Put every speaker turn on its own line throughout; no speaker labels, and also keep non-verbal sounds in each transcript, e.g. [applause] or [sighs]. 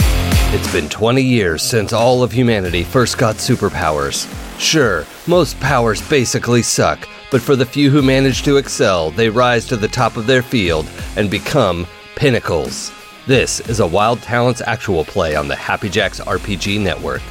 It's been 20 years since all of humanity first got superpowers. Sure, most powers basically suck, but for the few who manage to excel, they rise to the top of their field and become pinnacles. This is a Wild Talents actual play on the Happy Jacks RPG Network.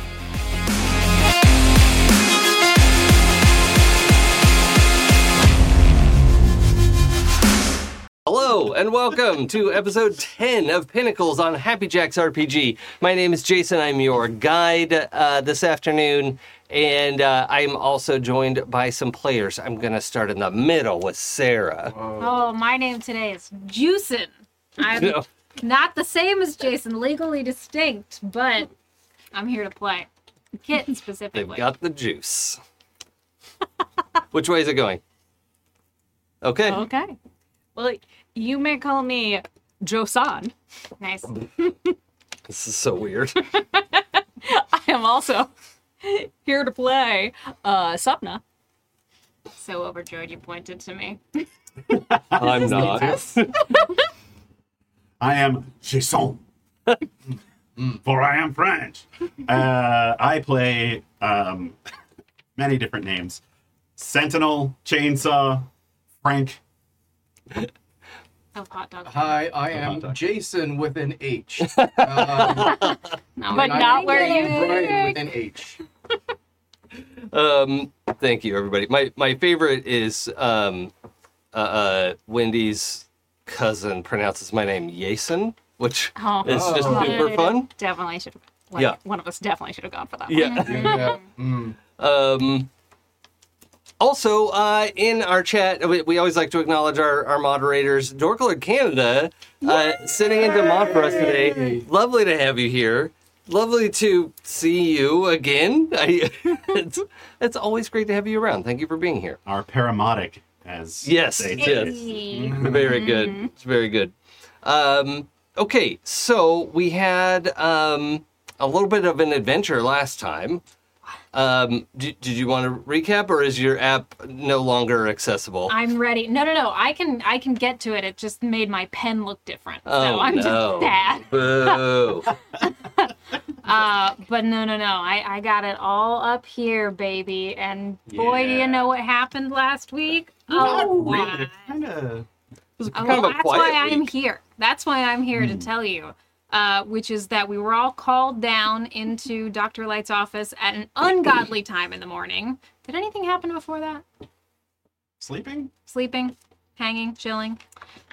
Hello and welcome to episode 10 of Pinnacles on Happy Jacks RPG. My name is Jason. I'm your guide uh, this afternoon, and uh, I'm also joined by some players. I'm going to start in the middle with Sarah.
Oh, my name today is Juicin. I'm
No. [laughs]
not the same as Jason, legally distinct, but I'm here to play. Kit
[laughs] They've
specifically.
got the [laughs] juice. Which way is it going? Okay.
okay,
Well, you may call me Josan.
[laughs]
nice.
This is so weird.
I am also here to play uh, Sapna.
So overjoyed you pointed to me.
I'm not.
I am Jason. For I am French. Uh, I play um, many different names Sentinel, Chainsaw, Frank.
Oh, hot dog.
Hi, I
hot
am
dog.
Jason with an H. Um,
No,
But
I-
not where
Brian
you
with an H.
Um, thank you, everybody. My my favorite is um, uh, uh, Wendy's cousin pronounces my name Yason, which
Oh.
is just
Oh.
super fun.
definitely should. Like,
Yeah.
One of us definitely should have gone for that. one.
Yeah.
Yeah, mm.
Um, also, uh, in our chat, we, we always like to acknowledge our, our moderators, Dorklord Canada, uh, sitting in Vermont for us today. Lovely to have you here. Lovely to see you again. [laughs] I, it's, it's always great to have you around. Thank you for being here.
Our paramedic, as
Yes,
they
yes. Mm-hmm.
say.
Hey.
Very
Mm-hmm.
good. It's very good. Um, okay, so we had um, a little bit of an adventure last time. Um, did, did you want to recap, or is your app no longer accessible?
I'm ready. No, no, no. I can, I can get to it. It just made my pen look different, so
Oh,
I'm
no.
just
[laughs]
sad. [laughs]
Boo.
Uh, but no, no, no. I, I got it all up here, baby. And boy, do
Yeah.
you know what happened last week?
Not
Oh,
really. Kind of.
It was
Oh,
kind of a
that's
quiet
why I'm
week. Hmm.
here. That's why I'm here to tell you, uh, which is that we were all called down into Dr. Light's office at an ungodly time in the morning. Did anything happen before that?
Sleeping?
sleeping, hanging, chilling.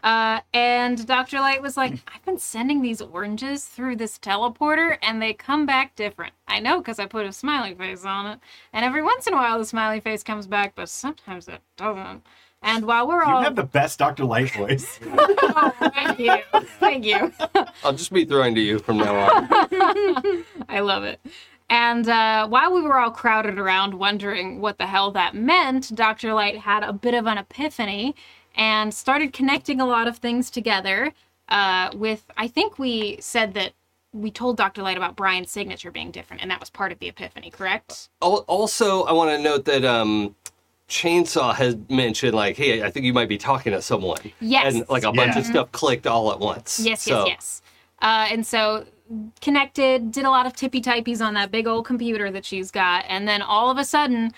Uh, and Dr. Light was like,
Hmm.
I've been sending these oranges through this teleporter and they come back different. I know because I put a smiley face on it. And every once in a while the smiley face comes back, but sometimes it doesn't. And while we're
You
all
have the best Dr. Light voice.
[laughs] Oh, thank
[laughs]
you. Thank you.
I'll just be throwing to you from now
[laughs]
on.
I love it. And uh, while we were all crowded around wondering what the hell that meant, Dr. Light had a bit of an epiphany and started connecting a lot of things together. Uh, with, I think we said that we told Dr. Light about Brian's signature being different, and that was part of the epiphany, correct?
Al- also, I want to note that um, Chainsaw has mentioned, like, hey, I think you might be talking to someone.
Yes. Mm-hmm.
And like a bunch of
Yeah.
stuff clicked all at once.
Yes,
So-
yes, yes. Uh, and so connected, did a lot of tippy typies on that big old computer that she's got, and then all of a sudden,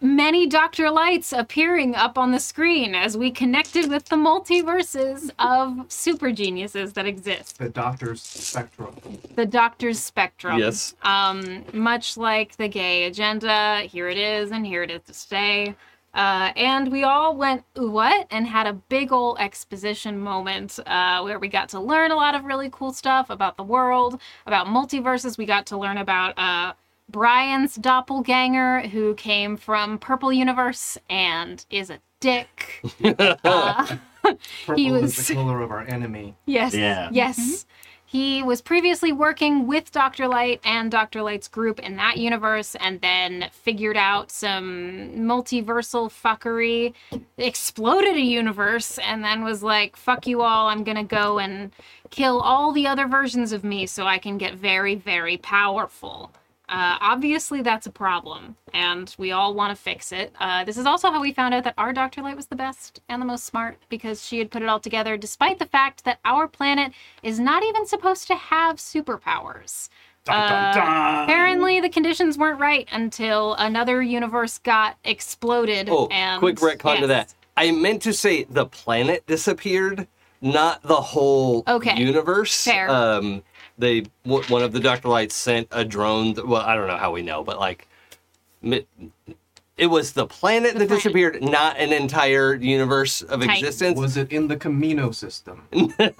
many Doctor Lights appearing up on the screen as we connected with the multiverses of super geniuses that exist.
The doctor's spectrum.
The Doctor's spectrum.
Yes.
Um, much like the gay agenda, here it is, and here it is to stay. Uh, and we all went, "Ooh, what? And had a big ol' exposition moment uh, where we got to learn a lot of really cool stuff about the world, about multiverses. We got to learn about uh, Brian's doppelganger, who came from Purple Universe and is a dick. Uh,
Purple
He
is
was-
the color of our enemy.
Yes.
Yeah.
Yes. He was previously working with Dr. Light and Dr. Light's group in that universe and then figured out some multiversal fuckery, exploded a universe, and then was like, fuck you all, I'm gonna go and kill all the other versions of me so I can get very, very powerful. Uh, obviously, that's a problem, and we all want to fix it. Uh, this is also how we found out that our Dr. Light was the best and the most smart because she had put it all together, despite the fact that our planet is not even supposed to have superpowers.
Dun, dun, dun.
Apparently, the conditions weren't right until another universe got exploded.
Oh,
and
quick retcon to that.
Yes.
I meant to say the planet disappeared, not the whole
Okay.
universe.
Fair.
Um, they w- one of the Doctor Lights sent a drone. That, well, I don't know how we know, but like, mi- it was the planet that
planet.
disappeared, not an entire universe of
Titan.
existence. [laughs]
Was it in the Camino system?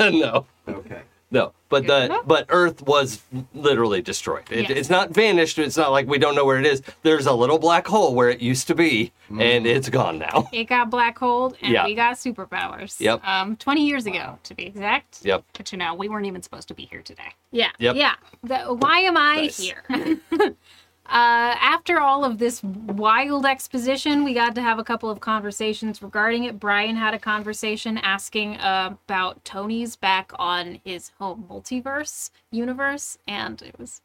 no,
Okay.
no. But
Good
the
enough.
but Earth was literally destroyed. It,
Yes.
It's not vanished. It's not like we don't know where it is. There's a little black hole where it used to be, and it's gone now.
It got black holed, and
Yeah.
we got superpowers.
Yep.
Um, 20 years ago, to be exact.
Yep.
But you know, we weren't even supposed to be here today.
Yeah.
Yep.
Yeah. The- why am I
Nice.
here? [laughs] uh, after all of this wild exposition, we got to have a couple of conversations regarding it. Brian had a conversation asking uh, about Tony's back on his home multiverse universe, and it was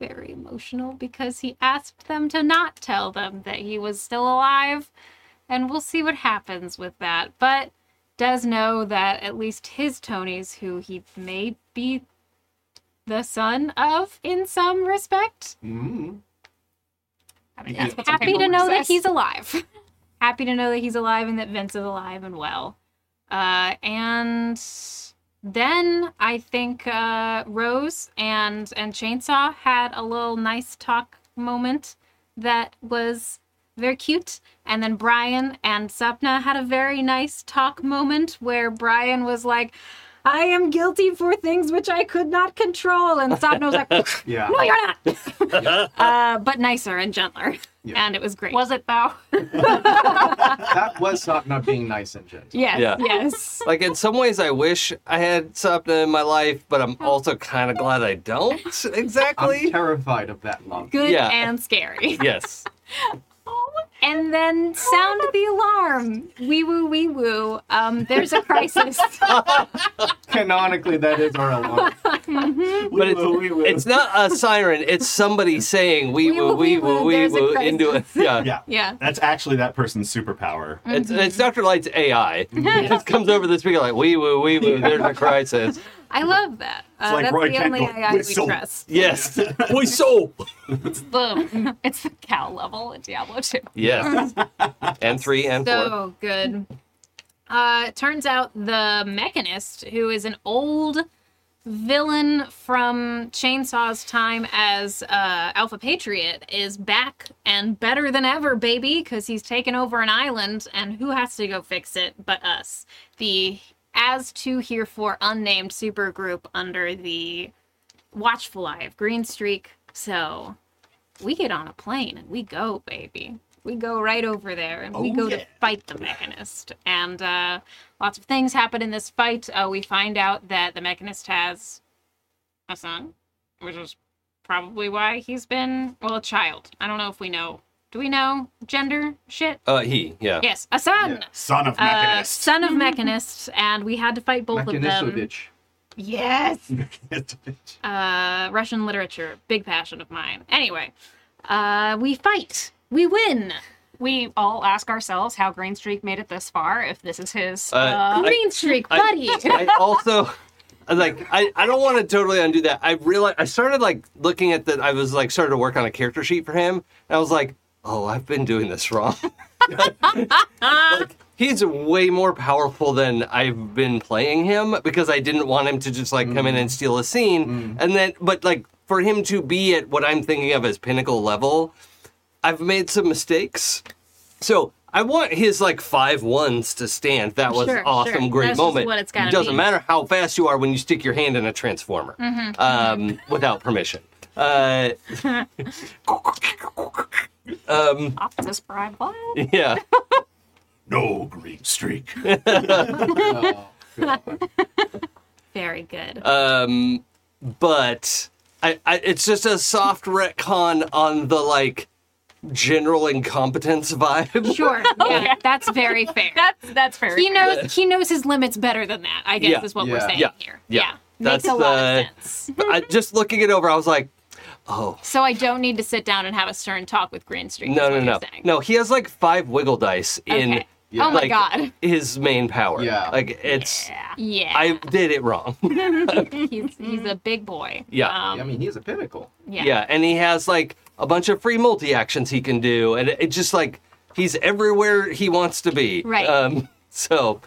very emotional because he asked them to not tell them that he was still alive, and we'll see what happens with that. But does know that at least his Tony's, who he may be the son of in some respect.
Mm.
I mean,
Yeah.
that's what some
Happy to
paperwork
know that
says.
he's alive. [laughs] Happy to know that he's alive and that Vince is alive and well. Uh, and then I think uh, Rose and and Chainsaw had a little nice talk moment that was very cute. And then Brian and Sapna had a very nice talk moment where Brian was like, "I am guilty for things which I could not control," and Sapna was like.
Yeah.
No, you're not. Oh, uh, but nicer and gentler,
Yeah.
and it was great.
Was it though?
that was not not being nice and gentle.
[laughs] yes,
Yeah.
yes.
like in some ways i wish i had sapna in my life but i'm also kind of glad i
[laughs]
don't
I'm
exactly
terrified of that love.
Good
Yeah.
and scary.
yes
And then sound the alarm. Wee woo, wee woo. Um, there's a crisis.
Canonically, that is
[laughs]
our alarm.
but it's, it's not a siren it's somebody saying wee
Wee
woo
woo,
wee woo wee
there's a
woo into
[laughs]
it yeah,
Yeah.
yeah.
That's actually that person's superpower.
Mm.
It's,
Mm-hmm.
it's dr light's
[laughs]
ai it just comes over the speaker like wee woo wee woo there's a
[laughs]
crisis
I love that. Uh,
like
that's
Roy
the only
Kent going,
AI we
"Whistle."
trust.
yes we soul
the it's the cow level in Diablo 2.
[laughs]
yes and three and four
So good. Uh, it turns out the mechanist, who is an old villain from Chainsaw's time as uh, Alpha Patriot, is back and better than ever, baby, because he's taken over an island, and who has to go fix it but us? The as to here for unnamed supergroup under the watchful eye of Green Streak. So we get on a plane and we go, baby. We go right over there and we
Oh,
go
yeah.
to fight the Mechanist. And uh, lots of things happen in this fight. Uh, we find out that the Mechanist has a son, which is probably why he's been, well, a child. I don't know if we know. Do we know gender shit?
uh he yeah
Yes, a son.
Yeah.
Son of
Uh,
Mechanist. [laughs]
[laughs]
son of Mechanist, and we had to fight both of them.
Mechanisovich.
Yes
Mechanist.
uh, Russian literature, big passion of mine. Anyway, uh, we fight, we win.
We all ask ourselves how Green Streak made it this far, if this is his
Uh,
uh,
I-
Green streak,
I-
buddy.
[laughs]
[laughs]
I also I like I, I don't want to totally undo that. I realized I started like looking at the I was like started to work on a character sheet for him and I was like, "Oh, I've been doing this wrong." [laughs] like he's way more powerful than I've been playing him because I didn't want him to just like come in and steal a scene and then but like for him to be at what I'm thinking of as pinnacle level, I've made some mistakes. So I want his like five ones to stand. That was
Sure,
awesome,
sure.
great
That's just
moment.
what it's gotta
doesn't
be. Mm-hmm,
matter how fast you are when you stick your hand in a transformer um, without permission. Uh, um,
Optimus Prime. What?
yeah,
No green
[laughs]
streak.
Oh, God.
Very good.
um, but I, I, it's just a soft retcon on the like general incompetence
[laughs]
vibe. [laughs]
Sure, yeah, that's very fair.
That's that's fair.
he knows he knows his limits better than that. I guess
Yeah,
is what we're
yeah,
saying
yeah,
here.
yeah.
Yeah,
That's uh,
makes a lot
the-
of sense.
I, just looking it over, I was like, oh.
So I don't need to sit down and have a stern talk with Green Streak.
No,
is
no,
what
no,
you're saying.
no. He has like five wiggle dice in
Okay.
Yeah.
Oh my
like,
god.
his main power.
Yeah.
Like it's
Yeah.
Yeah.
I did it wrong.
[laughs]
[laughs]
he's he's a big boy.
Yeah.
Um,
I mean, he's a pinnacle.
yeah.
yeah.
And he has like a bunch of free multi actions he can do and it, it just like he's everywhere he wants to be.
Right.
Um [laughs] so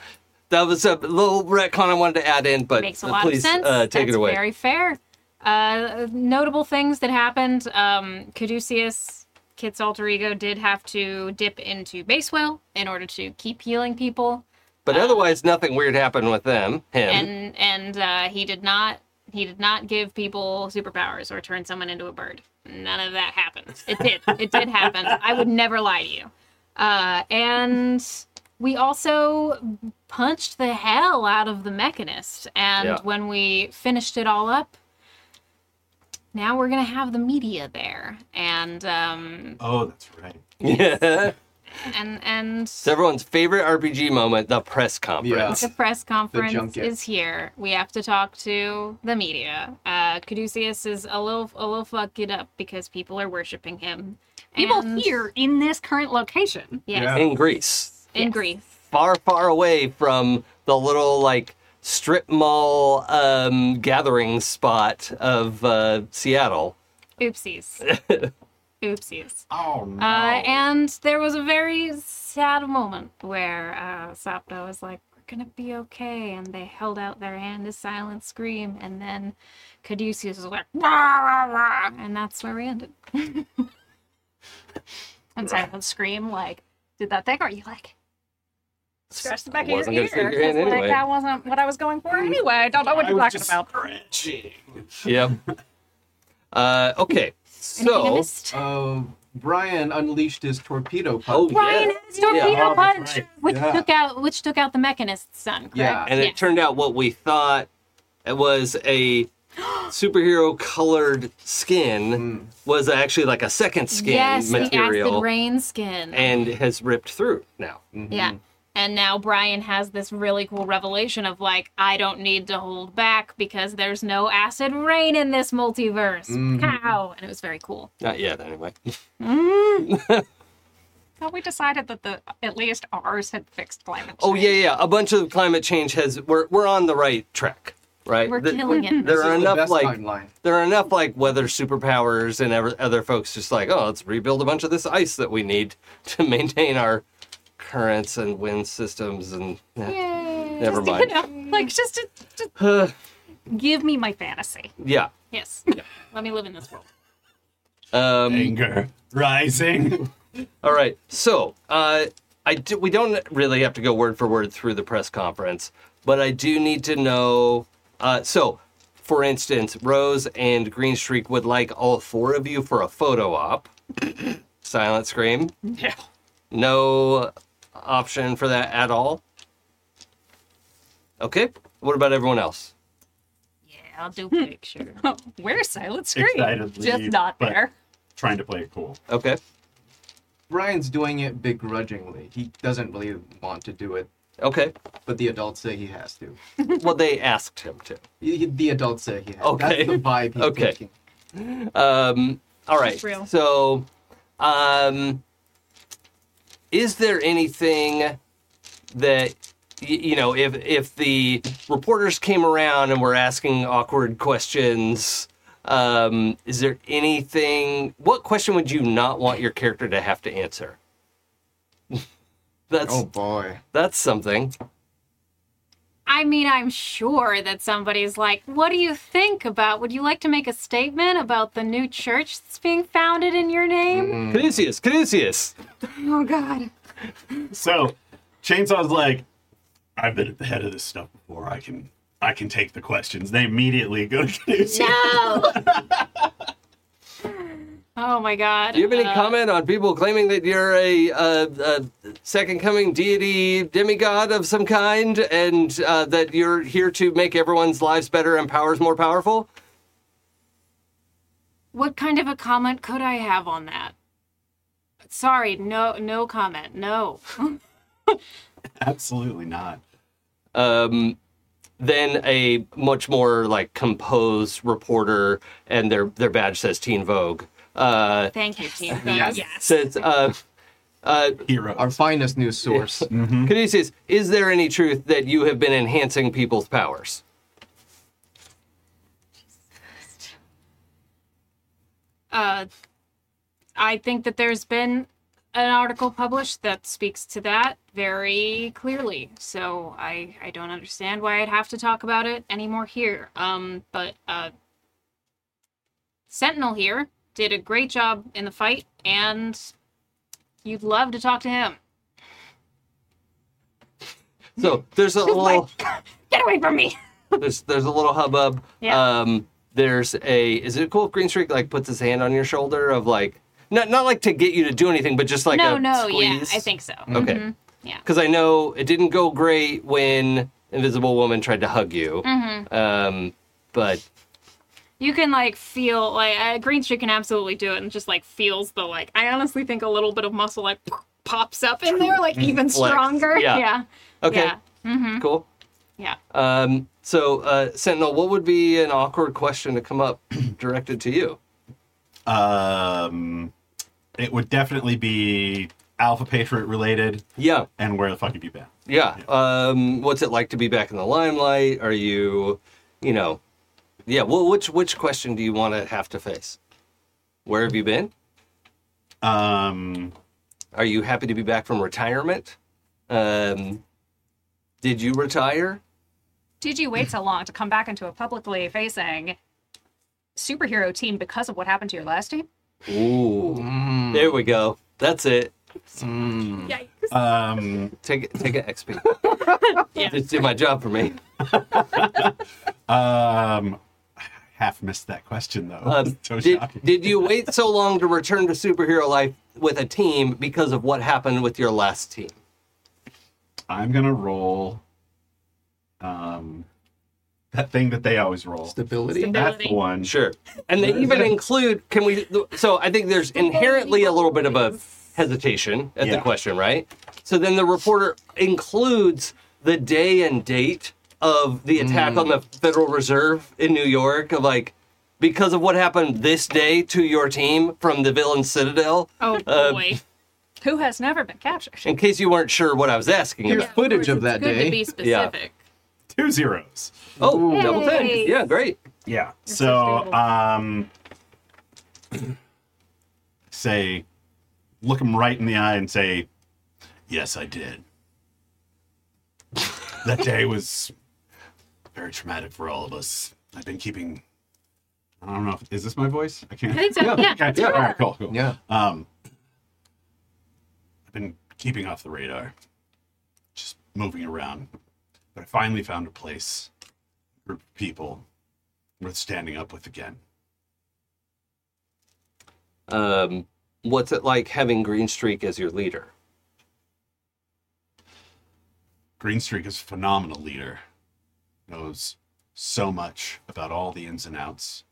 that was a little retcon I wanted to add in, but
Makes a
uh,
lot
please
of sense.
Uh, take it
That's
away.
Very fair. Uh, notable things that happened: um, Caduceus, Kit's alter ego, did have to dip into base well in order to keep healing people,
But otherwise, nothing weird happened with them. Him. [laughs]
and and uh, he did not he did not give people superpowers or turn someone into a bird. None of that happened. It did. it did happen. I would never lie to you. Uh, and we also punched the hell out of the mechanist. And
Yeah.
when we finished it all up, now we're gonna have the media there, and um,
Oh, that's right.
yeah.
and and
It's everyone's favorite RPG moment, the press conference.
the press conference
junket.
is here. We have to talk to the media. Uh, Caduceus is a little a little fucked it up because people are worshiping him.
People
And-
here in this current location.
yes,
Yeah.
In Greece.
in
Yes.
Greece.
Far, far away from the little, like, strip mall um, gathering spot of uh, Seattle.
Oopsies.
[laughs]
Oopsies.
Oh no.
Uh, and there was a very sad moment where uh, Sapna was like, "We're gonna be okay," and they held out their hand to silent scream, and then Caduceus was like, "Rah, rah, rah," and that's where we ended. [laughs]
And Silent Scream like did that thing, or you like scratch the back of your
Wasn't
ear?
gonna stick your hand
It's like,
anyway. Mm-hmm.
that wasn't what I was going for anyway. I don't know what
I
you're
was
talking
just
about.
Stretching.
Yep. uh, okay.
[laughs] Anything I
So,
missed?
Uh, Brian unleashed his torpedo
Oh,
punch.
Brian
yeah.
had his torpedo
Yeah.
Oh, that's
punch,
right.
which
Yeah.
took out which took out the mechanist's son. Correct?
Yeah.
and it turned out what we thought it was
[gasps]
a superhero colored skin
Mm-hmm.
was actually like a second skin
yes, the
material
acid rain skin.
and has ripped through now.
Yeah. And now Brian has this really cool revelation of like, I don't need to hold back because there's no acid rain in this multiverse.
Mm-hmm.
Pow! And it was very cool.
Not yet, anyway.
Well, we decided that the at least ours had fixed climate.
Oh yeah,
change.
yeah. A bunch of climate change has. We're we're on the right track, right?
We're
The-
killing it.
There
This
are
is the
enough
best
like
timeline.
there are enough like weather superpowers and ever, other folks just like oh let's rebuild a bunch of this ice that we need to [laughs] maintain our currents and wind systems and eh, never
[laughs] You
mind.
know, like just, to- just
[sighs]
give me my fantasy.
[laughs] yeah.
Yes. Let me live in this world.
Um,
Anger rising. [laughs]
All right. So uh, I do, we don't really have to go word for word through the press conference, but I do need to know. Uh, so, for instance, Rose and Green Streak would like all four of you for a photo op. [coughs] Silent scream.
Yeah.
No option for that at all. Okay. What about everyone else?
Yeah, I'll do picture.
Where's Silent Scream?
Excitedly,
just not
but-
there.
Trying to play it cool.
Okay.
Brian's doing it begrudgingly. He doesn't really want to do it,
Okay.
but the adults say he has to.
Well, they asked him to.
He- he- the adults say he has.
Okay.
That's the vibe he's
Okay.
taking.
Um, all right.
That's real.
So, um, is there anything that y- you know if if the reporters came around and were asking awkward questions? Um, is there anything? What question would you not want your character to have to answer? [laughs] that's
Oh boy.
that's something.
[laughs] I mean, I'm sure that somebody's like, What do you think about? Would you like to make a statement about the new church that's being founded in your name?
Caduceus, Caduceus.
Oh, God.
So, Chainsaw's like, I've been at the head of this stuff before. I can, I can take the questions. They immediately go to [laughs] Caduceus.
No!
Mm-hmm. [laughs]
oh, my God.
Do you have any
Uh,
comment on people claiming that you're a, uh a second coming deity, demigod of some kind, and uh, that you're here to make everyone's lives better and powers more powerful?
What kind of a comment could I have on that? Sorry, no, no comment. No. [laughs]
Absolutely not.
Um, then a much more like composed reporter, and their their badge says Teen Vogue. Uh,
Thank you, team.
Yes.
says, uh, Uh,
Hero.
Our finest news source.
Caduceus, is there any truth that you have been enhancing people's powers?
Uh, I think that there's been an article published that speaks to that very clearly. So I I don't understand why I'd have to talk about it anymore here. Um, but uh, Sentinel here did a great job in the fight, and you'd love to talk to him.
So there's a little
Get away from me!
there's there's a little hubbub.
Yeah.
Um, there's a is it cool if Green Streak like puts his hand on your shoulder of like not not like to get you to do anything, but just like
no,
a
no,
squeeze? Oh,
yeah, I think so.
Okay.
yeah.
Because I know it didn't go great when Invisible Woman tried to hug you.
Mm-hmm.
Um, but
You can like feel like uh, Green Street can absolutely do it, and just like feels the like. I honestly think a little bit of muscle like pops up in there,
[laughs]
like even
Flex.
stronger.
Yeah.
yeah.
okay,
Yeah. Mm-hmm.
cool.
Yeah.
Um, so uh, Sentinel, what would be an awkward question to come up [clears throat] directed to you?
Um, it would definitely be Alpha Patriot related.
Yeah,
And where the fuck have you been?
yeah. Um, what's it like to be back in the limelight? Are you, you know, yeah. Well, which which question do you want to have to face? Where have you been?
[laughs]
Um,
Are you happy to be back from retirement? Um, did you retire?
Did you wait so long to come back into a publicly facing superhero team because of what happened to your last team?
Ooh,
Mm,
there we go. That's it.
mm.
Yeah.
um,
Take take an
[laughs]
XP.
Yeah.
Just did my job for me.
um, half missed that question though.
Um,
[laughs] so
did,
shocking.
did you wait so long to return to superhero life with a team because of what happened with your last team?
I'm gonna roll. Um, that thing that they always roll.
Stability.
That's the
Stability.
one.
Sure. And they even include can we so I think there's inherently a little bit of a hesitation at the
Yeah.
question, right? So then the reporter includes the day and date of the attack on the Federal Reserve in New York of like because of what happened this day to your team from the villain Citadel.
Oh
Uh,
boy.
Who has never been captured?
In case you weren't sure what I was asking
Here's
about.
footage of
It's
that
good
day.
to be specific.
Two zeros.
Oh, double ten.
Hey.
Yeah, great.
Yeah.
so
So,
stable.
um, say, look him right in the eye and say, "Yes, I did." that day was very traumatic for all of us. I've been keeping. I don't know. If, is this my voice? I can't.
I
[laughs]
think so. Yeah.
Okay.
Yeah.
All right. Cool. Cool.
Yeah.
Um, I've been keeping off the radar, just moving around. But I finally found a place, a group of people worth standing up with again.
Um, what's it like having Green Streak as your leader?
Green Streak is a phenomenal leader, knows so much about all the ins and outs,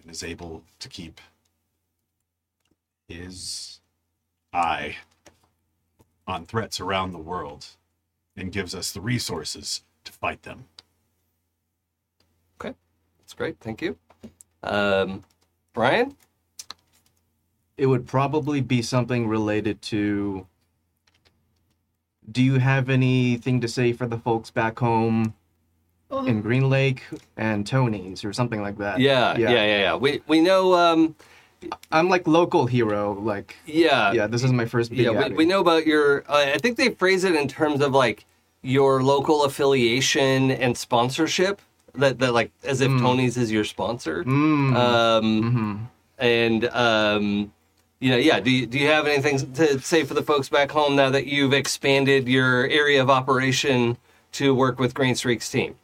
and is able to keep his eye on threats around the world and gives us the resources to fight them.
That's great. Thank you. Um, Brian?
It would probably be something related to. Do you have anything to say for the folks back home in Green Lake and Tony's or something like that?
Yeah, yeah, yeah, yeah. We we know um
I'm like local hero. Like,
yeah.
yeah, this is my first big.
Uh, yeah, we,
outing.
we know about your uh, I think they phrase it in terms of like your local affiliation and sponsorship that that like as if Tony's is your sponsor.
Mm,
Um
mhm.
and um you know, yeah. Do you, do you have anything to say for the folks back home now that you've expanded your area of operation to work with Green Streak's team?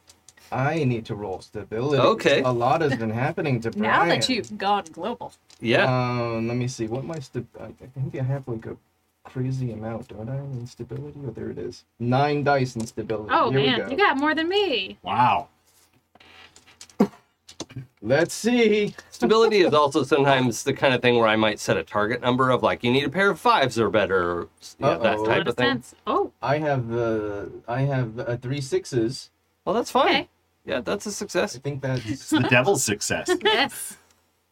I need to roll stability.
Okay.
A lot has been happening
[laughs]
to Brian.
Now that you've gone global,
Yeah.
Um, let me see. What my sta- I I think I have like a crazy amount, don't I? In stability? Oh, there it is. Nine dice in stability.
Oh
Here
man,
we go.
you got more than me.
Wow.
Let's see.
Stability is also sometimes the kind of thing where I might set a target number of like you need a pair of fives or better, or, you know, that
Uh-oh.
type
What a
of thing.
sense.
[laughs]
Oh,
I have the I have uh, three sixes.
Well, that's fine.
Okay.
Yeah, that's a
I [laughs]
success.
think that's
[laughs]
It's the devil's success.
yes.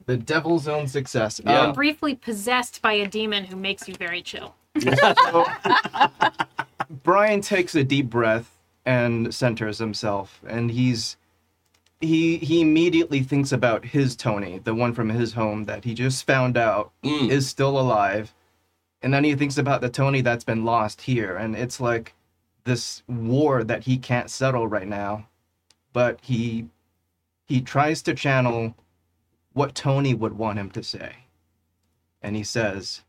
the devil's own success.
Yeah.
Um,
Briefly possessed by a demon who makes you very chill.
Mm,
So, Brian takes a deep breath and centers himself, and he's he he immediately thinks about his Tony, the one from his home that he just found out
Mm.
is still alive, and then he thinks about the Tony that's been lost here, and it's like this war that he can't settle right now, but he he tries to channel what Tony would want him to say, and he says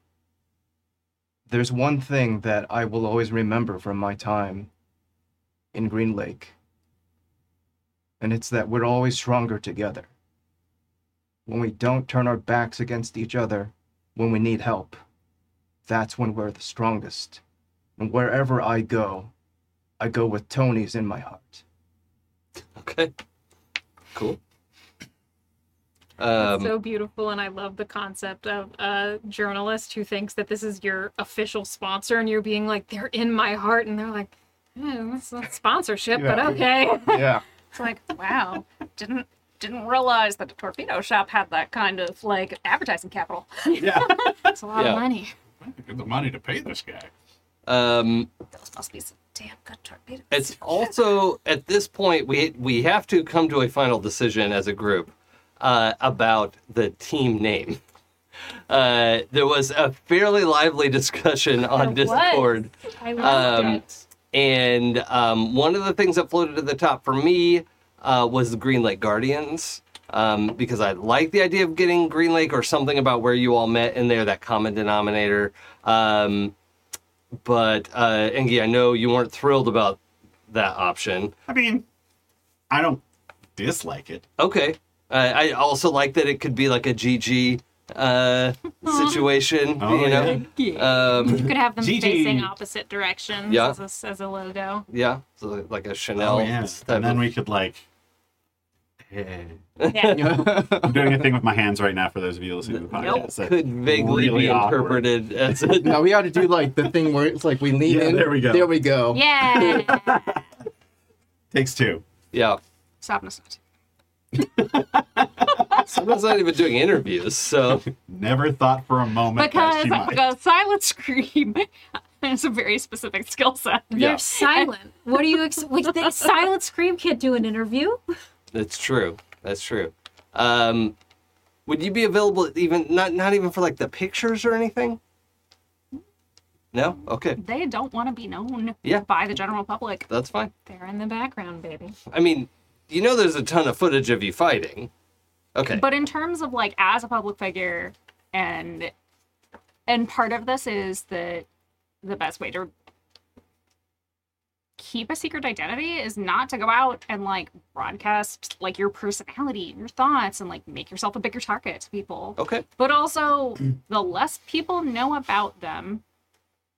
there's one thing that I will always remember from my time in Green Lake. And it's that we're always stronger together. When we don't turn our backs against each other, when we need help, that's when we're the strongest. And wherever I go, I go with Tony's in my heart.
Okay. Cool. Um,
so beautiful, and I love the concept of a journalist who thinks that this is your official sponsor, and you're being like, "They're in my heart," and they're like, "Eh, "That's not sponsorship,
Yeah.
but okay."
[laughs] Yeah.
It's like, wow, didn't didn't realize that the torpedo shop had that kind of like advertising capital.
[laughs]
Yeah.
That's a lot
Yeah.
of money.
Get the money to pay this guy.
um,
Those must be some damn good torpedoes.
it's also at this point we we have to come to a final decision as a group uh, about the team name. [laughs] Uh, there was a fairly lively discussion on
There was.
Discord.
I loved
Um,
it.
And um, one of the things that floated to the top for me uh, was the Green Lake Guardians, um, because I like the idea of getting Green Lake or something about where you all met in there, that common denominator. Um, but, uh, Engie, I know you weren't thrilled about that option.
I mean, I don't dislike it.
Okay. Uh, I also like that it could be like a GG uh, situation,
Oh,
you know? Um,
You could have them
GG.
facing opposite directions
Yeah.
as, a, as a
[laughs]
logo.
yeah, so like a Chanel.
Oh, yeah.
type
And then
of-
we could, like, eh.
Yeah.
I'm doing a thing with my hands right now for those of you listening to the podcast. That's
could vaguely
really
be
awkward.
interpreted as a
now we ought to do like the thing where it's like we lean
Yeah,
in.
there we go.
There we
[laughs]
go.
Yeah.
Takes two.
Yeah.
Stop and stop.
Someone's not even doing interviews, so
Never thought for a moment that
because
she might.
the silent scream [laughs] is a very specific skill set.
Yeah.
They're silent. What do you ex- wait, they, silent scream can't do an interview?
that's true. That's true. Um, would you be available even not not even for like the pictures or anything? No? Okay.
They don't want to be known
Yeah.
by the general public.
That's fine.
They're in the background, baby.
I mean, you know there's a ton of footage of you fighting. Okay.
But in terms of like as a public figure and and part of this is that the best way to keep a secret identity is not to go out and like broadcast like your personality, your thoughts and like make yourself a bigger target to people.
okay.
But also the less people know about them,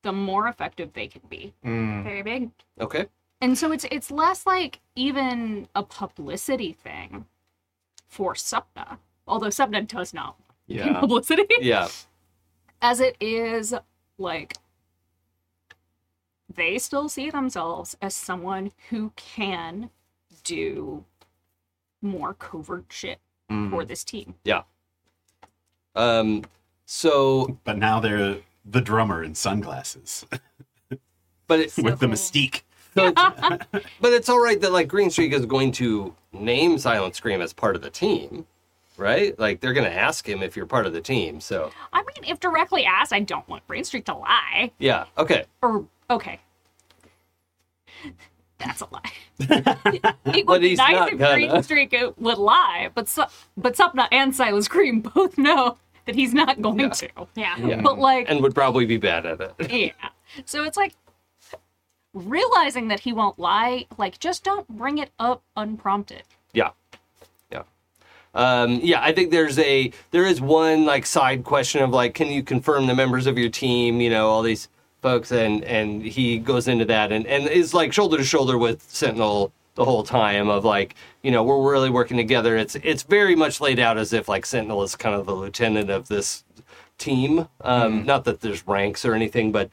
the more effective they can be.
Mm.
Very big
Okay.
and so it's it's less like even a publicity thing for Subna, although Subna does not pay
Yeah.
publicity, [laughs]
Yeah.
as it is like they still see themselves as someone who can do more covert shit
Mm.
for this team.
Um so
But now they're the drummer in sunglasses [laughs]
but it,
with the mystique.
so it's, but it's all right that like Green Streak is going to name Silent Scream as part of the team, right? Like they're gonna ask him if you're part of the team. So
I mean, if directly asked, I don't want Brain Street to lie.
yeah. Okay.
Or okay. That's a
[laughs]
lie. it
But
would be
he's
nice
not
if
gonna.
Green Streak would lie, but Su- but Supna and Silas Green [laughs] both know that he's not going to.
Yeah.
Yeah.
But like,
and would probably be bad at it. [laughs]
yeah. So it's like realizing that he won't lie. Like, just don't bring it up unprompted.
Yeah, yeah, um, yeah. I think there's a there is one like side question of like, can you confirm the members of your team? You know, all these folks, and and he goes into that and and is like shoulder to shoulder with Sentinel the whole time of like, you know, we're really working together. It's it's very much laid out as if like Sentinel is kind of the lieutenant of this team. Um, Not that there's ranks or anything, but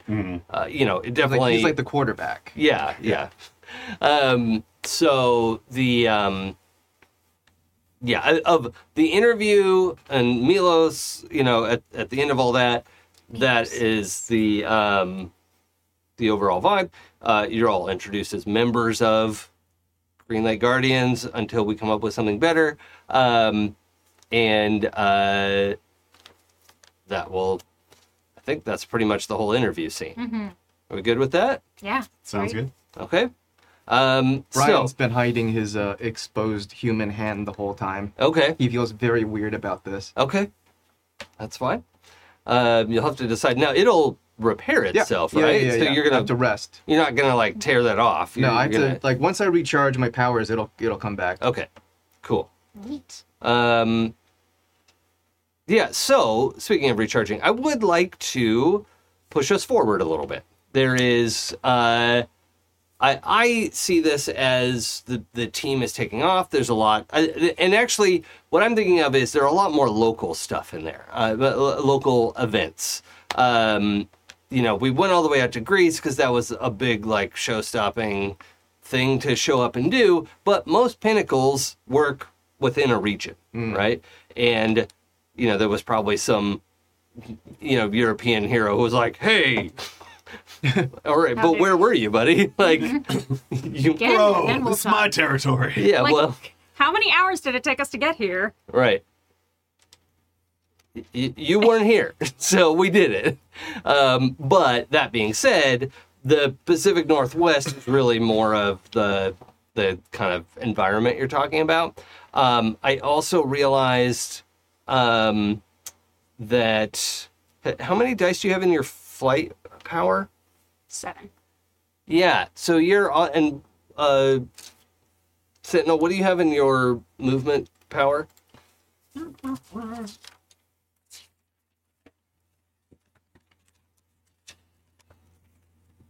uh, you know, it definitely
Like, Mm-hmm. he's like the quarterback.
Yeah, yeah. Um, so the um, yeah I- of the interview and Milos, you know, at, at the end of all that, that is the um, the overall vibe. Uh, you're all introduced as members of Greenlight Guardians until we come up with something better, um, and uh, that will. I think that's pretty much the whole interview scene. Are we good with that?
Yeah.
Sounds
Right.
good.
Okay. Um,
Brian's
so
been hiding his uh, exposed human hand the whole time.
okay,
He feels very weird about this.
okay, that's fine. Um, you'll have to decide now. It'll repair itself, right? so you're
I
gonna
have to rest.
You're not gonna like tear that off. You're, Oh,
no, I have
you're
to like once I recharge my powers, it'll it'll come back.
Okay, cool.
Neat.
Um, yeah. So speaking of recharging, I would like to push us forward a little bit. There is, uh, I I see this as the the team is taking off. There's a lot, I, and actually, what I'm thinking of is there are a lot more local stuff in there, uh, lo- local events. Um, you know, we went all the way out to Greece because that was a big like show stopping thing to show up and do. But most pinnacles work within a region, right? And you know, there was probably some you know European hero who was like, "Hey." All right, but
dare
where were you, buddy? [laughs] Like, you,
Again,
Bro,
then we'll
this is
talk.
my territory.
yeah,
Like-
well,
How many hours did it take us to get here?
right. Y- y- you weren't here, [laughs] so we did it. Um, but that being said, the Pacific Northwest is really more of the the kind of environment you're talking about. Um, I also realized um, that h- how many dice do you have in your flight power?
Seven.
Yeah. So you're on and uh Sentinel, what do you have in your movement power?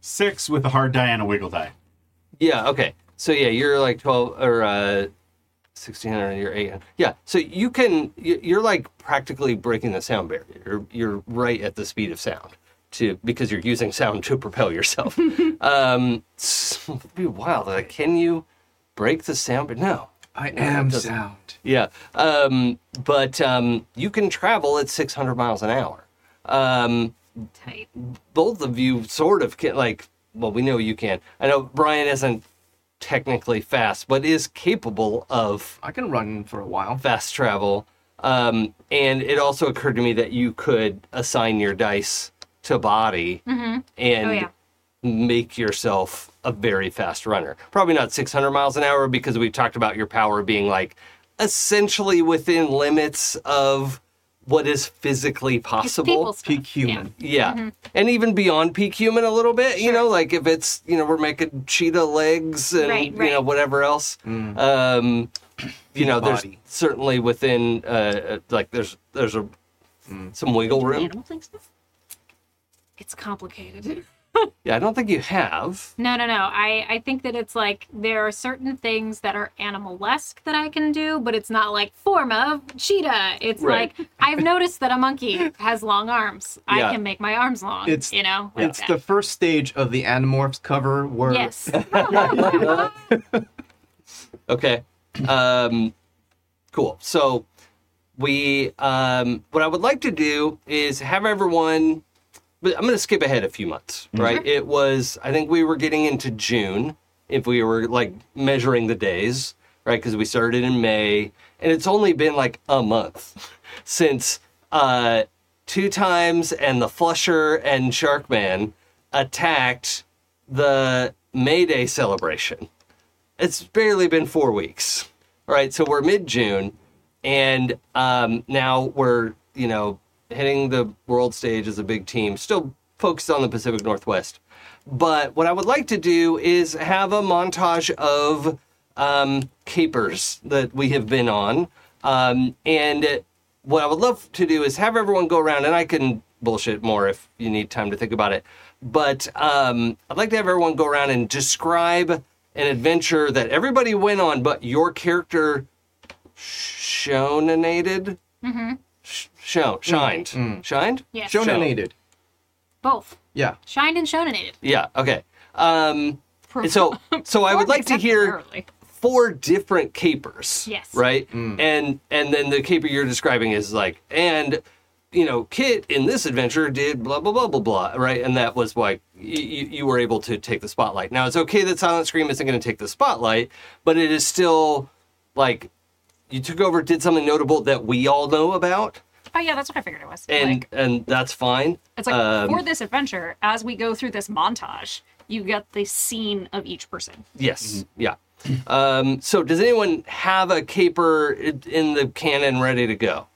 Six with a hard die and a wiggle die.
Yeah, okay. So yeah, you're like 12 or uh 1600 and you're 800. Yeah. So you can you- you're like practically breaking the sound barrier. You're you're right at the speed of sound to because you're using sound to propel yourself. um it's- it'd be wild. Like can you break the sound but no.
I
it
am
doesn't.
sound.
Yeah. Um, but um, you can travel at 600 miles an hour. Um,
Tight.
both of you sort of can, like, well, we know you can. I know Brian isn't technically fast, but is capable of
I can run for a while.
fast travel. Um, and it also occurred to me that you could assign your dice to body and
Oh, yeah.
make yourself a very fast runner. Probably not 600 miles an hour because we talked about your power being like essentially within limits of what is physically
It's
possible.
people stuff.
Peak human.
Yeah.
Mm-hmm.
And even beyond peak human a little bit, you know, like if it's, you know, we're making cheetah legs and,
Right,
you know,
right.
whatever else. Um, you know, there's
body.
certainly within, uh, uh, like there's, there's a, some wiggle room.
Animal things. It's complicated.
Yeah. I don't think you have.
No, no, no. I, I think that it's like there are certain things that are animalesque that I can do, but it's not like form of cheetah. It's
Right.
like I've noticed that a monkey has long arms.
Yeah.
I can make my arms long.
It's-
you know, like
It's
that.
the first stage of the Animorphs cover where
yes. [laughs]
Okay. Um, cool. So we um, what I would like to do is have everyone. But I'm going to skip ahead a few months, right? It was I think we were getting into June if we were like measuring the days, right? Because we started in May, and it's only been like a month [laughs] since uh, two times and the Flusher and Sharkman attacked the May Day celebration it's barely been four weeks. All right, so we're mid June, and um, now we're you know hitting the world stage as a big team, still focused on the Pacific Northwest. But what I would like to do is have a montage of um, capers that we have been on, um, and what I would love to do is have everyone go around, and I can bullshit more if you need time to think about it. But um, I'd like to have everyone go around and describe an adventure that everybody went on, but your character shoninated, Sh- shone, shined, shined.
Yeah.
Shonenated.
Both.
Yeah.
Shined and shonenated.
Yeah. Okay. Um, and so, so I would like to hear
Temporarily.
four different capers.
Yes.
Right. And and then the caper you're describing is like, and you know, Kit in this adventure did blah blah blah blah blah, right? And that was why you, you were able to take the spotlight. Now it's okay that Silent Scream isn't going to take the spotlight, but it is still like you took over, did something notable that we all know about,
Oh yeah, that's what I figured it was.
and
like,
and that's fine.
it's like
um,
for this adventure, as we go through this montage, you get the scene of each person.
Yes. Yeah. Um, so, does anyone have a caper i- in the cannon ready to go?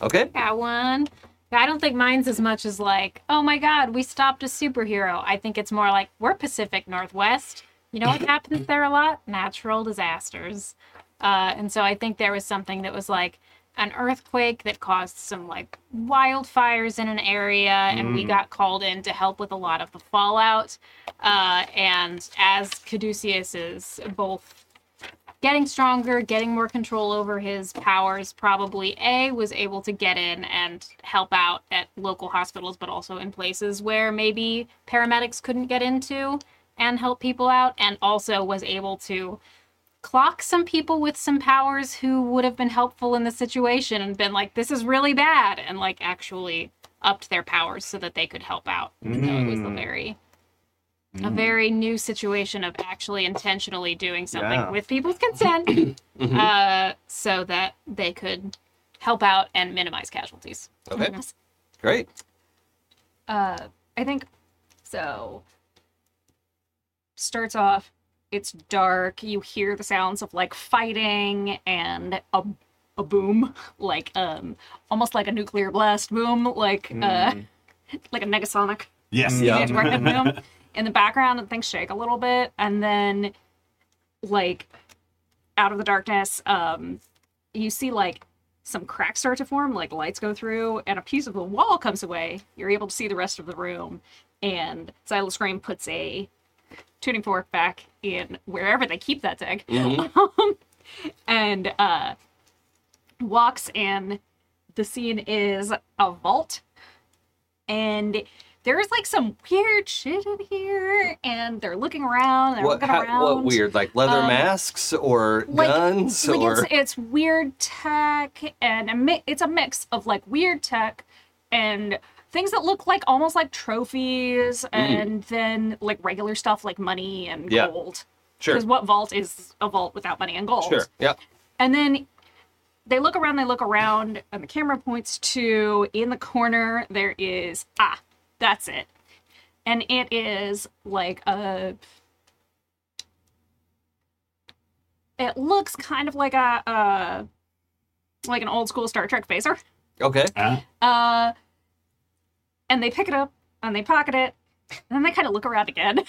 Okay.
Got one. I don't think mine's as much as like, oh my god, we stopped a superhero. I think it's more like we're Pacific Northwest. You know what happens there a lot? Natural disasters. Uh, and so I think there was something that was like an earthquake that caused some like wildfires in an area, and we got called in to help with a lot of the fallout. Uh, and as Caduceus is both getting stronger, getting more control over his powers, probably A, was able to get in and help out at local hospitals, but also in places where maybe paramedics couldn't get into and help people out, and also was able to clock some people with some powers who would have been helpful in the situation and been like, this is really bad, and like actually upped their powers so that they could help out. So it was a
Mm.
very
Mm.
a very new situation of actually intentionally doing something
Yeah.
with people's
[coughs]
consent
Mm-hmm.
Mhm.
uh, so that they could help out and minimize casualties.
Okay. Great.
uh i think so starts off it's dark you hear the sounds of like fighting and a, a boom like um almost like a nuclear blast boom like uh [laughs] like a negasonic
Yes.
Yeah.
it's working boom in the background and things shake a little bit and then like out of the darkness um you see like some cracks start to form like lights go through and a piece of the wall comes away you're able to see the rest of the room and Silas Scream puts a tuning fork back in wherever they keep that thing
Mhm.
[laughs] and uh walks in the scene is a vault and there's like some weird shit in here and they're looking around they're
What,
looking
how-
around
what weird? Like leather
Um,
masks or
like-
guns
like
or?
it's, it's weird tech and a mi- it's a mix of like weird tech and things that look like almost like trophies and then like regular stuff like money and
Mm. Yeah.
gold
sure.
because what vault is a vault without money and gold
Sure. Yep.
and then they look around, they look around, and the camera points to in the corner there is ah, that's it. And it is like a it looks kind of like a uh like an old school Star Trek phaser.
Okay.
Ah,
Uh and they pick it up and they pocket it, and then they kind of look around again. [laughs]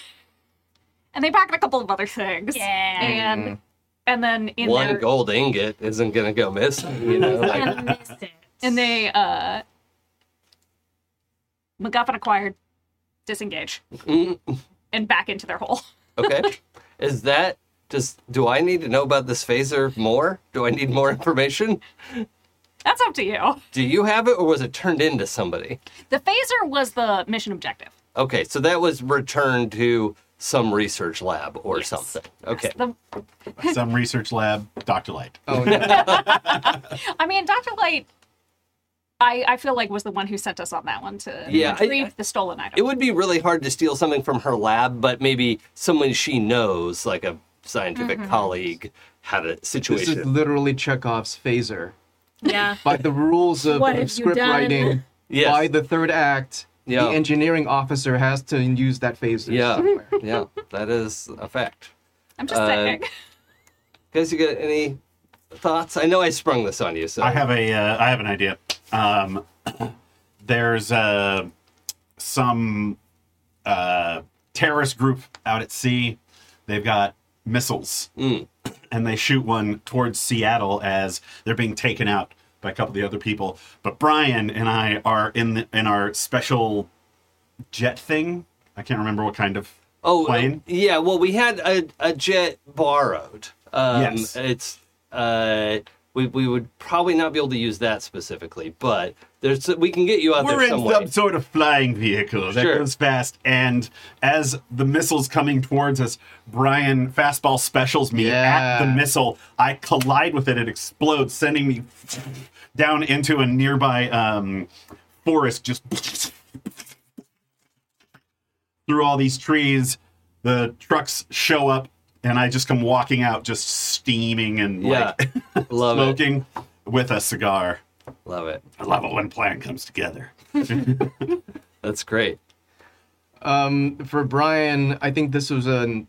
And they pocket a couple of other things.
Yeah.
And and then in
Mm-hmm. One
their,
gold ingot isn't gonna go missing. You know.
[laughs]
Like,
And missed it.
and they uh MacGuffin acquired disengage
mm,
and back into their hole. [laughs]
okay. Is that? Does do I need to know about this phaser more? Do I need more information?
That's up to you.
Do you have it, or was it turned into somebody?
The phaser was the mission objective.
Okay, so that was returned to some research lab or
Yes.
something. Okay.
The,
Uh, some research lab, Dr. Light.
[laughs]
Oh, yeah.
I mean, Doctor Light, I I feel like was the one who sent us on that one to
Yeah, I-
retrieve the stolen item.
It would be really hard to steal something from her lab, but maybe someone she knows, like a scientific
Mm-hmm.
colleague, had a
this is
situation.
literally Chekhov's phaser.
Yeah.
By the rules of
What have you
script
done?
writing,
[laughs] Yes.
by the third act,
Yeah.
the engineering officer has to use that phaser.
Yeah.
somewhere.
[laughs] yeah, that is a fact.
I'm just
uh,
saying.
Guys, you got any thoughts? I know I sprung this on you, so
I have a uh, I have an idea. Um, [coughs] there's uh, some uh, terrorist group out at sea. They've got missiles,
Mm.
[coughs] and they shoot one towards Seattle as they're being taken out by a couple of the other people. But Brian and I are in the, in our special jet thing. I can't remember what kind of
oh, uh,
plane.
yeah. Well, we had a, a jet borrowed. Um,
Yes.
It's uh, We, we would probably not be able to use that specifically, but there's we can get you out
We're
there
in
some
some
way.
sort of flying vehicle that
Sure.
goes fast, and as the missile's coming towards us, Brian fastball specials me at the
Yeah.
missile. I collide with it; it explodes, sending me down into a nearby um, forest. Just through all these trees, the trucks show up, and I just come walking out, just steaming and
Yeah,
like [laughs]
love it,
smoking with a cigar.
love it.
I love it when plan comes together.
That's great.
Um, for Brian, I think this was an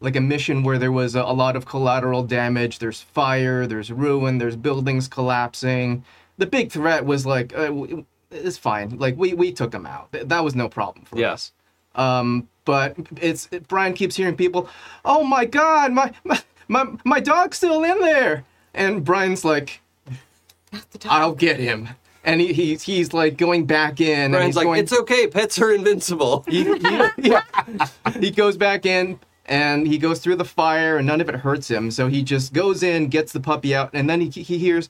like a mission where there was a, a lot of collateral damage. There's fire, there's ruin, there's buildings collapsing. The big threat was like, uh, w- it's fine. Like we we took them out. Th- That was no problem for us.
Yes,
Um, but it's Brian keeps hearing people, "Oh my God, my my my, my dog's still in there!" And Brian's like, "I'll get him." And he, he's he's like going back in. and
Brian's
he's
like,
going,
it's okay. Pets are
[laughs]
invincible.
yeah. he goes back in and he goes through the fire and none of it hurts him so he just goes in gets the puppy out and then he, he hears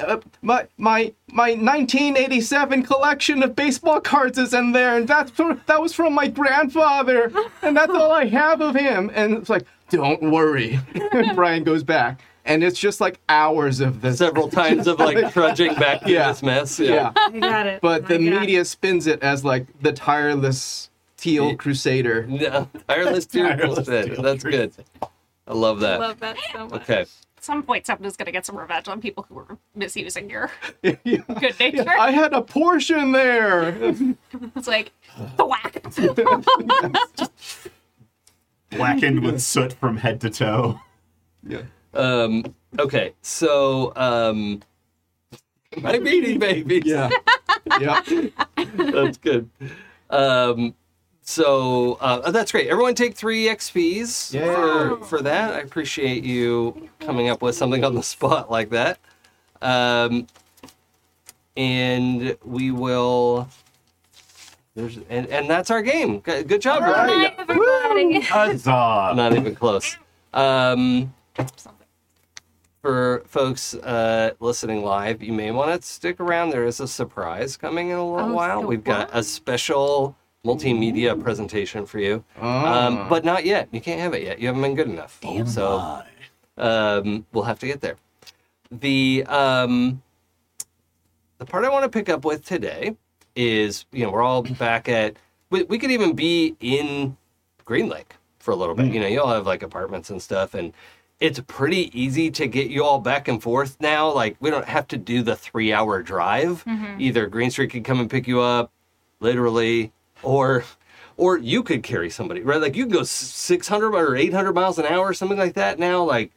uh, my my my 1987 collection of baseball cards is in there and that's from, that was from my grandfather and that's all i have of him and it's like don't worry [laughs] and brian goes back and it's just like hours of this [laughs]
Several times of
[laughs]
like trudging back through
Yeah.
this mess.
yeah
You got it.
but the
My God.
media spins it as like the tireless teal crusader
No, [laughs] tireless tearful
Tireless
spit.
tearful
That's good. I love that.
Love that so much.
okay.
At some point, someone's gonna get some revenge on people who were misusing your
[laughs]
good nature.
I had a portion [laughs] there.
It's like
[laughs]
thwack.
blackened
[laughs]
with soot from head to toe.
yeah.
Um, okay. So, um, my beanie babies.
[laughs] Yeah. yeah.
[laughs] That's good. Um, so uh, that's great. Everyone take three XPs
Yeah.
for, for that. I appreciate you coming up with something on the spot like that. Um, and we will. There's and, and that's our game. Good good job, Ryan.
Hi, everybody. [laughs]
Huzzah!
Not even close. Um, for folks uh, listening live, you may want to stick around. There is a surprise coming in a little
Oh,
while.
so
We've got a special multimedia presentation for you, um,
Ah.
but not yet. You can't have it yet. You haven't been good enough. so um, we'll have to get there. The um, the part I want to pick up with today is you know we're all back at we, we could even be in Green Lake for a little bit. You know, you all have like apartments and stuff, and it's pretty easy to get you all back and forth now. Like we don't have to do the three hour drive. Either Green Street could come and pick you up, literally, or or you could carry somebody, right? Like you can go 600 or 800 miles an hour, something like that now. Like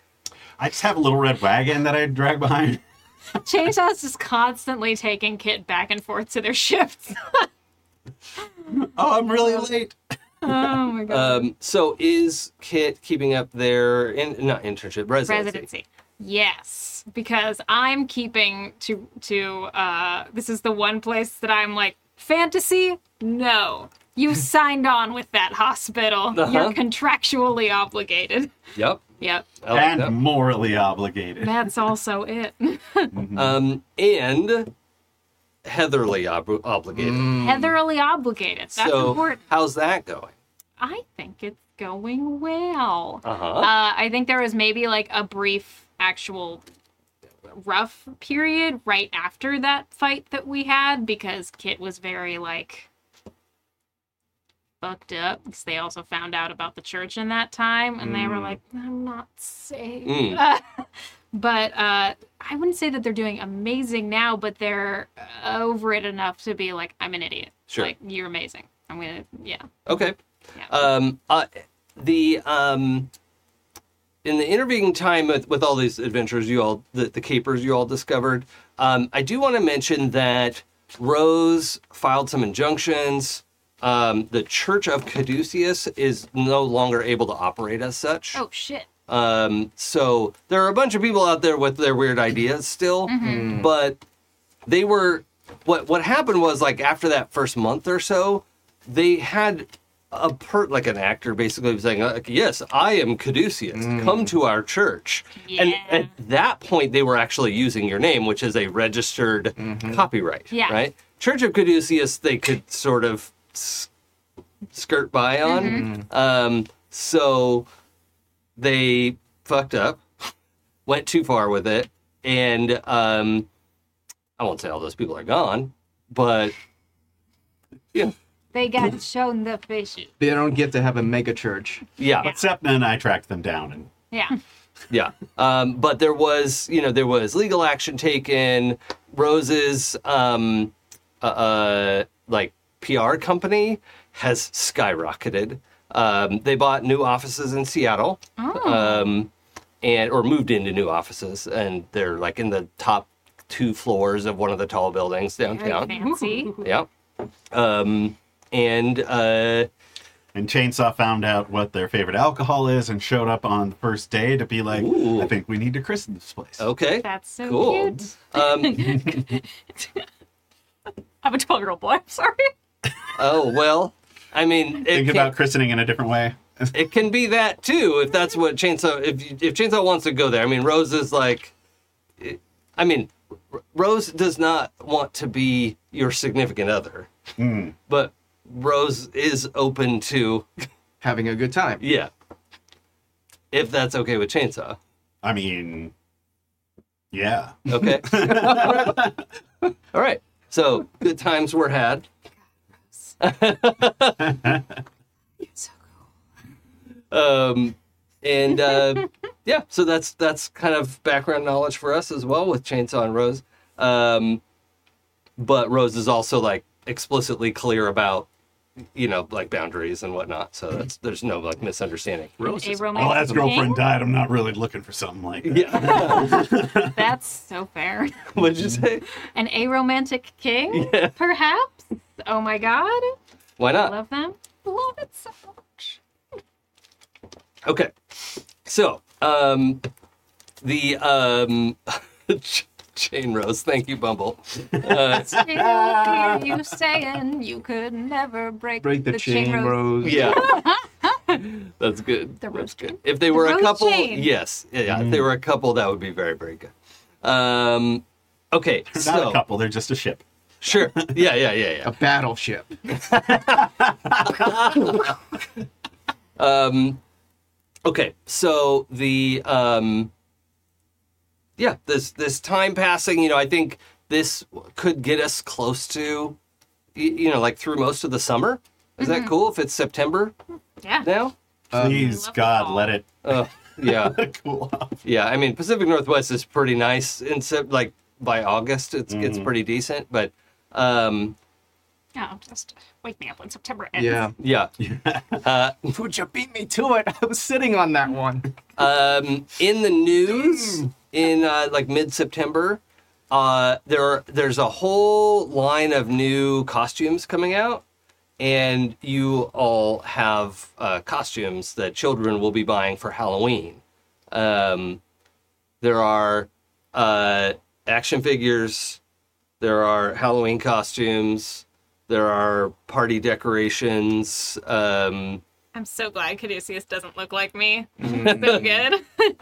I just have a little red wagon that I drag behind.
Chainsaws is constantly taking Kit back and forth to their shifts.
[laughs] Oh, I'm really late.
[laughs] Oh my god.
Um, so is Kit keeping up their in, not internship residency?
residency. Yes, because I'm keeping to to uh this is the one place that I'm like fantasy? No.
[laughs]
You signed on with that hospital.
Uh-huh.
You're contractually obligated.
Yep.
Yep.
I like
and
that.
morally obligated.
That's also it.
Hmm. Um, and Heatherly ob- obligated.
Mm. Heatherly obligated. That's
so
important.
how's that going?
I think it's going well.
Uh huh.
Uh, I think there was maybe like a brief actual rough period right after that fight that we had because Kit was very like fucked up because they also found out about the church in that time and they were like, I'm not safe.
Mm.
[laughs] But uh, I wouldn't say that they're doing amazing now, but they're over it enough to be like, I'm an idiot.
Sure.
Like, you're amazing. I'm going to, yeah.
Okay.
Yeah.
Um, uh, the um, in the intervening time with, with all these adventures, you all the, the capers you all discovered. Um, I do want to mention that Rose filed some injunctions. Um, the Church of Caduceus is no longer able to operate as such.
Oh, shit.
Um, so there are a bunch of people out there with their weird ideas still, but they were what what happened was like after that first month or so, they had a per like an actor basically saying, like, "Yes, I am Caduceus. Come to our church." And
Yeah.
at that point, they were actually using your name, which is a registered copyright.
Yeah.
Right. Church of Caduceus, they could sort of s- skirt by on. Um, so they fucked up, [laughs] went too far with it, and um, I won't say all those people are gone, but yeah,
They got shown the fishy.
They don't get to have a mega church.
yeah,
But Sepna and I tracked them down, and
Yeah.
yeah. Um, but there was, you know, there was legal action taken. Rose's um, uh, uh, like PR company has skyrocketed. Um, they bought new offices in Seattle,
Oh.
um, and or moved into new offices, and they're like in the top two floors of one of the tall buildings
Very
downtown.
fancy.
Yeah. Um, and uh,
and Chainsaw found out what their favorite alcohol is, and showed up on the first day to be like,
Ooh.
"I think we need to christen this place."
okay,
That's so
cool.
cute.
Um,
I'm a 12 year old boy. I'm sorry.
oh well, I mean, it
Think
can't-
about christening in a different way.
it can be that too if that's what chainsaw if you- if chainsaw wants to go there i mean rose is like i mean R- rose does not want to be your significant other but rose is open to
Having a good time.
yeah if that's okay with chainsaw
I mean, yeah.
okay all right so good times were had um and uh yeah so that's that's kind of background knowledge for us as well with chainsaw and rose um but rose is also like explicitly clear about you know like boundaries and whatnot so that's there's no like misunderstanding
A
rose
Well,
romantic
as girlfriend
thing?
died, I'm not really looking for something like that.
yeah
That's so fair.
[laughs]
[laughs]
what'd you say
An aromantic
[laughs]
king, perhaps? Oh my god.
why not
Love them. Love it so much.
Okay. So, um, the um, [laughs] Ch- Jane Rose, thank you, Bumble. Uh, [laughs]
I hear you saying you could never break,
Break the, chain,
rose.
Rose.
yeah. [laughs] That's good.
The
That's
rose
good.
chain?
If they were a
rose
couple,
chain.
yes. Yeah, If they were a couple, that would be very, very good. Um, okay.
They're
so,
not a couple, they're just a ship.
sure. Yeah, yeah, yeah, yeah.
A battleship.
Um, okay, so the um, yeah, this this time passing, you know, I think this could get us close to, y- you know, like through most of the summer. Is that cool? If it's September
Yeah.
now,
Um,
Please,
Love
God,
fall.
let it
uh, yeah,
[laughs] cool off.
yeah. I mean, Pacific Northwest is pretty nice in Sep- like by August, it's it's pretty decent, but um,
No, Oh, just wake me up when September ends.
Yeah.
yeah.
[laughs] Would you beat me to it? I was sitting on that one.
um, in the news in uh, like mid-September. Uh, there are, there's a whole line of new costumes coming out, and you all have uh, costumes that children will be buying for Halloween. Um, there are uh, action figures, there are Halloween costumes, there are party decorations. Um, [laughs]
I'm so glad Caduceus doesn't look like me.
Mm. [laughs]
so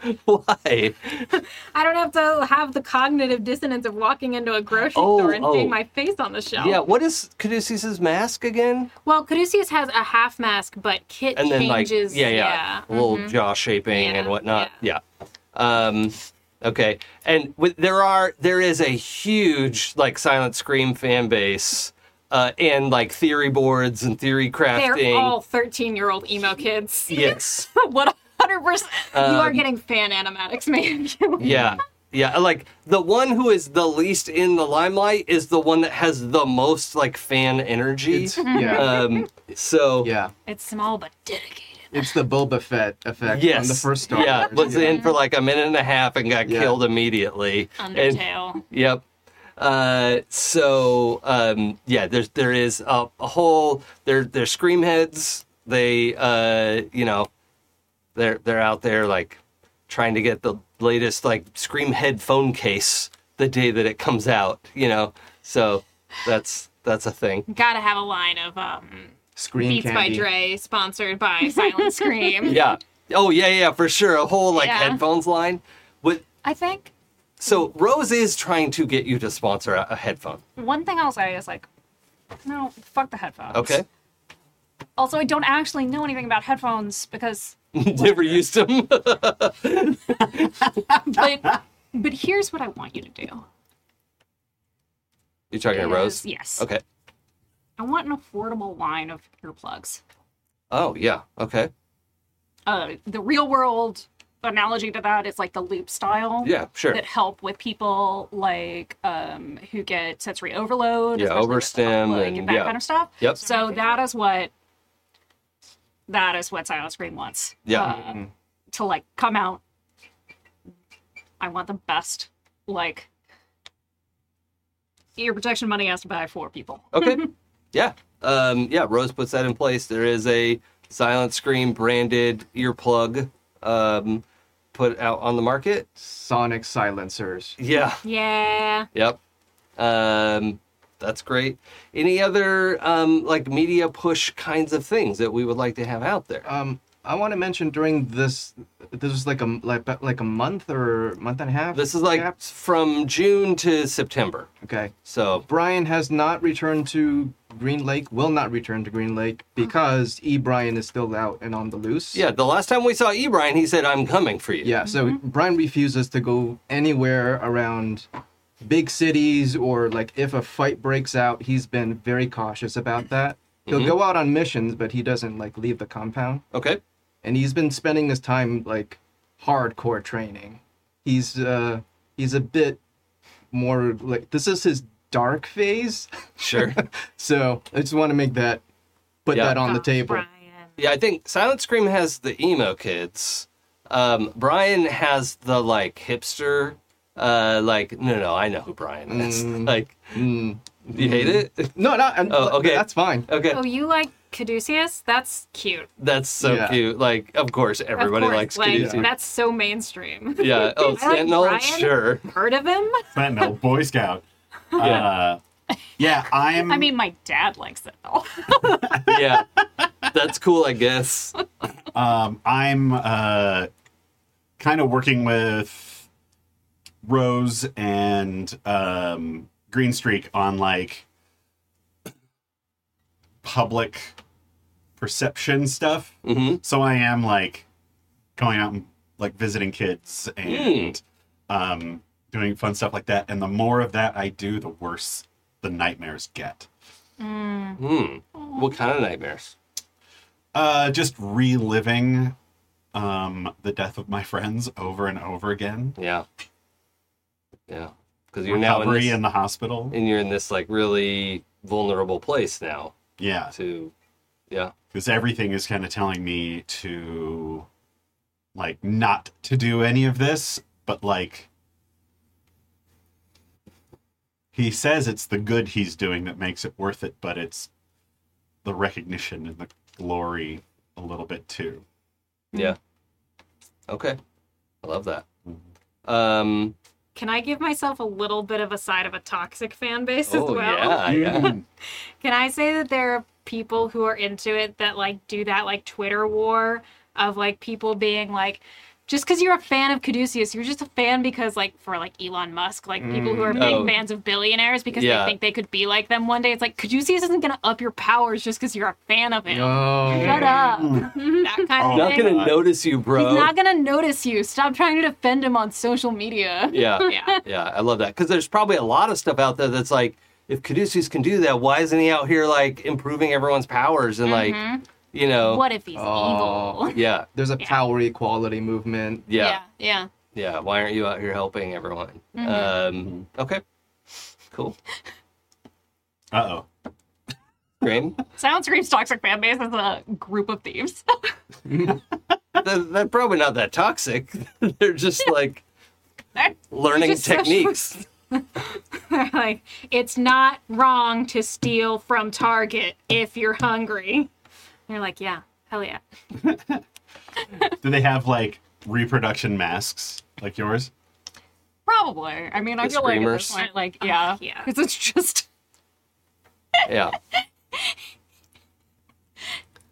good.
why?
[laughs] I don't have to have the cognitive dissonance of walking into a grocery
Oh,
store and
oh.
seeing my face on the shelf.
Yeah, what is Caduceus's mask again?
Well, Caduceus has a half mask, but Kit
And then
changes.
like yeah, yeah,
yeah. Mm-hmm.
little jaw shaping
Yeah,
and whatnot. Yeah. Um okay. And with, there are there is a huge like Silent Scream fan base uh and like theory boards and theory crafting.
They're all 13 year old emo kids.
[laughs]
[laughs]
yes.
what 100%. you are
Um,
getting fan animatics, [laughs] man.
Yeah. Yeah, like the one who is the least in the limelight is the one that has the most like fan energy.
It's, [laughs] yeah.
Um so
[laughs] Yeah.
it's small but dedicated.
It's the Boba Fett effect
Yes.
from the first Star
Yeah,
Wars.
was in for like a minute and a half and got
Yeah.
killed immediately. And-
Undertale.
Yep. Uh, so um, yeah, there's there is a, a whole they're they're scream heads. They uh, you know they're they're out there like trying to get the latest like scream head phone case the day that it
[laughs]
comes out. You know, so that's that's a thing.
Gotta have a line of um,
Scream
Beats by
candy.
Dre, sponsored by
[laughs]
Silent Scream.
Yeah. Oh yeah, yeah, for sure. A whole like
Yeah.
headphones line. But
I think
so Rose is trying to get you to sponsor a, a headphone.
one thing I'll say is like, no, fuck the headphones.
Okay.
Also, I don't actually know anything about headphones because
[laughs] Never used them. [laughs]
but but here's what I want you to do.
you talking to
is-
Rose?
Yes.
Okay.
I want an affordable line of earplugs.
Oh yeah. Okay.
Uh, the real world analogy to that is like the loop style
Yeah. Sure.
that help with people like um who get sensory overload,
Yeah,
especially with,
overstim
like,
and-
that
yeah.
kind of stuff.
Yep.
So that is what that is what Silent Scream wants.
Yeah. Mm-hmm.
Uh, To like come out. I want the best like ear protection money has to buy four people. [laughs]
Okay. yeah. Um, yeah. Rose puts that in place. There is a Silent Scream branded earplug um, put out on the market.
Sonic silencers.
Yeah.
Yeah.
Yep. Um, that's great. Any other um, like media push kinds of things that we would like to have out there?
Um, I want to mention during this, this was like a like like a month or month and a half.
This is like
gap?
from June to September.
okay.
So
Brian has not returned to Green Lake. Will not return to Green Lake because E. Brian is still out and on the loose.
yeah, the last time we saw E Brian, he said, "I'm coming for you."
Yeah, so Brian refuses to go anywhere around big cities or like if a fight breaks out, he's been very cautious about that. He'll go out on missions, but he doesn't like leave the compound. [laughs]
Okay.
And he's been spending his time like hardcore training. He's uh he's a bit more like this is his dark phase.
Sure.
So I just want to make that put
Yeah.
that on the
Oh,
table.
Brian.
[laughs] Yeah, I think Silent Scream has the emo kids. Um, Brian has the like hipster. Uh, like no, no, I know who Brian is. [laughs]
Mm.
Like
Mm.
you hate it.
No, no, I'm,
Oh, okay.
that's fine.
[laughs] Okay,
Oh, you like Caduceus? That's cute.
that's so
Yeah.
cute. Like, of course,
Of
everybody
course,
likes
like,
kitties. Yeah.
That's so mainstream. [laughs]
Oh,
I like
Sentinel.
Brian. [laughs]
Sure.
Heard of him?
[laughs]
Fentanyl, Boy Scout. Yeah. Uh, yeah, I'm.
I mean, my dad likes it. [laughs] all.
Yeah, that's cool. I guess.
um, I'm uh, kind of working with Rose and um, Green Streak on like public perception stuff.
hmm
So I am like going out and like visiting kids
Hmm.
and um, doing fun stuff like that. And the more of that I do, the worse the nightmares get.
Hmm. What kind of nightmares?
Uh, just reliving um, the death of my friends over and over again.
Yeah. Yeah. Because you're now in
Recovery
this,
in the hospital.
and you're in this like really vulnerable place now
Yeah,
to, yeah.
because everything is kind of telling me to like not to do any of this, but like he says it's the good he's doing that makes it worth it, but it's the recognition and the glory a little bit too.
Yeah. Okay. I love that. Um,
Can I give myself a little bit of a side of a toxic fan base as
oh,
well?
yeah, yeah.
Can I say that there are people who are into it that like do that like Twitter war of like people being like just because you're a fan of Caduceus, you're just a fan because like for like Elon Musk, like people who are big
Oh.
fans of billionaires because
Yeah.
they think they could be like them one day. It's like Caduceus isn't gonna up your powers just because you're a fan of him.
No.
Shut up. that kind of
Not
thing.
gonna notice you, bro.
He's not gonna notice you. Stop trying to defend him on social media. [laughs]
Yeah,
[laughs] Yeah.
yeah. I love that because there's probably a lot of stuff out there that's like, if Caduceus can do that, why isn't he out here like improving everyone's powers and like, you know,
Mm-hmm. What if he's
Oh.
evil?
yeah,
There's a power equality movement.
yeah, yeah,
[laughs] Yeah. Mm-hmm.
Why aren't you out here helping everyone? Um, okay, cool.
Uh oh.
Graham,
Silent Scream's toxic fan base is a group of thieves.
[laughs]
they're, they're probably not that toxic. [laughs] they're just like
They're
learning
just social-
techniques. [laughs]
They're like, it's not wrong to steal from Target if you're hungry. And you're like, yeah, hell yeah.
Do they have like reproduction masks like yours?
Probably. I mean, I
The
feel like at
screamers.
this point, like, yeah,
[laughs]
yeah.
because it's just
Yeah.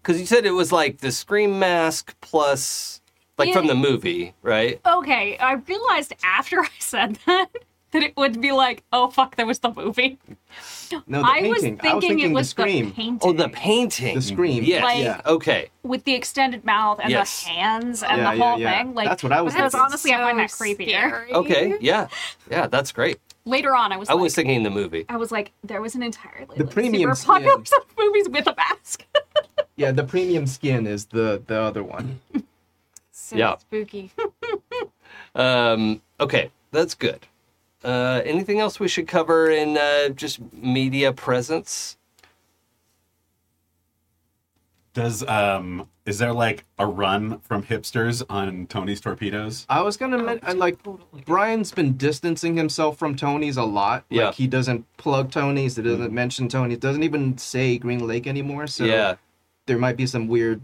Because you said it was like the scream mask plus, like from
Yeah.
the movie, right?
Okay, I realized after I said that [laughs] that it would be like, oh fuck, that was the movie.
No, the
I
painting. I
was
was
thinking
thinking
it was
the scream.
the painting.
Oh, the painting.
The scream.
Yes.
Like-
yeah.
Okay.
with the extended mouth and
Yes.
the hands and
Yeah,
the
yeah,
whole
yeah.
thing. Like
That's what I was
because
thinking.
honestly, I find that creepier.
Okay. Yeah. Yeah. That's great.
Later on, I was
I
like,
was thinking the movie.
I was like, there was an entirely
The
like,
premium
super popular
skin.
set of [laughs] movies with a mask. [laughs]
Yeah, the premium skin is the the other one.
So
Yeah.
spooky.
Um, okay. That's good. Uh, anything else we should cover in uh, just media presence?
Does um is there like a run from hipsters on Tony's torpedoes?
I was gonna men- I, like Brian's been distancing himself from Tony's a lot.
Yeah. Mm-hmm.
Like he doesn't plug Tony's, he doesn't mention Tony's, doesn't even say Green Lake anymore. So
yeah.
there might be some weird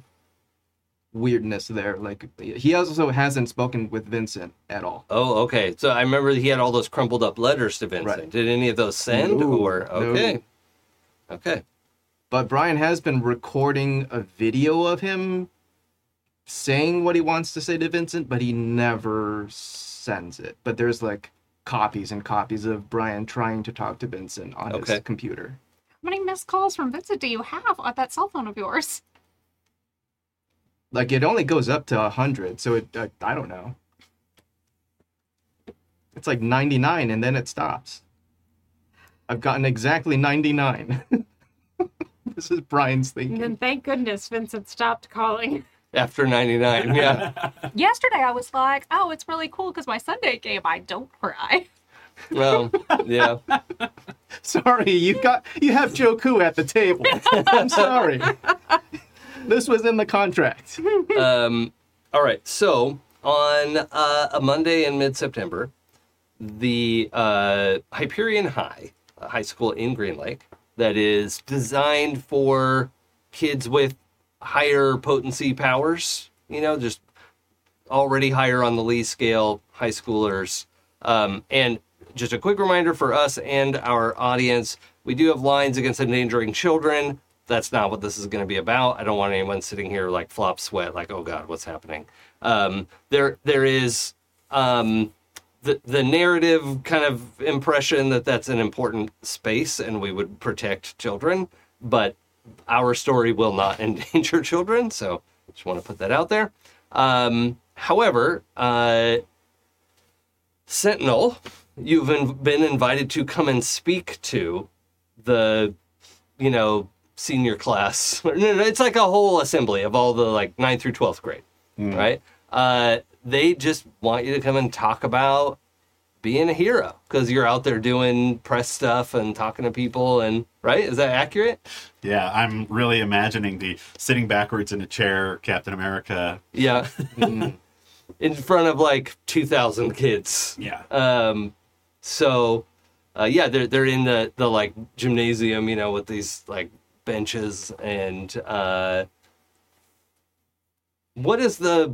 weirdness there. Like he also hasn't spoken with Vincent at all.
Oh, okay. So I remember he had all those crumpled up letters to Vincent.
Right.
Did any of those send?
No,
or
no.
okay, okay.
But Brian has been recording a video of him saying what he wants to say to Vincent, but he never sends it. But there's like copies and copies of Brian trying to talk to Vincent on
Okay.
his computer.
How many missed calls from Vincent do you have on that cell phone of yours?
Like it only goes up to 100, so it I, I don't know. It's like 99 and then it stops. I've gotten exactly 99. [laughs] this is Brian's
And
thinking.
then thank goodness Vincent stopped calling.
After ninety nine, yeah,
Yesterday, I was like, oh, it's really cool because my Sunday game, I don't cry.
well, yeah.
Sorry, you got you have Joku at the table. [laughs] I'm sorry. This was in the contract.
Um, all right. So on uh, a Monday in mid September, the uh, Hyperion High, a high school in Green Lake, that is designed for kids with higher potency powers, you know, just already higher on the Lee scale, high schoolers. Um, and just a quick reminder for us and our audience we do have lines against endangering children. That's not what this is going to be about. I don't want anyone sitting here like flop sweat, like, oh God, what's happening? Um, there, there is um, the, the narrative kind of impression that that's an important space and we would protect children, but our story will not [laughs] endanger children. So just want to put that out there. Um, however, uh, Sentinel, you've in, been invited to come and speak to the, you know, senior class. [laughs] No, no, it's like a whole assembly of all the like 9th through 12th grade, right? Uh, they just want you to come and talk about being a hero because you're out there doing press stuff and talking to people and right is that accurate
Yeah, I'm really imagining the sitting backwards in a chair, Captain America.
yeah [laughs] in front of like 2000 kids
Yeah.
Um, so, uh, yeah, they're they're in the the like gymnasium, you know, with these like benches and uh, what is the,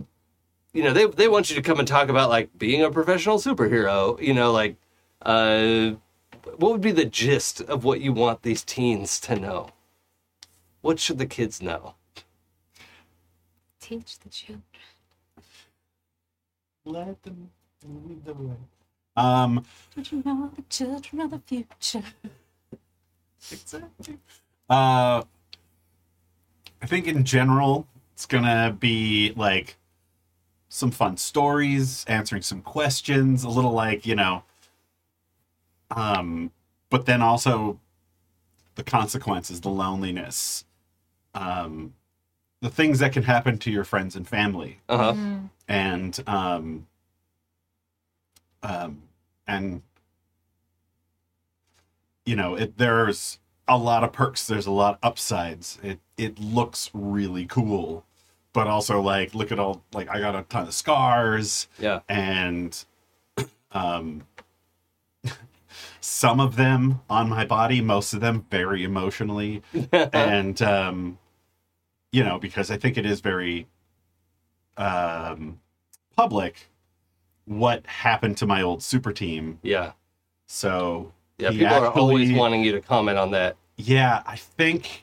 you know, they they want you to come and talk about like being a professional superhero, you know, like, uh, what would be the gist of what you want these teens to know? What should the kids know?
Teach the children.
Let them lead the way. Um,
Don't you know the children of the future?
uh, I think in general, it's gonna be like some fun stories, answering some questions, a little like you know, um, but then also the consequences, the loneliness, um, the things that can happen to your friends and family.
Uh huh.
and um um and you know it there's a lot of perks there's a lot of upsides it it looks really cool but also like look at all like i got a ton of scars
Yeah.
and [clears throat] um [laughs] some of them on my body most of them very emotionally
[laughs]
Mm-hmm.
Uh-huh.
and um you know because i think it is very um public what happened to my old super team
Yeah.
so
Yeah.
he
People are always
actually-
wanting you to comment on that.
yeah i think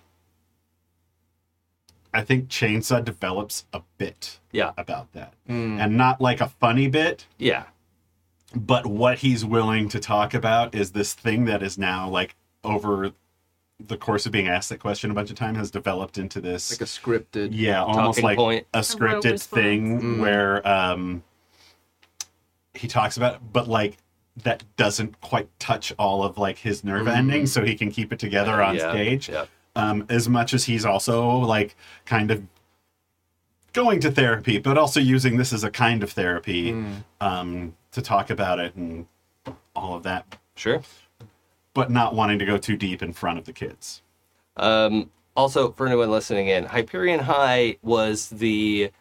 I think Chainsaw develops a bit
Yeah.
about that,
Mm.
Hmm.
and not like a funny bit,
Yeah.
but what he's willing to talk about is this thing that is now like over the course of being asked that question a bunch of time has developed into this
like a scripted.
yeah almost
Talking
like
point.
a
rote
scripted
response.
thing
Mm-hmm.
Mm.
where um he talks about it, but like that doesn't quite touch all of like his nerve
Mm.
ending so he can keep it together on
Mm-hmm. yeah.
stage
Yeah.
um as much as he's also like kind of going to therapy but also using this as a kind of therapy
Mm.
um to talk about it and all of that
Sure.
but not wanting to go too deep in front of the kids
Um, also, for anyone listening in, Hyperion High was the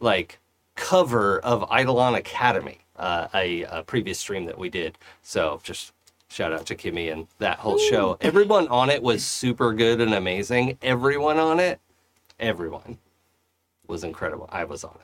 like cover of Eidolon Academy, uh, a, a previous stream that we did. So just shout out to Kimmy and that whole show. Everyone on it was super good and amazing. Everyone on it, everyone was incredible. I was on it.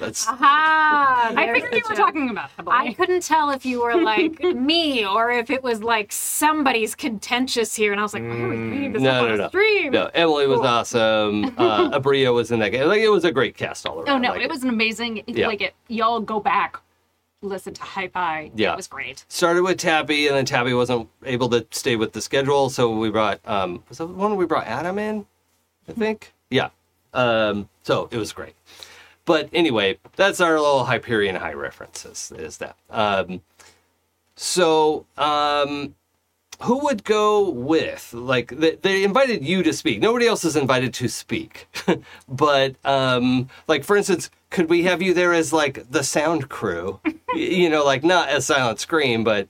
That's
Aha!
I figured you were talking about that.
I couldn't tell if you were like me or if it was like somebody's contentious here, and I was like, why are we bringing this
Mm, No,
up
no,
on
no.
a
[laughs]
stream?
no. Emily was
Cool.
awesome. Uh, Abria was in that game. Like it was a great cast all around.
Oh no,
Like,
it was an amazing.
Yeah.
Like it, y'all go back, listen to Hi Fi.
Yeah.
it was great.
started with Tabby, and then Tabby wasn't able to stay with the schedule, so we brought um was that the one we brought Adam in, I think.
Mm-hmm.
Yeah. Um. So it was great. But anyway, that's our little Hyperion High references. Is that um. So um. Who would go with? Like they, they invited you to speak. Nobody else is invited to speak. [laughs] but um, like for instance, could we have you there as like the sound crew? Y- you know, like not as silent scream, but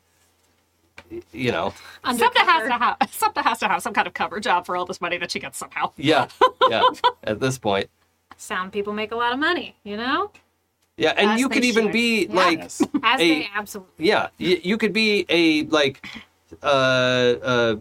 y- you know,
Something has
Undercover.
to have. [laughs] Something has to have some kind of cover job for all this money that she gets somehow.
yeah, yeah. at this point,
Sound people make a lot of money, you know?
yeah, and
As
you
they
could even
should.
be
Yeah.
like
yes
As
Hey.
they absolutely.
yeah y- you could be a like uh uh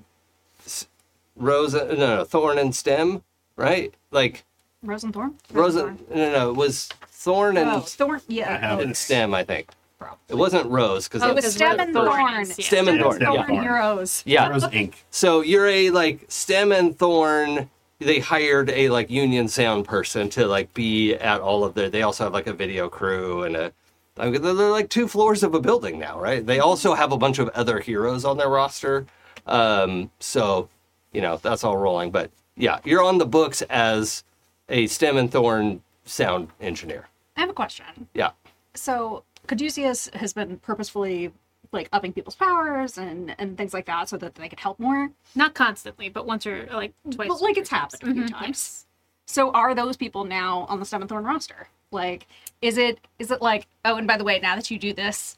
s- rosa no no thorn and stem right like
Rose and Thorn.
rosa no no it was thorn and,
Oh, Thorn.
I
Yeah.
have
and stem i think
Probably.
it wasn't rose because
Oh,
It was Stem and
Thorn.
Thorn.
Stem
stem and
Yeah,
thorn
Stem
yeah.
and Thorn.
Thorn heroes.
yeah
Heroes Inc.
so you're a like stem and thorn they hired a like union sound person to like be at all of their they also have like a video crew and a I mean, they're they're, like two floors of a building now right they also have a bunch of other heroes on their roster um so you know that's all rolling but yeah you're on the books as a stem and thorn sound engineer
I have a question.
yeah
So Caduceus has been purposefully like upping people's powers and and things like that so that they could help more.
Not constantly, but once or like twice.
But like it's happened a few times. So are those people now on the Seventh Thorn roster? Like, is it is it like oh and by the way now that you do this,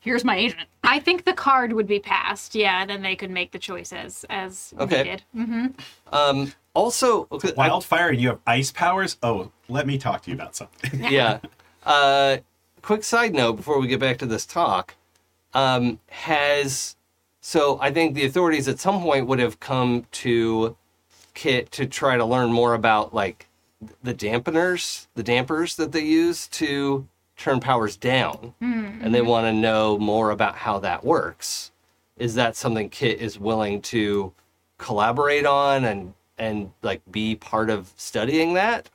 here's my agent.
I think the card would be passed, yeah, and then they could make the choices as
Okay.
needed. hmm
um also okay, I-
Wildfire and you have ice powers? Oh, let me talk to you about something. [laughs]
yeah. Uh, quick side note before we get back to this talk um, has so I think the authorities at some point would have come to Kit to try to learn more about like the dampeners, the dampers that they use to turn powers down, and they want to know more about how that works. Is that something Kit is willing to collaborate on and and like be part of studying that?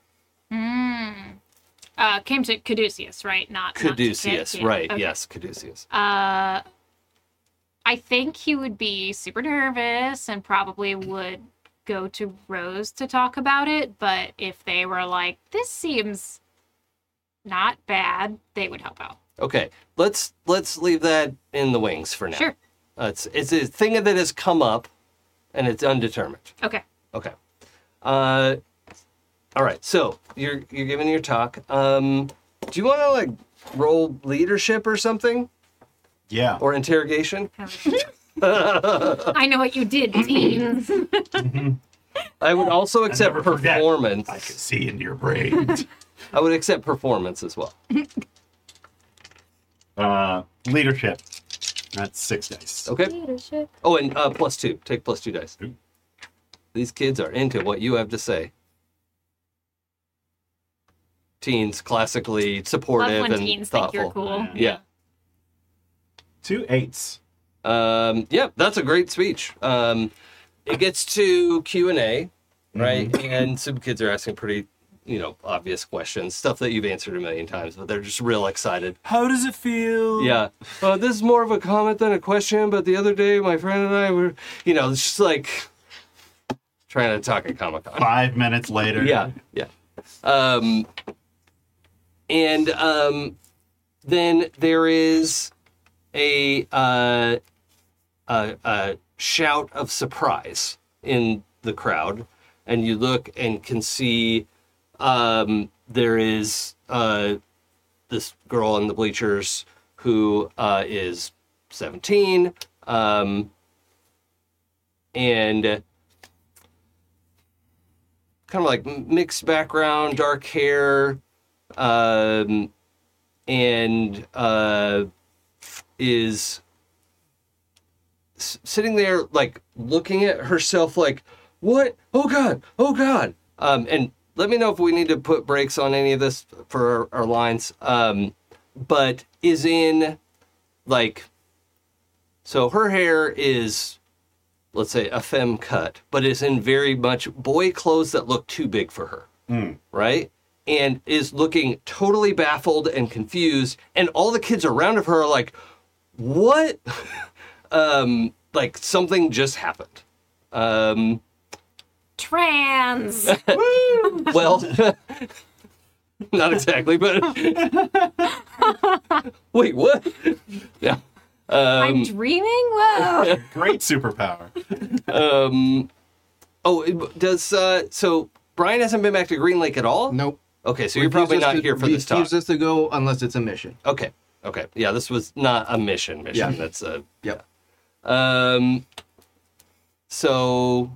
Uh, came to Caduceus, right? Not not to Kit,
Caduceus,
yeah.
right?
Okay.
Yes, Caduceus.
Uh, I think he would be super nervous and probably would go to Rose to talk about it. But if they were like, "This seems not bad," they would help out.
Okay, let's let's leave that in the wings for now.
Sure.
Uh, it's it's a thing that has come up, and it's undetermined.
Okay.
Okay. Uh, all right. So you're you're giving your talk. Um, do you want to like roll leadership or something
Yeah.
or interrogation?
I know what you [clears throat] did, teens.
I would also accept
never forget.
performance.
I can see into
[laughs]
your brain.
I would accept performance as well.
uh, leadership. That's six dice.
Okay. Oh, and uh, plus two. Take plus two dice.
Ooh.
These kids are into what you have to say. Teens, classically supportive
Love when
and
teens think
thoughtful.
you're cool.
Yeah.
Two eights.
Um, yeah, that's a great speech. Um, it gets to Q and A, right? And some kids are asking pretty, you know, obvious questions, stuff that you've answered a million times, but they're just real excited.
How does it feel?
Yeah. Uh, this is more of a comment than a question, but the other day my friend and I were, you know, it's just like trying to talk at Comic Con.
Five minutes later.
Yeah, yeah. Um, and um, then there is a, uh, a a shout of surprise in the crowd, and you look and can see um, there is uh, this girl in the bleachers who uh, is seventeen. Um, and kind of like m- mixed background, dark hair, um, and uh, is s- sitting there like looking at herself like, what? Oh God! Oh God! Um, and let me know if we need to put brakes on any of this for our, our lines. Um, but is in like, so her hair is let's say a femme cut, but is in very much boy clothes that look too big for her, right? And is looking totally baffled and confused, and all the kids around of her are like, "What? [laughs] um, like something just happened." Um,
[laughs]
[laughs]
Trans.
well, [laughs] not exactly, but [laughs] wait, what? Yeah.
I'm dreaming. Whoa.
Great superpower.
Um, oh, it- does uh, so? Brian hasn't been back to Green Lake at all.
Nope.
Okay, so you're probably not here for this talk.
Refuses to go unless it's a mission.
Okay. Okay. Yeah, this was not a mission. Mission.
Yeah.
That's a
Yep.
um. So,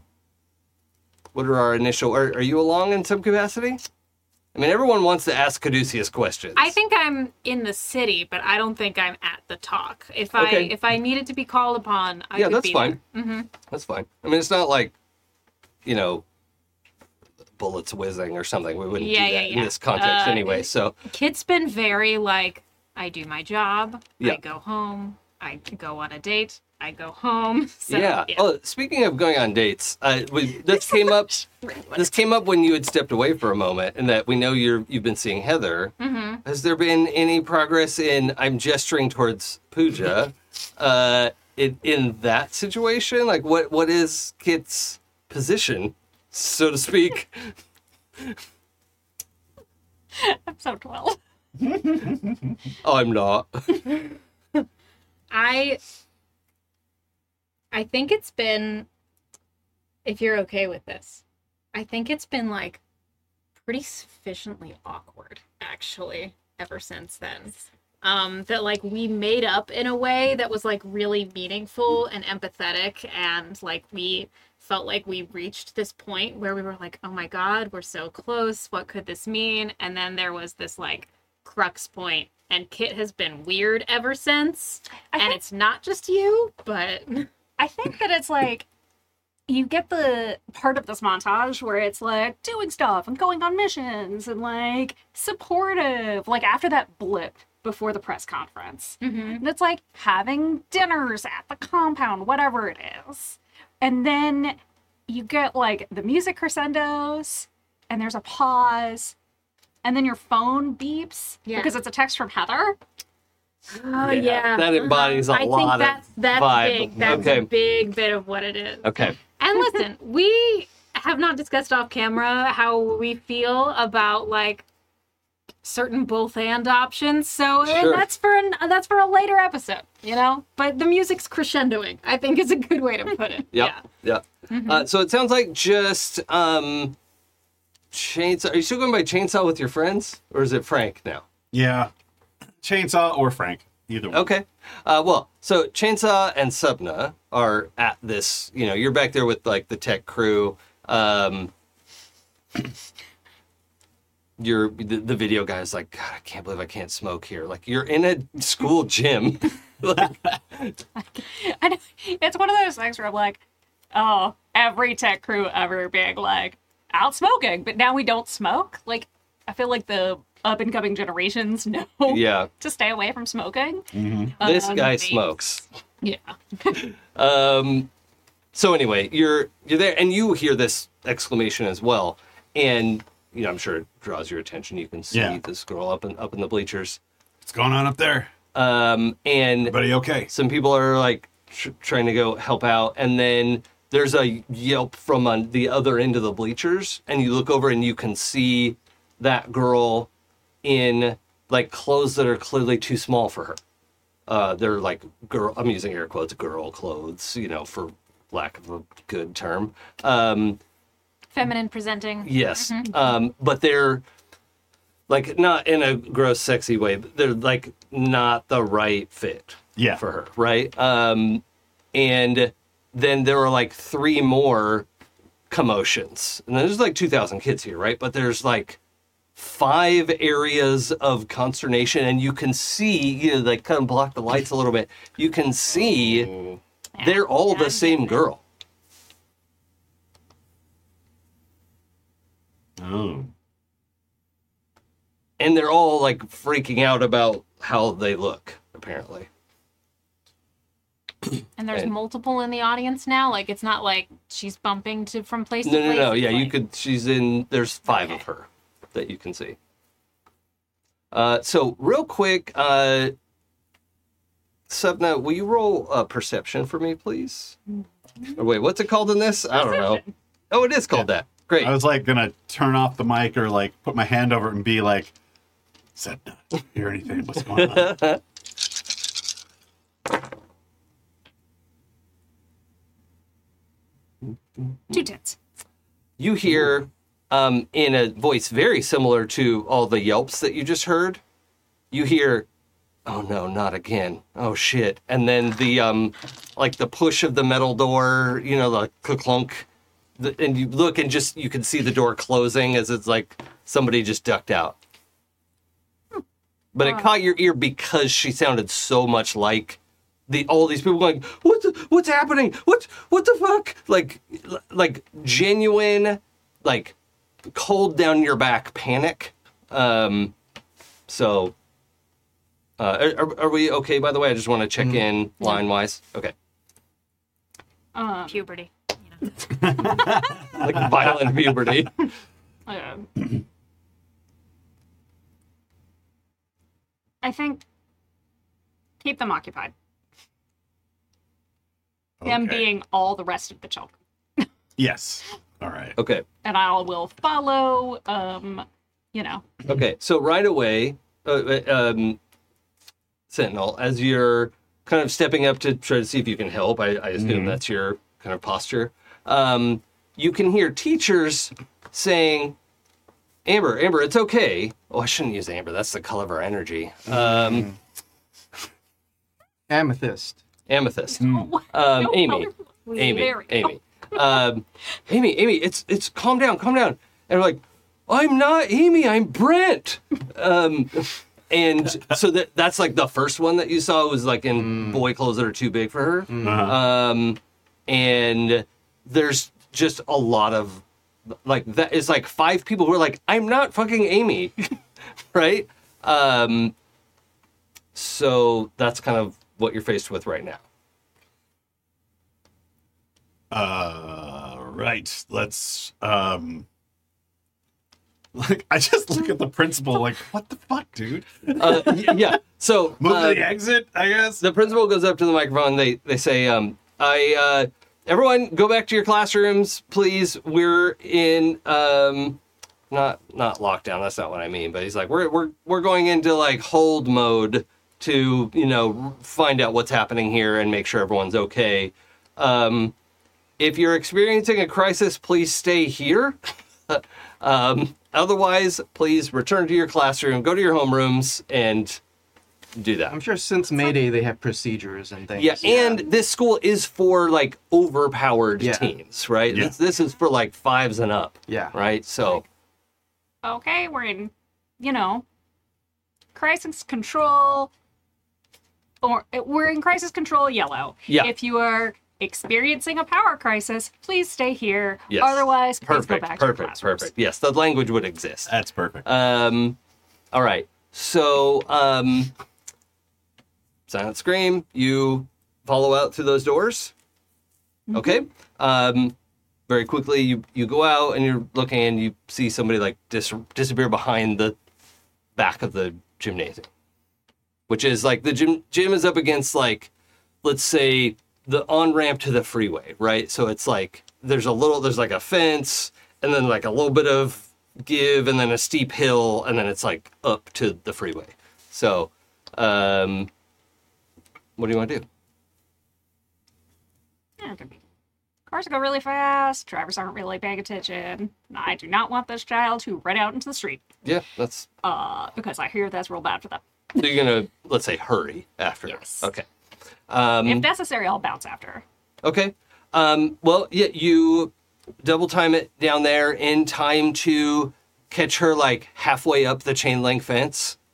what are our initial? Are, are you along in some capacity? I mean, everyone wants to ask Caduceus questions.
I think I'm in the city, but I don't think I'm at the talk. If I
Okay.
if I needed to be called upon, I
yeah,
could
that's
be
fine. Mm-hmm. That's fine. I mean, it's not like, you know, bullets whizzing or something. We wouldn't
Yeah,
do
yeah,
that in
yeah.
this context
Uh,
anyway. So,
there. Kid's been very like, I do my job,
Yeah.
I go home, I go on a date, I go home. [laughs] So,
yeah. Oh, speaking of going on dates, uh, we, this came up. This came up when you had stepped away for a moment, and that we know you're you've been seeing Heather. Has there been any progress in? I'm gesturing towards Pooja. Uh, in, in that situation, like what what is Kit's position, so to speak?
I'm so 12.
I'm not.
I I think it's been if you're okay with this. I think it's been like pretty sufficiently awkward actually ever since then. Um that like we made up in a way that was like really meaningful and empathetic and like we felt like we reached this point where we were like oh my god, we're so close. What could this mean? And then there was this like crux point and Kit has been weird ever since
I
and
think,
it's not just you, but [laughs]
I think that it's like you get the part of this montage where it's like doing stuff and going on missions and like supportive. Like after that blip before the press conference, And it's like having dinners at the compound, whatever it is. And then you get like the music crescendos, and there's a pause, and then your phone beeps
Yeah.
because it's a text from Heather.
oh
that embodies a
I
lot
think
of
that's that's
vibe.
big. That's
okay,
a big bit of what it is.
okay.
And listen, we have not discussed off camera how we feel about like certain both and options. So and
Sure.
that's for an, that's for a later episode, you know. But the music's crescendoing. I think is a good way
[laughs]
to put it.
[laughs] Yep.
Yeah.
Yep. Uh, so it sounds like just um, chainsaw. Are you still going by chainsaw with your friends, or is it Frank now?
Yeah. Chainsaw or Frank. Either one.
Okay. Uh, well, so Chainsaw and Subna are at this. You know, you're back there with like the tech crew. Um, [coughs] you're the, the video guy's like, God, I can't believe I can't smoke here. Like, you're in a
[laughs]
school gym. [laughs] like,
I know it's one of those things where I'm like, oh, every tech crew ever being like out smoking, but now we don't smoke. Like, I feel like the up and coming generations [laughs] know
yeah,
to stay away from smoking.
this
Um,
guy
vapes.
smokes.
Yeah. [laughs]
Um, so anyway, you're you're there, and you hear this exclamation as well. And you know, I'm sure it draws your attention. You can see
Yeah.
this girl up in up in the bleachers.
What's going on up there?
Um, and
Everybody okay?
some people are like tr- trying to go help out and then there's a yelp from on the other end of the bleachers and you look over and you can see that girl in like clothes that are clearly too small for her uh, they're like girl i'm using air quotes girl clothes you know for lack of a good term um,
Feminine presenting.
Yes. Um, but they're like not in a gross sexy way, but they're like not the right fit
Yeah.
for her, right? Um and then there are like three more commotions. And there's like 2000 kids here, right? But there's like five areas of consternation and you can see, you know, they kind of block the lights a little bit. You can see they're all the same girl.
Oh.
and they're all like freaking out about how they look apparently
And there's
Right.
multiple in the audience now. Like it's not like she's bumping to from place
no
to
no
place.
no
It's
yeah you
like-
could she's in there's five of her that you can see uh so real quick uh Subna, will you roll uh, perception for me, please?
Mm-hmm.
Or wait, what's it called in this? I don't know. Oh, it is called that. Great.
I was like gonna turn off the mic or like put my hand over it and be like, Setna, do you hear anything? What's going
[laughs]
on?
Two tits.
you hear um, in a voice very similar to all the yelps that you just heard you hear oh no not again oh shit and then the um like the push of the metal door you know the clunk the, and you look and just you can see the door closing as it's like somebody just ducked out but it caught your ear because she sounded so much like the all these people going what the, what's happening what what the fuck like like genuine like cold down your back panic um so uh are- are, are we okay by the way i just want to check in line wise okay
Um,
puberty. You know.
like violent puberty
yeah. I think keep them occupied. Them
Okay.
being all the rest of the children.
Yes. All right.
okay
And I will follow, um, you know,
Okay, so right away, uh, um, Sentinel, as you're kind of stepping up to try to see if you can help, I, I assume that's your kind of posture. Um, you can hear teachers saying, "Amber, Amber, it's okay." Oh, I shouldn't use Amber. That's the color of our energy. Um,
Amethyst.
amethyst.
Mm.
Um,
No,
Amy.
we're
Amy,
very-
Amy, um, Amy, Amy, it's it's calm down, calm down. And we're like, I'm not Amy, I'm Brent. Um, and so that that's like the first one that you saw was like in boy clothes that are too big for her.
Uh-huh.
Um, and there's just a lot of like that is like five people who are like, I'm not fucking Amy, [laughs] right? Um, so that's kind of what you're faced with right now.
Uh, right. Let's. Um, like I just look at the principal, like, what the fuck, dude?
Uh, y- yeah. So
Move
uh,
to the exit, I guess.
the principal goes up to the microphone. They they say, um, "I uh, everyone go back to your classrooms, please. We're in um, not not lockdown. That's not what I mean. But he's like, we're we're we're going into like hold mode to you know find out what's happening here and make sure everyone's okay. Um, if you're experiencing a crisis, please stay here. [laughs] um, otherwise, please return to your classroom, go to your homerooms, and do that.
I'm sure since Mayday they have procedures and things.
Yeah, and this school is for like overpowered
Yeah.
teens, right?
Yeah.
This, this is for like fives and up,
yeah.
right? So
okay, we're in, you know, crisis control, or we're in crisis control yellow.
Yeah.
If you are experiencing a power crisis, please stay here.
Yes.
Otherwise, please go
perfect,
back to your
perfect,
classrooms.
perfect. Yes, the language would exist.
That's perfect.
Um, all right. So, um, silent scream. You follow out through those doors. Okay. Um, very quickly. You you go out and you're looking and you see somebody like dis- disappear behind the back of the gymnasium, which is like the gym gym is up against like let's say the on ramp to the freeway, right? So it's like there's a little there's like a fence and then like a little bit of give and then a steep hill and then it's like up to the freeway. So um what do you want to do?
Yeah, it could be. Cars go really fast. Drivers aren't really paying attention. and I do not want this child to run out into the street
Yeah, that's
uh, because I hear that's real bad for them.
so you're gonna let's say hurry after.
Yes.
Okay. Um
If necessary, I'll bounce after.
Okay. Um, well, yeah, you double time it down there in time to catch her like halfway up the chain link fence. [laughs]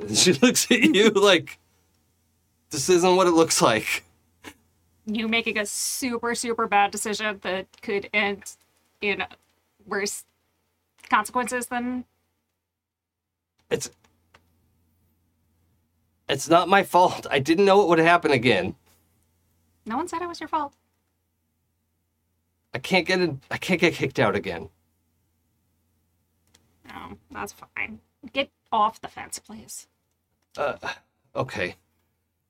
And She looks at you [laughs] like, this isn't what it looks like.
You making a super, super bad decision that could end in worse consequences than
It's it's not my fault. I didn't know it would happen again.
no one said it was your fault.
I can't get in, I can't get kicked out again.
No, that's fine. Get off the fence, please.
Okay.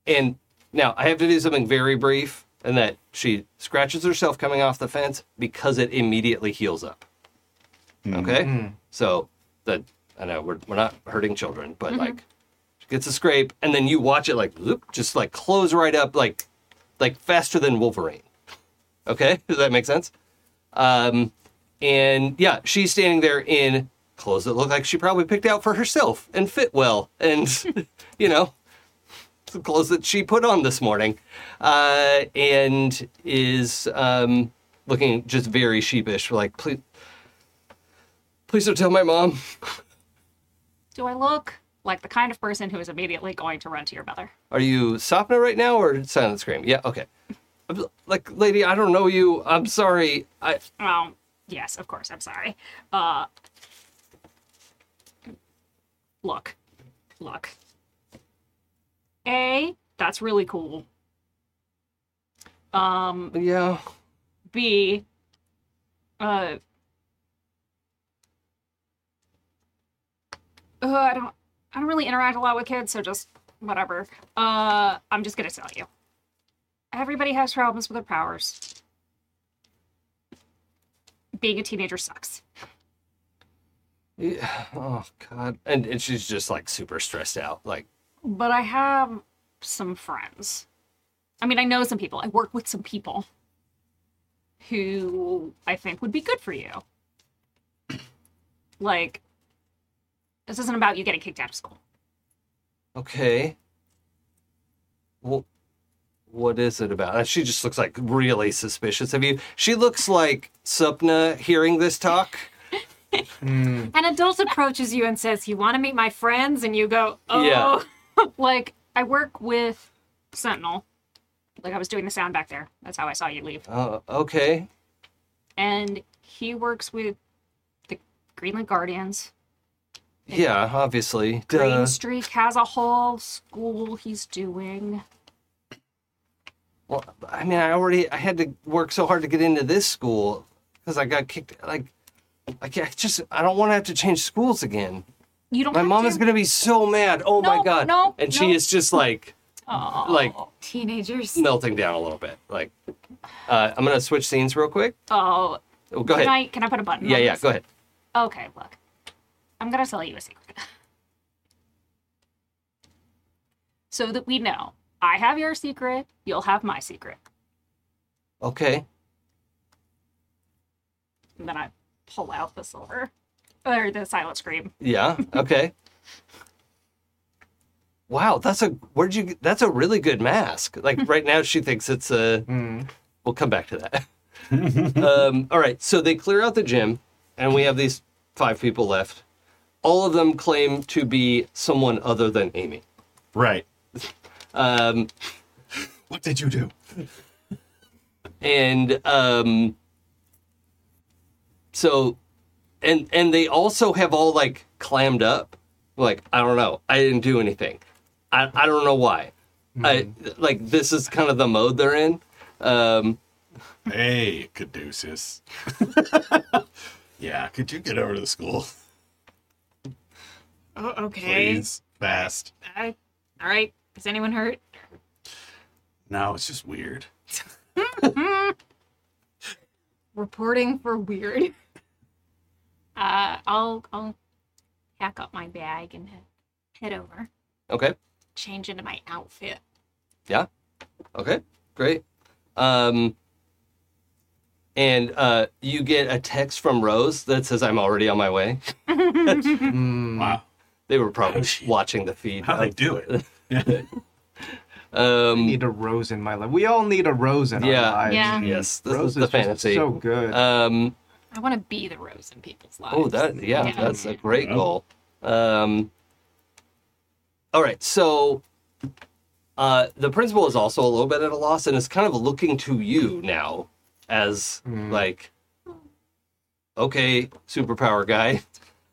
And now I have to do something very brief, and that she scratches herself coming off the fence because it immediately heals up. Okay? So that I know we're we're not hurting children, but like she gets a scrape and then you watch it like whoop, just like close right up like like faster than Wolverine. Okay? [laughs] Does that make sense? Um and yeah, she's standing there in clothes that look like she probably picked out for herself and fit well and [laughs] you know some clothes that she put on this morning, uh, and is um, looking just very sheepish. Like, please, please don't tell my mom.
Do I look like the kind of person who is immediately going to run to your mother?
Are you Sopna right now or Silent Scream? Yeah, okay. I'm like, lady, I don't know you. I'm sorry. I
Oh, yes, of course. I'm sorry. Uh, look, look. A, that's really cool. Um,
yeah.
B, uh, uh, I don't, I don't really interact a lot with kids, so just whatever. Uh, I'm just gonna tell you. Everybody has problems with their powers. Being a teenager sucks.
yeah. Oh God. And and she's just like super stressed out. Like,
but I have some friends. I mean, I know some people. I work with some people who I think would be good for you. [clears throat] Like, this isn't about you getting kicked out of school.
okay. Well, what is it about? And she just looks like really suspicious of you. She looks like Supna hearing this talk.
An adult approaches you and says, "You want to meet my friends?" And you go, "Oh,
Yeah.
Like, I work with Sentinel. Like, I was doing the sound back there. That's how I saw you leave.
Uh, okay.
And he works with the Greenland Guardians.
Yeah, obviously.
Green
Duh.
Streak has a whole school he's doing.
Well, I mean, I already I had to work so hard to get into this school because I got kicked. Like, I can't I just I don't want to have to change schools again.
You don't.
My
have
mom
to.
is gonna be so mad. Oh my
No,
god!
no,
and she
no.
is just like, like
teenagers."
melting down a little bit. Like, uh, I'm gonna switch scenes real quick.
Oh,
Oh, go
can
ahead.
I can I put a button?
Yeah,
on
yeah.
this?
Go ahead.
Okay, look, I'm gonna tell you a secret, [laughs] so that we know. I have your secret. You'll have my secret.
Okay.
And then I pull out the silver or the silent scream.
Yeah. Okay. [laughs] wow, that's a where'd you? get- That's a really good mask. Like right now, she thinks it's a.
Hmm.
We'll come back to that.
[laughs]
um, all right, so they clear out the gym, and we have these five people left. All of them claim to be someone other than Amy.
Right.
Um,
What did you do?
and um so and and they also have all like clammed up like i don't know i didn't do anything Hmm. i i don't know why i like this is kind of the mode they're in um
Hey, Caduceus. [laughs] yeah, could you get over to the school,
Oh, okay.
please? Fast.
I, all right. Is anyone hurt?
No, it's just weird.
Reporting for weird. [laughs] Uh, I'll I'll pack up my bag and head, head over.
Okay.
Change into my outfit.
Okay, great. Um, and uh, you get a text from Rose that says, "I'm already on my way."
Mm,
Wow.
They were probably [laughs]
Oh, shit.
watching the feed.
How'd they do it?
I
Um,
need a rose in my life. We all need a rose in
Yeah.
our lives.
Yeah.
yes, this
Rose
is the
just
fantasy.
so good.
um,
I want to be the rose in people's lives.
oh, that yeah,
Yeah.
that's a great
Yeah.
goal. Um, all right, so uh, the principal is also a little bit at a loss and is kind of looking to you now as
Mm.
like okay superpower guy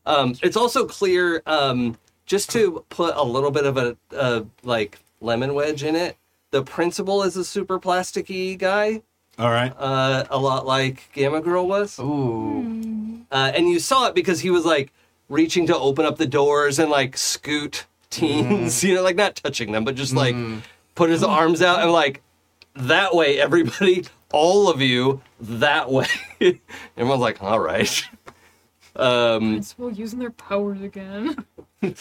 um it's also clear um just to put a little bit of a, a like lemon wedge in it the principal is a super plasticky guy
All right.
uh a lot like gamma girl was
Ooh.
uh, and you saw it because he was like reaching to open up the doors and like scoot teens [laughs] you know like not touching them but just like put his arms out and like that way everybody all of you that way [laughs] everyone's like all right [laughs] um
Principal using their powers again.
[laughs]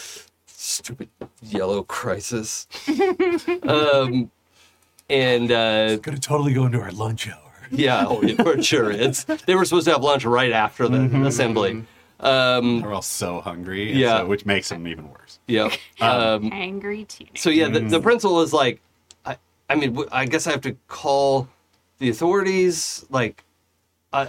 stupid yellow crisis um and uh
Could have totally go into our lunch hour.
yeah [laughs] oh, yeah, for sure it's they were supposed to have lunch right after the assembly um
They're all so hungry. and
Yeah.
so- which makes them even worse.
yeah um
Angry teenager.
so yeah, the,
Mm.
the principal is like, I, I mean, w- I guess I have to call the authorities, like, uh,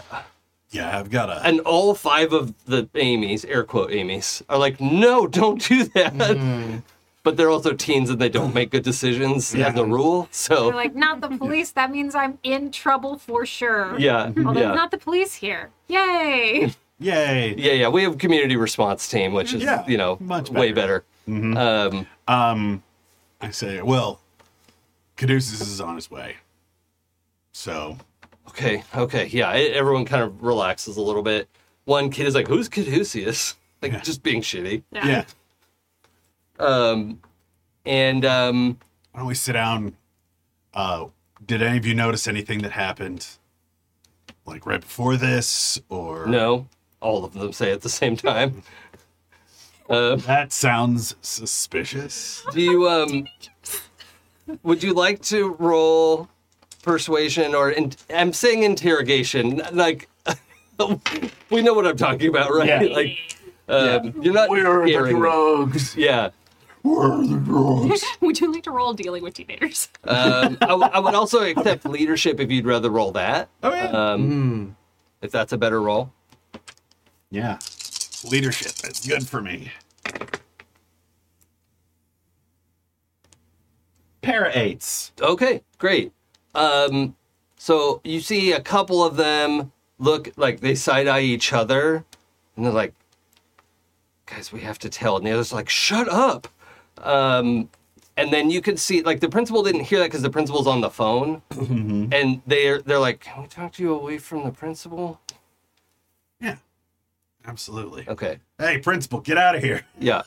Yeah, I've got a.
and all five of the Amys, air quote Amys, are like, no, don't do that.
Mm.
[laughs] But they're also teens and they don't make good decisions as a rule.
They're
So
like, not
[laughs]
the police. That means I'm in trouble for sure.
yeah,
Although
yeah,
not the police here.
[laughs]
Yay!
Yay.
yeah, yeah. We have community response team, which is
Yeah,
you know
much
way better.
better. Mm-hmm.
Um,
Um, I say, well, Caduceus is on his way. So,
okay, okay, yeah. e- everyone kind of relaxes a little bit. One kid is like, "Who's Caduceus?" Like
Yeah.
just being shitty.
yeah.
[laughs] Um, and um,
Why don't we sit down? Uh, did any of you notice anything that happened, like right before this, or
no, all of them say at the same time. Uh,
That sounds suspicious.
do you um? Would you like to roll persuasion or in, I'm saying interrogation? Like [laughs] we know what I'm talking about, right?
Yeah.
Like um, you're not. scaring-
drugs?
Yeah.
Where are the drugs?
[laughs] Would you like to roll dealing with teenagers?
Um, I, w- I would also accept leadership if you'd rather roll that.
Oh yeah,
Um,
Mm.
if that's a better roll.
yeah. Leadership is good for me. Para eights.
Okay, great. Um, so you see a couple of them look like they side eye each other, and they're like, "Guys, we have to tell." And the other's like, "Shut up!" Um, and then you can see like the principal didn't hear that because the principal's on the phone, and they're they're like, "Can we talk to you away from the principal?"
Yeah, absolutely.
Okay,
Hey, principal, get out of here. [laughs]
yeah.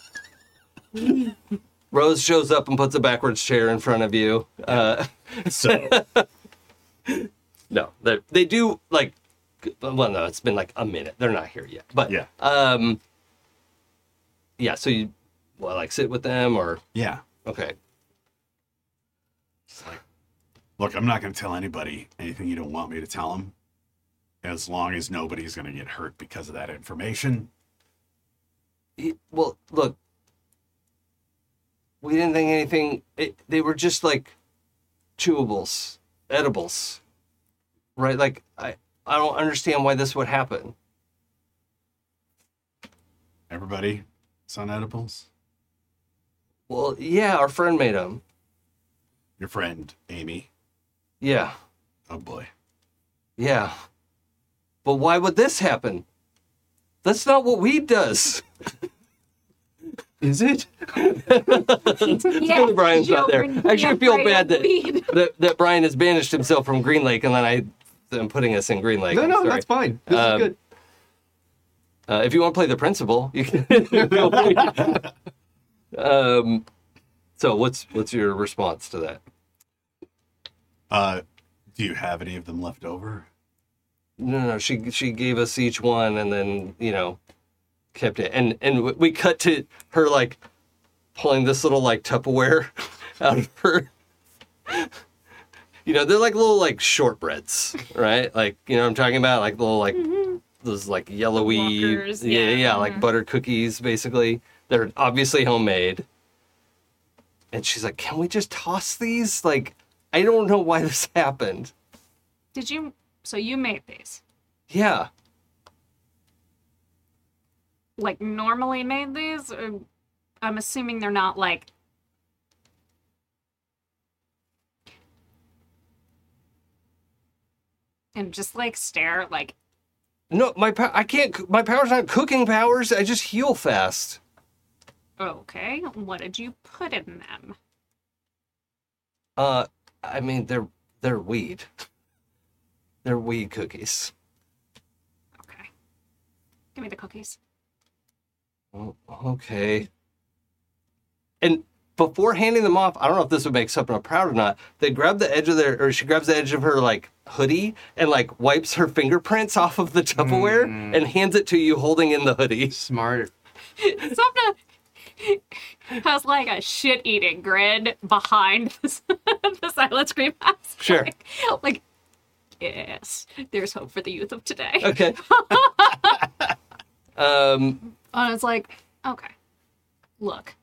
Rose shows up and puts a backwards chair in front of you. Uh,
So,
No, they they do like. Well, no, it's been like a minute. They're not here yet, but
Yeah.
um, yeah. So you, well, like sit with them or
yeah.
okay,
Look, I'm not going to tell anybody anything you don't want me to tell them. As long as nobody's going to get hurt because of that information.
He- well, look, we didn't think anything. It, they were just like chewables, edibles, right? Like I, I don't understand why this would happen.
Everybody, it's on edibles.
Well, yeah, our friend made them.
Your friend, Amy.
Yeah,
Oh boy.
yeah, but why would this happen? That's not what weed does. [laughs]
Is it?
Yeah,
Brian's not there.
children
I actually
can't
feel
play
bad [laughs] that-
with weed.
that, that Brian has banished himself from Green Lake, and then I them putting us in Green Lake.
No,
I'm
no,
sorry.
that's fine. This
Um,
is good.
Uh, if you want to play the principal, you can. Feel free. [laughs] um, so what's what's your response to that?
Uh, do you have any of them left over?
No, no, she she gave us each one, and then you know, kept it, and and w- we cut to her like pulling this little like Tupperware [laughs] out of her. [laughs] You know, they're like little like shortbreads, right? Like you know, what I'm talking about like little like those like yellowy,
Walkers,
yeah,
yeah,
yeah, like butter cookies, basically. They're obviously homemade. And she's like, "Can we just toss these? Like, I don't know why this [laughs] happened."
Did you? So you made these?
Yeah.
Like normally made these? Or I'm assuming they're not like. And just like stare, like
No, my pow- I can't. c- My powers aren't cooking powers. I just heal fast.
okay, what did you put in them?
Uh, I mean they're they're weed. They're weed cookies.
Okay, give me the cookies. [laughs]
Oh, okay. And before handing them off, I don't know if this would make Supna proud or not. They grab the edge of their, or she grabs the edge of her like hoodie and like wipes her fingerprints [laughs] off of the Tupperware
Mm.
and hands it to you holding in the hoodie. [laughs]
Smart.
Sopna has like a shit eating grin behind [laughs] this, the Silent Scream house.
Sure.
[laughs] Like, like, yes, there's hope for the youth of today. [laughs]
Okay. um,
And it's like, okay, look,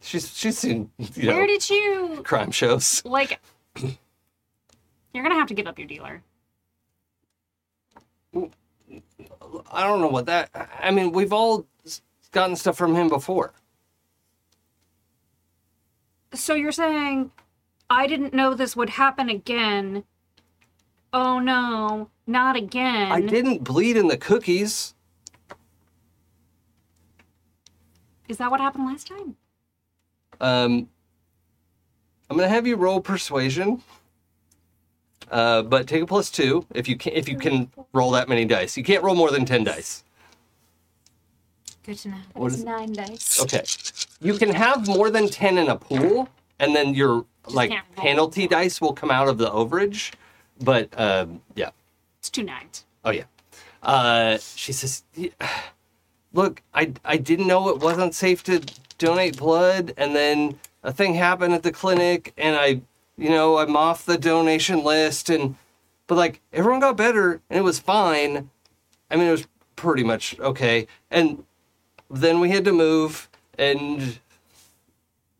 she's she's seen you
where
know
did you,
crime shows.
like, you're gonna have to give up your dealer.
I don't know what that. I mean, we've all s- gotten stuff from him before.
So you're saying, I didn't know this would happen again. Oh no, not again.
I didn't bleed in the cookies.
Is that what happened last time?
Um, I'm gonna have you roll persuasion. Uh, but take a plus two if you can if you can roll that many dice. You can't roll more than ten dice.
Good to know.
What is-
nine dice.
Okay, you can have more than ten in a pool, and then your like
can't roll.
penalty dice will come out of the overage. But um, yeah.
It's two nines.
Oh yeah. Uh, she says, "Y- "Look, I I didn't know it wasn't safe to donate blood, and then a thing happened at the clinic, and I, you know, I'm off the donation list, and but like everyone got better, and it was fine. I mean, it was pretty much okay, and then we had to move, and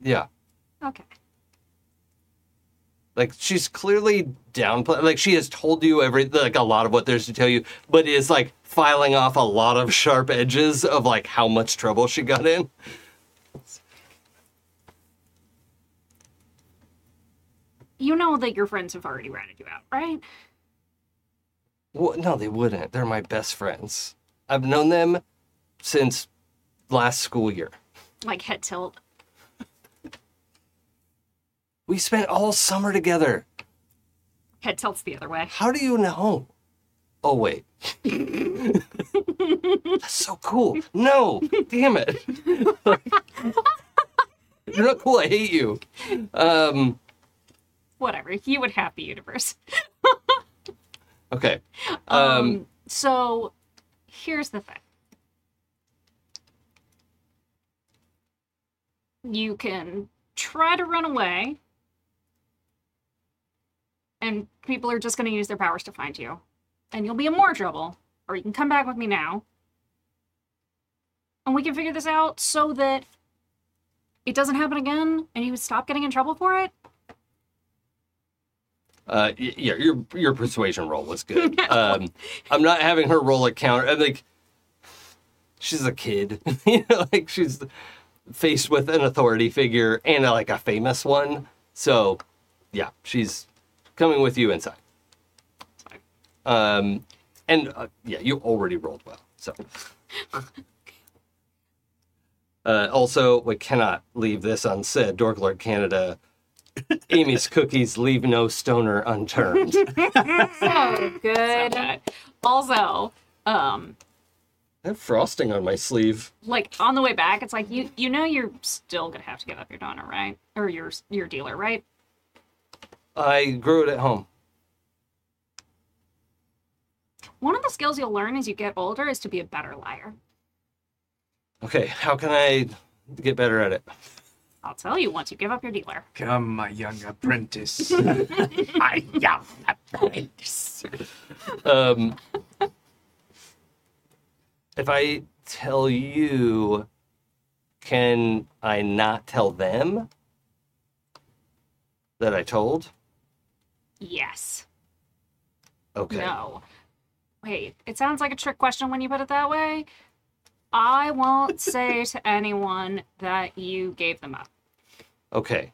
yeah."
Okay.
Like she's clearly downplay. Like she has told you every like a lot of what there's to tell you, but is like filing off a lot of sharp edges of like how much trouble she got in.
You know that your friends have already ratted you out, right?
Well, no, they wouldn't. They're my best friends. I've known them since last school year.
Like head tilt.
We spent all summer together.
Head tilts the other way.
How do you know? Oh wait. That's so cool. No, damn it. [laughs] You're not cool. I hate you. Um,
Whatever. You would have the universe.
okay. Um,
Um, so here's the thing. You can try to run away, and people are just going to use their powers to find you, and you'll be in more trouble. Or you can come back with me now, and we can figure this out so that it doesn't happen again, and you stop getting in trouble for
[laughs]
it.
uh, y- yeah, your your persuasion roll was good. Um, I'm not having her roll a counter. I'm like, she's a kid, [laughs] you know, like she's faced with an authority figure and a, like a famous one. So, yeah, she's coming with you inside. Um, and uh, yeah, you already rolled well. So, uh, also, we cannot leave this unsaid. Dork Lord Canada Amy's cookies leave no stoner unturned.
So good.
Also, um,
[laughs] I have frosting on my sleeve.
like on the way back, it's like you you know you're still gonna have to give up your donor, right? Or your your dealer, right?
I grew it at home.
One of the skills you'll learn as you get older is to be a better liar.
Okay, how can I get better at it?
I'll tell you once you give up your dealer.
Come, my young [laughs] apprentice.
I am
Um, if I tell you, can I not tell them that I told?
Yes.
Okay.
No. Wait, it sounds like a trick question when you put it that way. I
[laughs]
won't say to anyone that you gave them up.
Okay.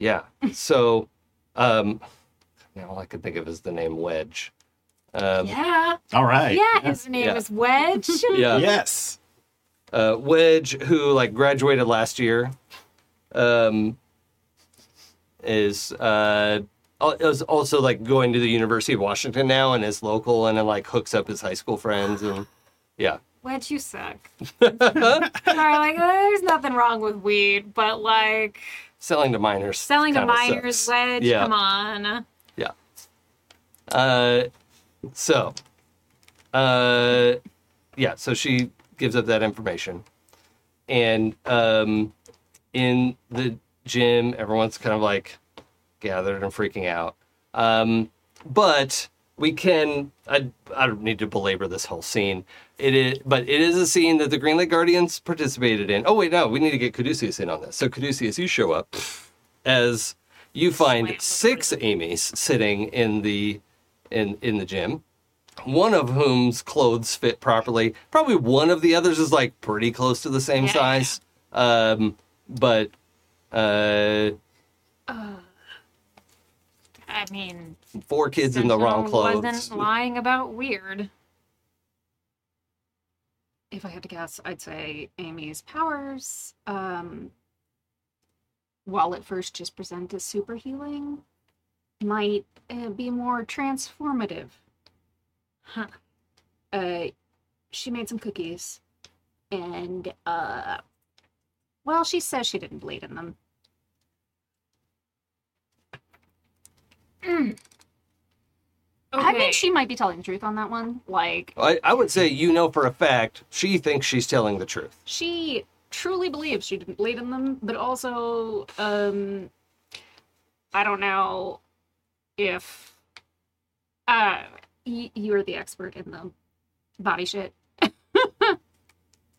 Yeah. So, um, now all I can think of is the name Wedge. Um,
Yeah.
All right.
Yeah, his name
Yeah.
is Wedge. [laughs]
yeah.
Yes.
uh, Wedge, who like graduated last year, um, is uh, al- is also like going to the University of Washington now and is local and then like hooks up his high school friends and yeah.
Wedge, you suck. Sorry, like there's nothing wrong with weed, but like
Selling to minors.
Selling to
kinda
minors,
sucks.
Wedge.
Yeah.
Come on.
Yeah. Uh, so, uh, yeah. So she gives up that information, and um, in the gym, everyone's kind of like gathered and freaking out. Um, but we can. I I don't need to belabor this whole scene. It is, but it is a scene that the Greenlight Guardians participated in. Oh wait, no, we need to get Caduceus in on this. So Caduceus, you show up as you find six Amy's sitting in the in in the gym. One of whom's clothes fit properly. Probably one of the others is like pretty close to the same size. Um, but uh,
I mean,
four kids in the wrong
Sentinel
clothes. [laughs]
Wasn't lying about weird.
if I had to guess, I'd say Amy's powers, um, while at first just present as super healing, might uh, be more transformative.
Huh.
Uh, she made some cookies, and uh, well, she says she didn't bleed in them. I
Okay.
think she might be telling the truth on that one. Like
I, I would say you know for a fact she thinks she's telling the truth.
she truly believes she didn't bleed in them, but also, um, I don't know if uh, y- you are the expert in the body shit.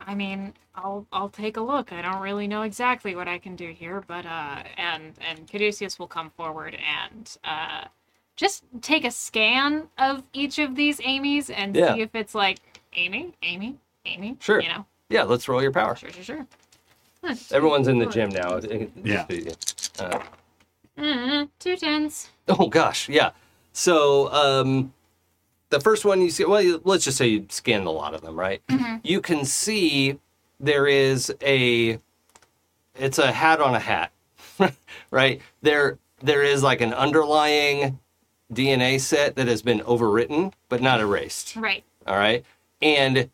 I mean, I'll I'll take a look. I don't really know exactly what I can do here, but uh, and and Caduceus will come forward and uh, just take a scan of each of these Amy's and
Yeah.
see if it's like Amy, Amy, Amy.
Sure.
You know,
Yeah, let's roll your power.
sure, sure, sure.
Everyone's in the gym now.
Yeah.
Uh,
Mm, two tens.
Oh gosh, yeah. So um, the first one you see, well, you- let's just say you scanned a lot of them, right? You can see there is a, it's a hat on a hat, [laughs] right? There, there is like an underlying DNA set that has been overwritten but not erased.
Right.
All right, and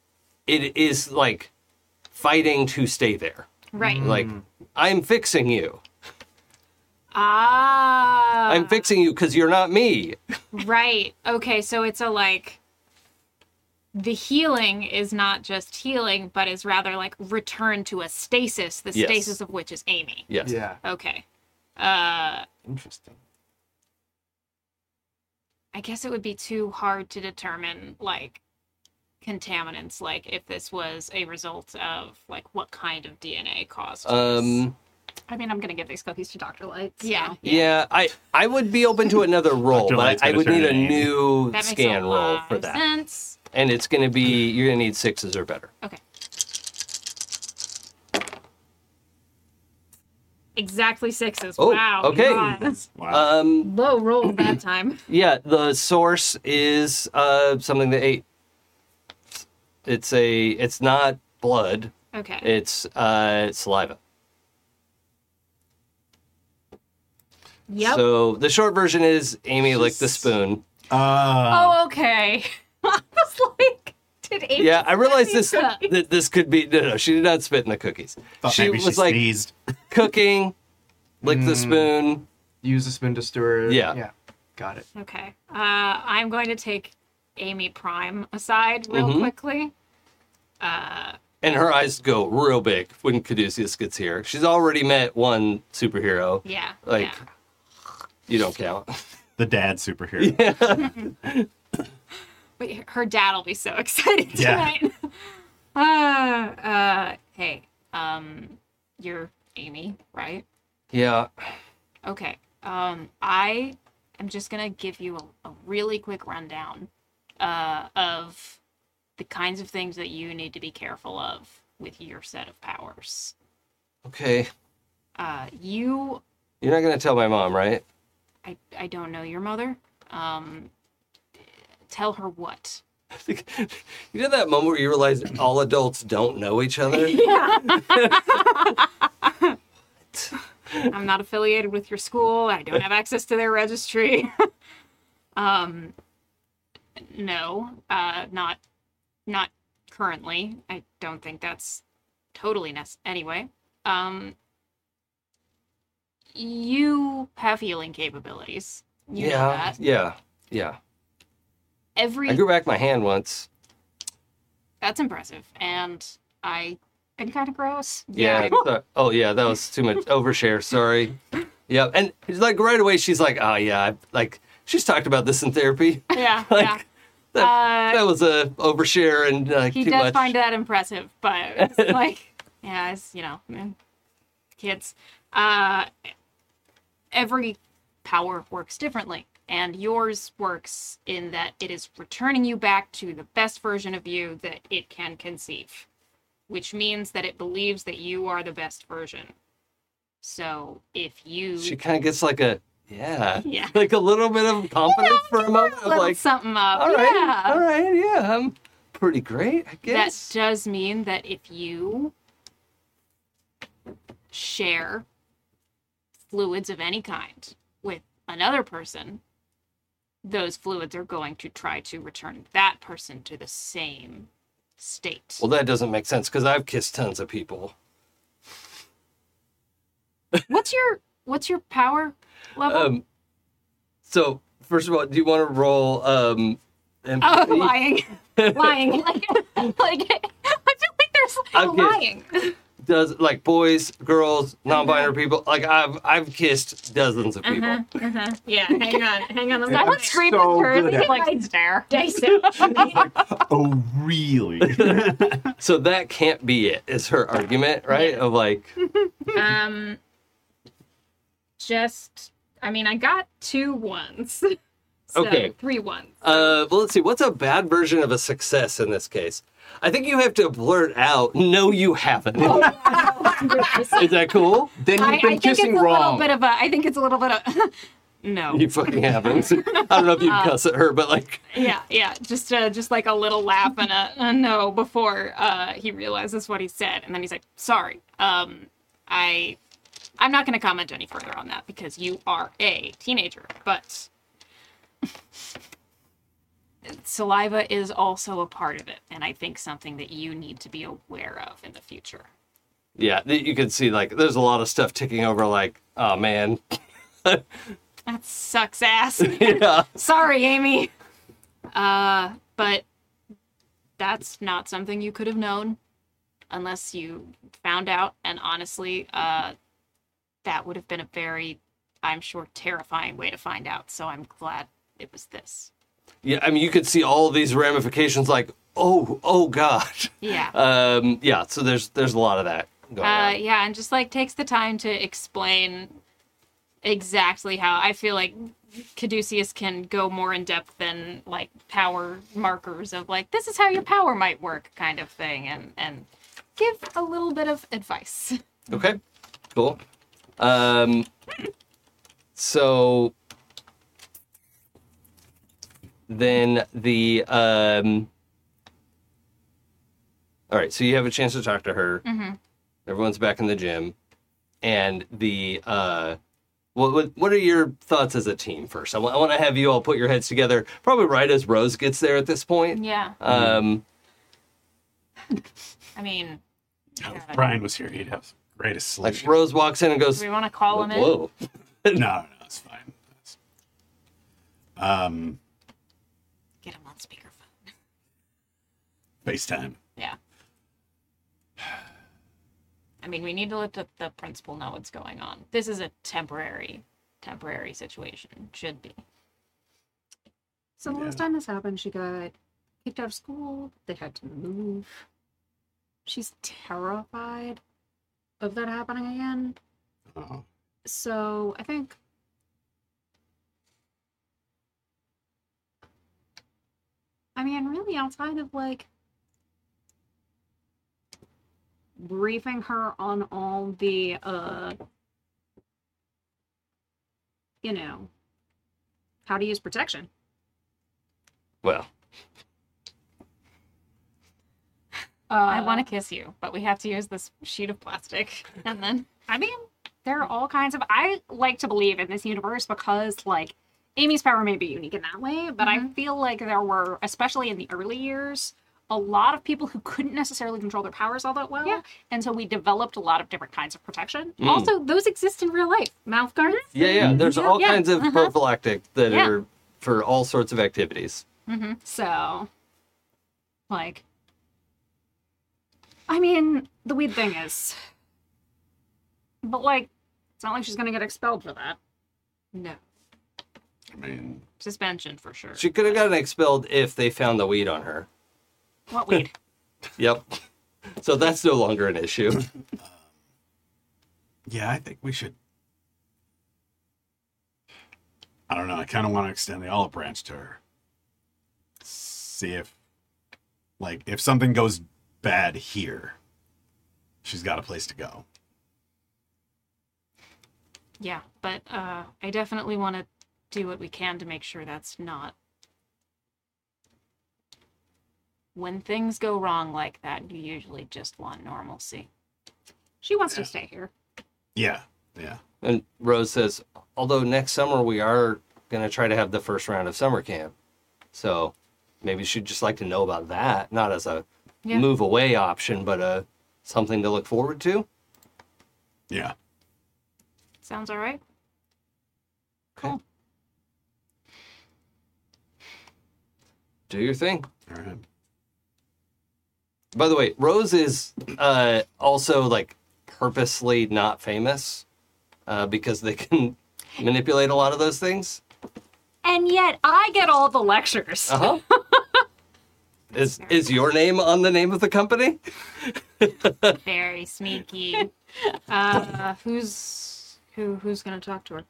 it is like fighting to stay there.
Right.
Like I'm fixing you.
Ah.
I'm fixing you because you're not me.
Right. Okay. So it's a like the healing is not just healing, but is rather like return to a stasis, the
Yes.
stasis of which is Amy.
Yes.
yeah.
Okay. Uh
Interesting.
I guess it would be too hard to determine like contaminants, like if this was a result of like what kind of DNA caused this.
Um,
I mean, I'm gonna give these cookies to Dr. Lights.
Yeah.
so.
yeah. I I would be open to another roll,
Dr.
but
Light's
I, I
gotta
would
turn
need a
it in.
new
that makes
scan
a
roll
lot
for
of
that,
sense.
and it's going to be you're going to need sixes or better.
Exactly sixes.
Oh,
wow.
okay.
God.
Wow.
Um,
Low roll that time.
yeah, the source is uh something that ate. It's a it's not blood, Eh,
Okay.
it's uh saliva.
Yep.
So the short version is Amy licked the spoon.
Uh,
Oh, okay. [laughs] I was like, did Amy?
Yeah, I realized this
Cookies.
that this could be no no, she did not spit in the cookies.
thought
She
maybe Hmm.
was like
sneezed.
cooking, licked the
Mm.
spoon.
Use a spoon to stir it.
Yeah.
Yeah. Got it.
Okay. Uh, I'm going to take Amy Prime aside real
Mhm.
quickly.
And her eyes go real big when Caduceus gets here. She's already met one superhero.
Yeah.
Like
yeah.
you don't count.
the dad superhero.
But her dad will be so [laughs] excited
Yeah.
tonight. [laughs] uh, uh, hey, um, you're Amy, right?
Yeah.
Okay. Um, I am just gonna give you a, a really quick rundown uh, of the kinds of things that you need to be careful of with your set of powers.
Okay.
Uh, you
You're not gonna tell my mom, right? [laughs]
I, I don't know your mother. Um, tell her what.
you know that moment where you realize all adults don't know each
[laughs]
other?
I'm not affiliated with your school. I don't have access to their registry. [laughs] um, no, uh, not not currently. I don't think that's totally necessary. Anyway, um, you have healing capabilities. You know
yeah.
that.
Yeah. Yeah.
Every
I grew back my hand once.
that's impressive, and I
And kind of gross.
Yeah. so- oh, yeah. That was too much overshare. Sorry. Yeah. And it's like right away, she's like, oh, yeah. I, like, she's talked about this in therapy. [laughs]
yeah
Like,
yeah.
That,
Uh,
that was a overshare and like
he
too
does
much.
find that impressive, but it's
[laughs]
like, yeah, it's, you know, mm, kids. Uh, every power works differently, and yours works in that it is returning you back to the best version of you that it can conceive, which means that it believes that you are the best version. So if you
she kind of gets like a, yeah.
[laughs] Yeah.
[laughs] Like a little bit of confidence for a moment. of
little
like,
something up,
all right.
yeah,
All right. Yeah. I'm pretty great, I guess.
That does mean that if you share fluids of any kind with another person, those fluids are going to try to return that person to the same state.
Well, that doesn't make sense because I've kissed tons of people.
what's your what's your power level?
Um, so first of all, do you want to roll? Um,
oh,
[laughs] empathy?
[laughs]
lying, lying. [laughs] Like, like I feel like there's
I'm kidding.
lying.
Does like boys, girls, non-binary
Mm-hmm.
people? Like I've I've kissed dozens of people.
[laughs] Yeah, hang on, hang on.
Yeah,
That
I'm
would scream
so
with her.
good
Like,
at-
like
stare.
[laughs] dice
[laughs] oh, really?
[laughs] So that can't be it. Is her argument right? Of like,
Um, just, I mean, I got two ones. [laughs] so
Okay.
Three ones.
uh, well, let's see. What's a bad version of a success in this case? I think you have to blurt out. No, you haven't. [laughs] Is that cool?
Then you've
I, I
been
think it's a
kissing
little
wrong.
bit of a. I think it's a little bit of. no.
You fucking haven't. I don't know if you'd cuss at her, but like,
Yeah, yeah. Just, uh, just like a little laugh and a, a no before uh, he realizes what he said, and then he's like, "Sorry, um, I, I'm not going to comment any further on that because you are a teenager." But [laughs] saliva is also a part of it, and I think something that you need to be aware of in the future.
yeah, you can see like there's a lot of stuff ticking over. Like, oh man, [laughs]
That sucks ass.
yeah.
Sorry, Amy. Uh, but that's not something you could have known unless you found out. And honestly, uh, that would have been a very, I'm sure, terrifying way to find out. So I'm glad it was this.
Yeah, I mean, you could see all these ramifications. Like, oh, oh God. [laughs]
Yeah.
Um, yeah. So there's there's a lot of that going
Uh,
on.
yeah, and just like takes the time to explain exactly how I feel like Caduceus can go more in depth than like power markers of like this is how your power might work kind of thing, and and give a little bit of advice. [laughs]
Okay. Cool. Um, so then the um. All right. So you have a chance to talk to her.
Mhm.
Everyone's back in the gym, and the uh, What, what, what are your thoughts as a team first? I want to have you all put your heads together, probably right as Rose gets there at this point.
Yeah.
Um,
I mean,
Now, if Oh, Brian was here, he'd have the greatest
like
solution.
Rose walks in and goes,
do we want to call him in?
"Whoa,
no, no, it's fine. That's- Um,
Get him on speakerphone.
FaceTime.
Yeah. I mean, we need to let the, the principal know what's going on. This is a temporary, temporary situation. Should be.
So the last
Yeah.
time this happened, she got kicked out of school. They had to move. She's terrified of that happening again.
Oh,
So I think I mean, really outside of like briefing her on all the uh you know how to use protection.
well,
Uh,
I want to kiss you, but we have to use this sheet of plastic. And then,
I mean, there are all kinds of. I like to believe in this universe because, like, Amy's power may be unique in that way, but I feel like there were, especially in the early years, a lot of people who couldn't necessarily control their powers all that well.
Yeah.
And so we developed a lot of different kinds of protection.
Mm.
Also, those exist in real life mouth guards.
yeah, yeah. There's all
Mm-hmm. Yeah,
kinds of
uh-huh.
prophylactic that
Yeah.
are for all sorts of activities.
Mhm.
So, like, I mean, the weird thing is, but like, it's not like she's gonna get expelled for that.
no
I mean,
suspension for sure.
She could have gotten expelled if they found the weed on her. [laughs]
What weed?
Yep. So that's no longer an issue.
yeah, I think we should. I don't know. I kind of want to extend the olive branch to her. See if, like, if something goes bad here, she's got a place to go.
Yeah, but uh, I definitely want to do what we can to make sure that's not. When things go wrong like that, you usually just want normalcy.
She wants to stay here.
Yeah, yeah.
and Rose says, although next summer we are going to try to have the first round of summer camp. So maybe she'd just like to know about that, not as a
Yeah.
move away option, but a, something to look forward to.
Yeah.
Sounds all right?
Cool. Do your thing.
All right.
By the way, Rose is uh, also like purposely not famous uh, because they can [laughs] manipulate a lot of those things.
And yet I get all the lectures. [laughs]
Uh huh. is is your name on the name of the company? [laughs]
Very sneaky. Uh, who's who? Who's gonna talk to her?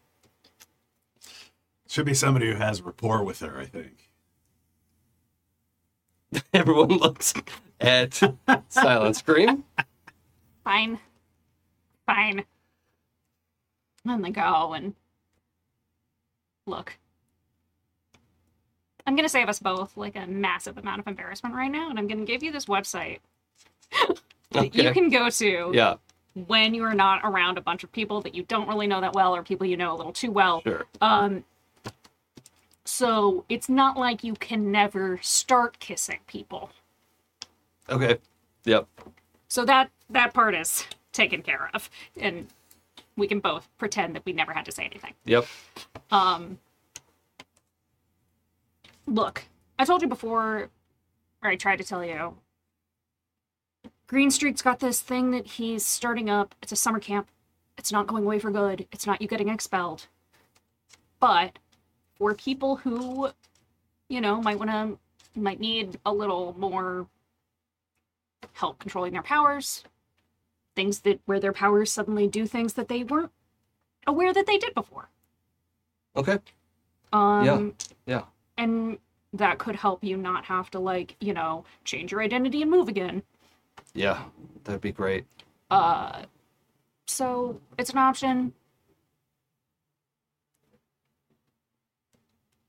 Should be somebody who has rapport with her, I think.
Everyone looks at Silent Scream.
[laughs] Fine. Fine. And they go and look. I'm gonna save us both like a massive amount of embarrassment right now, and I'm gonna give you this website that [laughs] you
Okay.
can go to
Yeah,
when you are not around a bunch of people that you don't really know that well or people you know a little too well.
sure.
Um, so it's not like you can never start kissing people.
Okay. Yep.
So that that part is taken care of, and we can both pretend that we never had to say anything.
Yep.
Um, look, I told you before, or I tried to tell you. Green Streak's got this thing that he's starting up. It's a summer camp. It's not going away for good. It's not you getting expelled. But for people who, you know, might want to, might need a little more help controlling their powers, things that where their powers suddenly do things that they weren't aware that they did before.
Okay.
Um,
Yeah.
And that could help you not have to, like, you know, change your identity and move again.
Yeah. That'd be great.
Uh, so it's an option.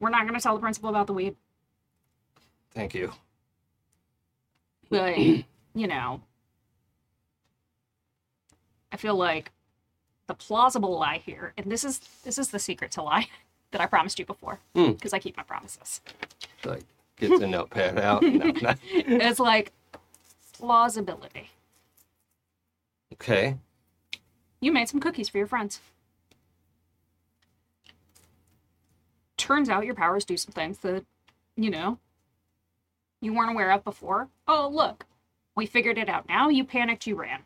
We're not going to tell the principal about the weed,
Thank you.
but, you know, I feel like the plausible lie here, and this is this is the secret to lie [laughs] that I promised you before
Hmm.
because I keep my promises.
Like gets
[laughs]
a notepad out. No, not-
it's like plausibility.
Okay.
You made some cookies for your friends. Turns out your powers do some things that, you know, you weren't aware of before. Oh, look, we figured it out now. You panicked, you ran.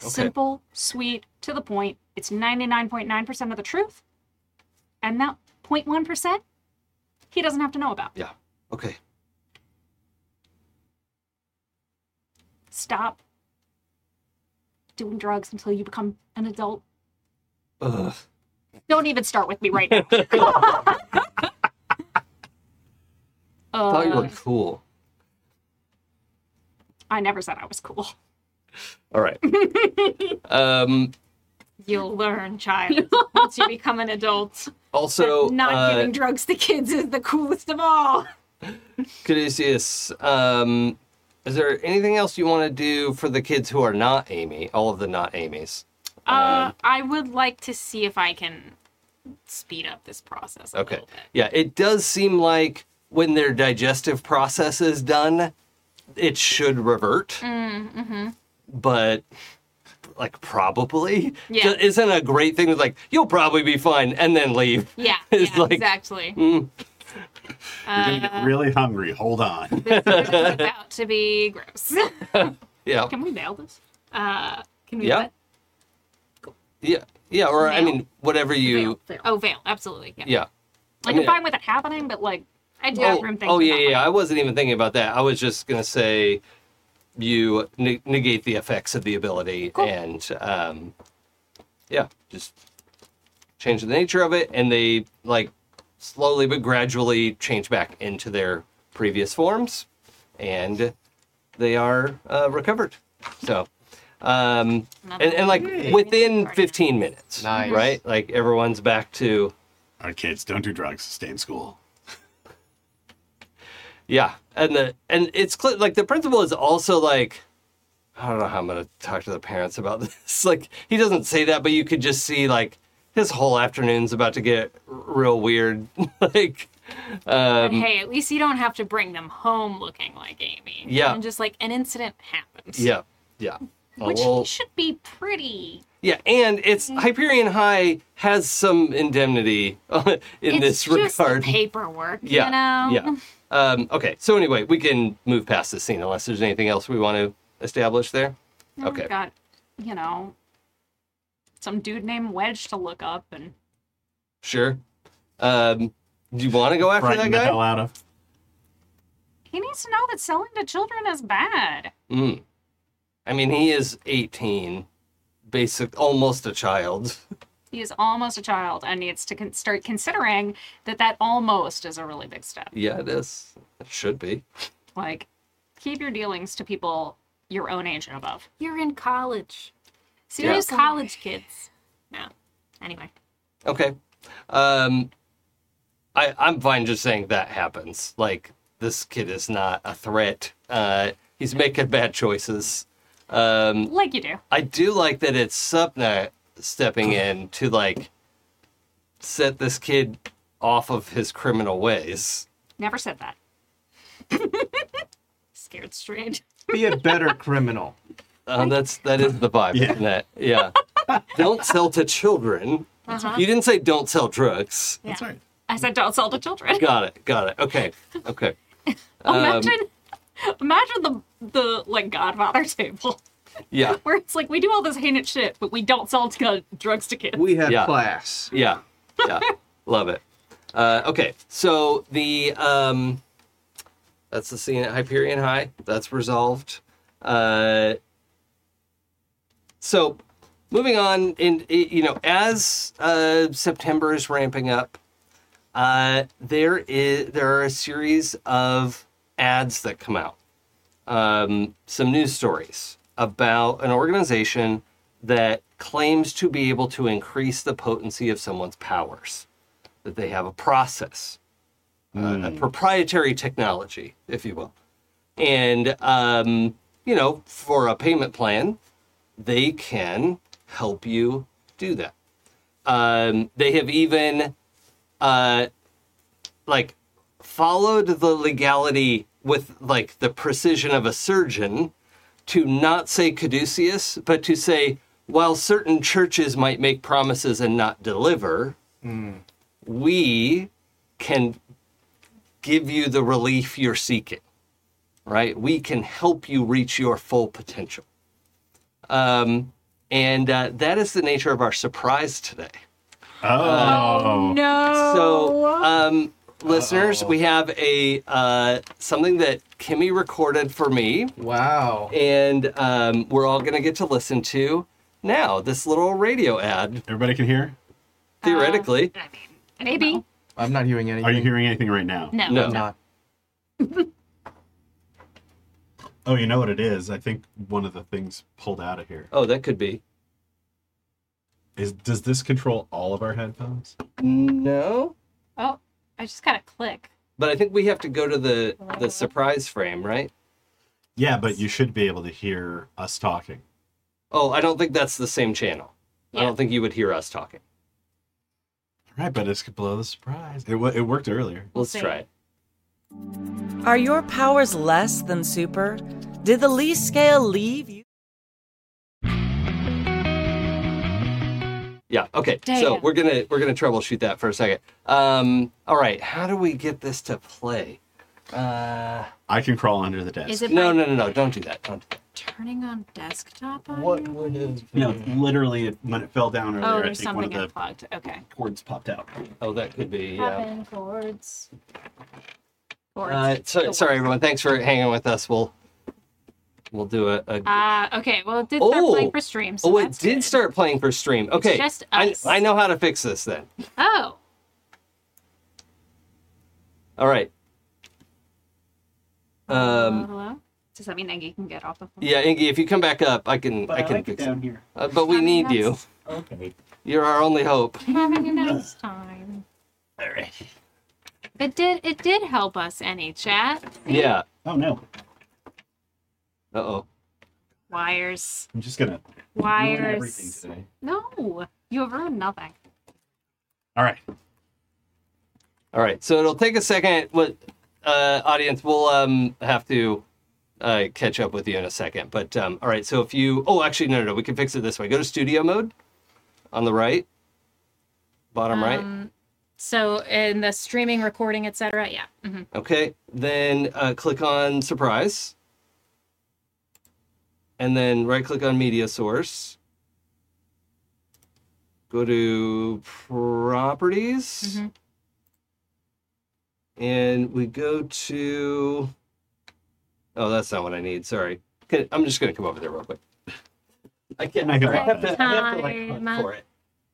Okay.
Simple, sweet, to the point. It's 99.9% of the truth. And that 0.1%, he doesn't have to know about.
Yeah. Okay.
Stop doing drugs until you become an adult.
Ugh.
Don't even start with me right now. [laughs]
I thought you
Uh,
were cool.
I never said I was cool.
All right. um.
You'll learn, child, once you become
[laughs]
an adult.
Also,
Not
uh,
giving drugs to kids is the coolest of all.
Caduceus, um, is there anything else you want to do for the kids who are not Amy? All of the not Amy's.
Uh,
Um,
I would like to see if I can speed up this process a
Okay.
little bit.
Yeah, it does seem like when their digestive process is done, it should revert. But like probably
Yeah.
Ju- isn't a great thing. It's like you'll probably be fine and then leave.
Yeah,
[laughs] It's
yeah,
like-
exactly.
You're gonna get really hungry. Hold on.
This is about to be gross.
Yeah,
Can we mail this?
Uh, can we?
Yeah.
do
yeah, yeah. Or I
Veil?
mean, whatever
Veil,
you.
veil.
that? Oh, veil. Absolutely. Yeah.
Yeah.
Like, I'm fine with it happening, but like,
I do have
Oh,
room things.
oh yeah,
about
yeah.
my-
I wasn't even thinking about that. I was just gonna say, you ne- negate the effects of the ability, and um, yeah, just change the nature of it, and they like slowly but gradually change back into their previous forms, and they are uh, recovered. So, um, and, and like within 15 minutes,
Nice.
right? Like everyone's back to
Our kids don't do drugs. Stay in school.
Yeah, and the and it's clear like the principal is also like, I don't know how I'm gonna talk to the parents about [laughs] this. Like he doesn't say that, but you could just see like his whole afternoon's about to get r- real weird. [laughs] like,
But
um,
hey, at least you don't have to bring them home looking like Amy.
Yeah.
And just like an incident happens.
yeah, yeah, Oh, A
Which Mm-hmm.
little-
should be pretty.
yeah, and it's Hyperion High has some indemnity [laughs] in
it's
this
just the
regard.
paperwork.
Yeah,
You know.
yeah. Um, okay, so anyway, we can move past this scene unless there's anything else we want to establish there.
now we've
Okay.
got, you know, some dude named Wedge to look up and
Sure. Um, do you want to go after
Frighten
that guy?
the hell out of.
he needs to know that selling to children is bad.
Mm. I mean, he is 18, basic, almost a child. [laughs]
He is almost a child and needs to con- start considering that that almost is a really big step.
yeah, it is. It should be.
Like, keep your dealings to people your own age and above.
You're in college.
Serious
Serious college kids. No. Anyway.
Okay. Um, I I'm fine just saying that happens. Like this kid is not a threat. Uh, he's making bad choices. Um,
Like you do.
I do like that it's Supna stepping
[laughs]
in to like set this kid off of his criminal ways.
Never said that. [laughs] Scared straight.
Be a better criminal.
Uh, that's that is the vibe,
Yeah.
isn't it? Yeah. don't sell to children. You didn't say don't sell drugs.
That's right.
I said don't sell to children.
Got it. Got it. Okay. Okay.
imagine, imagine the the like Godfather table [laughs]
Yeah.
where it's like we do all this heinous shit, but we don't sell to, drugs to kids.
We have
Yeah.
class.
Yeah. Yeah. Love it. Uh, okay. So the um, that's the scene at Hyperion High. That's resolved. Uh, so moving on, in i- you know, as uh, September is ramping up, uh, there is there are a series of ads that come out. Um, some news stories about an organization that claims to be able to increase the potency of someone's powers. That they have a process, uh, a proprietary technology, if you will, and um, you know, for a payment plan, they can help you do that. Um, they have even, uh, like, followed the legality with like the precision of a surgeon to not say caduceus, but to say while certain churches might make promises and not deliver, we can give you the relief you're seeking, right? We can help you reach your full potential. Um, and uh, that is the nature of our surprise today.
Oh,
No.
So, um, listeners, we have a uh, something that Kimmy recorded for me,
Wow.
and um, we're all going to get to listen to now this little radio ad,
everybody can hear.
theoretically.
I mean, I don't
Maybe.
know.
I'm not hearing anything.
Are you hearing anything right now?
No.
No.
I'm not.
Oh, you know what it is. I think one of the things pulled out of here
oh, that could be.
is. Does this control all of our headphones?
Mm,
No.
Oh, I just gotta click.
But I think we have to go to the the surprise frame, right?
Yeah, but you should be able to hear us talking.
Oh, I don't think that's the same channel. I don't think you would hear us talking.
Right, but it's below the surprise. It, wa- it worked earlier.
Let's
see.
try it.
Are your powers less than super? Did the Lee scale leave you?
Yeah. Okay. So
Damn.
we're gonna we're gonna troubleshoot that for a second. Um. All right. How do we get this to play? Uh.
I can crawl under the desk.
Is it
No.
by
No. No. No. Don't do that. Don't. Do that.
turning on desktop? Audio?
What would have?
No, literally, it- when it fell down earlier,
Oh,
I
there's
think one of
something
the
unplugged. Okay.
cords popped out.
Oh, that could be. Yeah.
Happen chords. Chords.
Uh, so, sorry, everyone. Thanks for hanging with us. We'll we'll do a. a...
Uh, okay. Well, it did start
Oh.
playing for stream. So
oh, it
that's
did
good.
start playing for stream. Okay.
just
I,
us.
I know how to fix this then.
Oh,
All right. Um.
hello.
Does that mean Eggy can get off the phone?
Yeah, Inky, if you come back up, I can I can fix it.
here.
Uh, but we
I mean,
need you.
that's-
Okay.
You're our only
[laughs]
hope.
Having a nice time.
All right.
It did. It did help us. Any chat
Yeah.
Oh no,
Uh oh.
wires.
I'm just gonna ruin everything
Wires.
today.
No, you have ruined nothing.
All right.
All right. So it'll take a second. What uh, audience? We'll um have to uh, catch up with you in a second. But um, all right. So if you oh actually no no no we can fix it this way. Go to studio mode on the right, bottom right.
Um, so in the streaming, recording, etc. Yeah. hmm
Okay. Then uh, click on surprise, and then right click on media source. Go to properties.
Mhm.
and we go to oh that's not what i need sorry Okay, i'm just going to come over there real quick [laughs] i can't
I
i
can
have
pause.
to, I have to like hunt
Time.
for it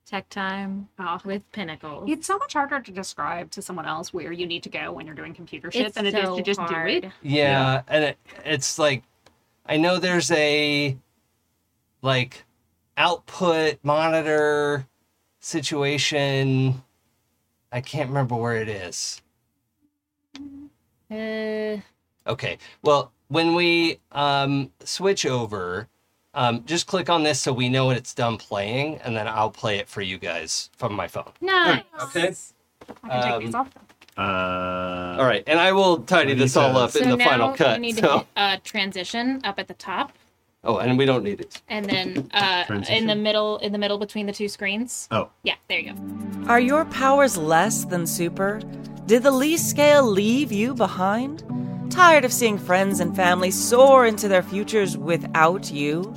Tech time
Oh.
with Pinnacle.
It's so much harder to describe to someone else where you need to go when you're doing computer shit than it is to just do it.
yeah, and it, it's like i know there's a like output monitor situation i can't remember where it is
it.
Okay. Well, when we um, switch over, um, just click on this so we know when it's done playing, and then I'll play it for you guys from my phone.
Uh, nice.
Okay.
I can
Um,
take these off. Then.
Uh,
All right, and I will tidy
We need
this all
to-
up in the
now
final cut.
you need to
so-
hit, uh, transition up at the top,
oh, and we don't need it.
and then uh, in the
Transition.
middle, in the middle between the two screens.
Oh,
Yeah, there you go.
Are your powers less than super? Did the Lee scale leave you behind? Tired of seeing friends and family soar into their futures without you?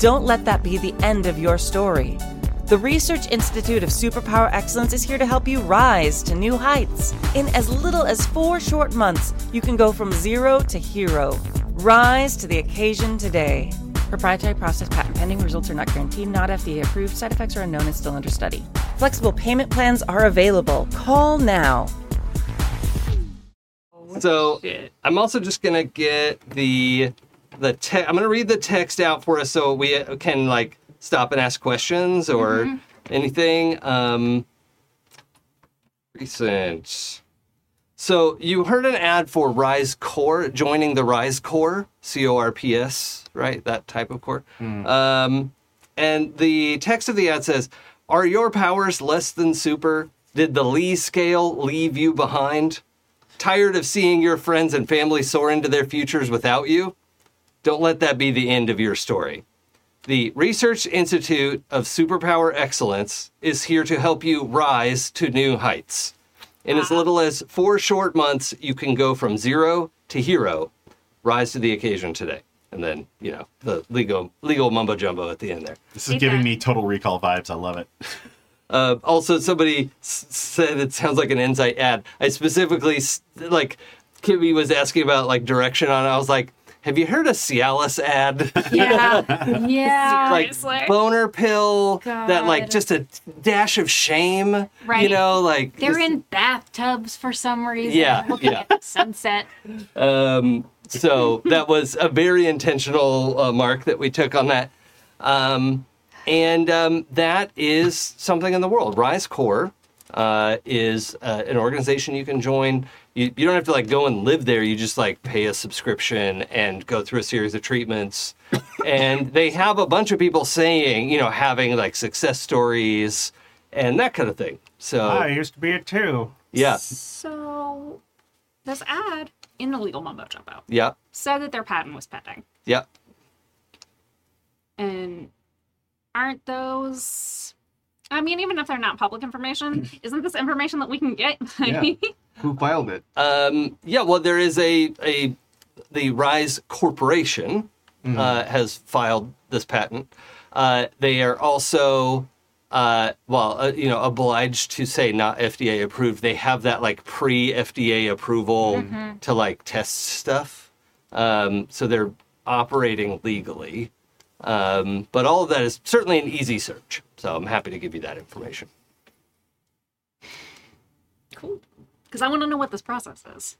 Don't let that be the end of your story. The Research Institute of Superpower Excellence is here to help you rise to new heights. In as little as four short months, you can go from zero to hero. Rise to the occasion today.
Proprietary process patent pending. Results are not guaranteed, not FDA approved. Side effects are unknown and still under study.
Flexible payment plans are available. Call now.
So I'm also just gonna get the the text. I'm gonna read the text out for us so we uh, can like stop and ask questions or anything. Um, recent. So you heard an ad for Rise Core joining the Rise Core, C O R P S, right? That type of core. Um, and the text of the ad says, "Are your powers less than super? Did the Lee scale leave you behind? Tired of seeing your friends and family soar into their futures without you? Don't let that be the end of your story." The Research Institute of Superpower Excellence is here to help you rise to new heights. In as little as four short months, you can go from zero to hero. Rise to the occasion today. And then, you know, the legal legal mumbo jumbo at the end there.
This is giving me total recall vibes. I love it.
Uh, also, somebody s- said it sounds like an Insight ad. I specifically, s- like, Kimmy was asking about, like, direction on it. I was like, have you heard a Cialis ad? [laughs]
[laughs] Yeah. yeah.
like boner pill that like
God.
just a dash of shame you
Right.
know like
They're
just-
in bathtubs for some reason.
Yeah,
Looking
yeah.
at the sunset.
um so that was a very intentional uh, mark that we took on that um and um that is something in the world rise core uh, is uh, an organization you can join you, you don't have to like go and live there you just like pay a subscription and go through a series of treatments and they have a bunch of people saying you know having like success stories and that kind of thing so
used to be a two.
yeah
So this ad in the legal mumbo jumbo
yeah
said that their patent was pending.
yeah
And aren't those I mean, even if they're not
[clears throat]
public information, isn't this information that we can get?
[laughs]
[laughs]
[laughs]
Yeah. Who filed it?
Um, yeah, well, there is a a the Rise Corporation uh, has filed this patent. Uh, they are also, uh, well, uh, you know, obliged to say not FDA approved. They have that like pre FDA approval to like test stuff, um, so they're operating legally. Um, but all of that is certainly an easy search. So I'm happy to give you that information.
cool. Because I want to know what this process is.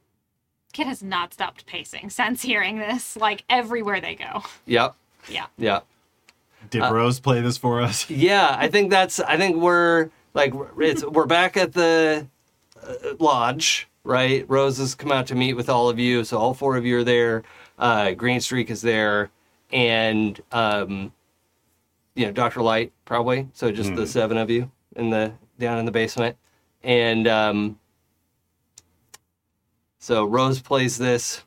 Kid has not stopped pacing since hearing this. Like everywhere they go.
Yep.
Yeah.
Yeah.
Did Rose play this for us?
Yeah, I think that's. I think we're like it's we're back at the uh, lodge, right? Rose has come out to meet with all of you, so all four of you are there. Uh, Green Streak is there, and um, you know Doctor Light probably. So just the seven of you in the down in the basement, and um, so Rose plays this.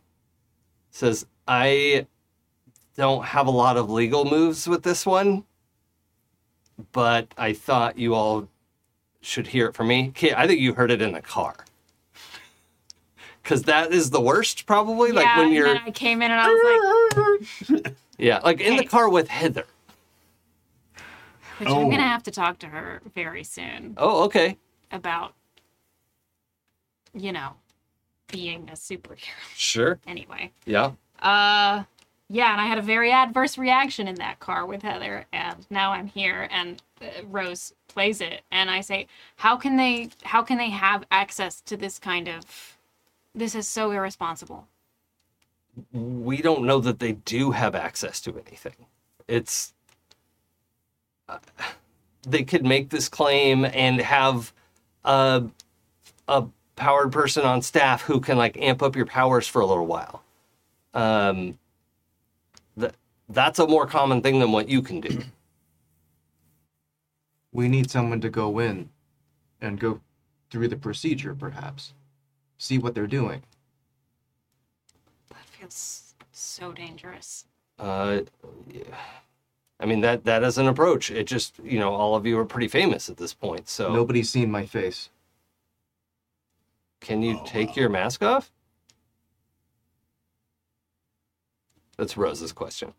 Says I don't have a lot of legal moves with this one but I thought you all should hear it from me. Ki- I think you heard it in the car. [laughs] Cause that is the worst, probably. like
yeah,
when
and
you're,
then I came in and I was
yeah, like in the
Thanks.
car with Heather.
like, which
Oh.
I'm gonna have to talk to her very soon
Oh, okay.
about, you know, being a superhero.
Sure.
Anyway.
Yeah.
Uh, yeah, and I had a very adverse reaction in that car with Heather, and now I'm here, and uh, Rose plays it, and I say, how can they, how can they have access to this kind of? This is so irresponsible.
We don't know that they do have access to anything. It's, uh, they could make this claim and have a, a powered person on staff who can like amp up your powers for a little while. Um, th- that's a more common thing than what you can do. [clears throat]
We need someone to go in and go through the procedure, perhaps. See what they're doing.
That feels so dangerous.
Uh, yeah. I mean that that is an approach. It just you know all of you are pretty famous at this point. So
Nobody's seen my face.
can you
Oh,
take
wow.
your mask off? That's Rose's question.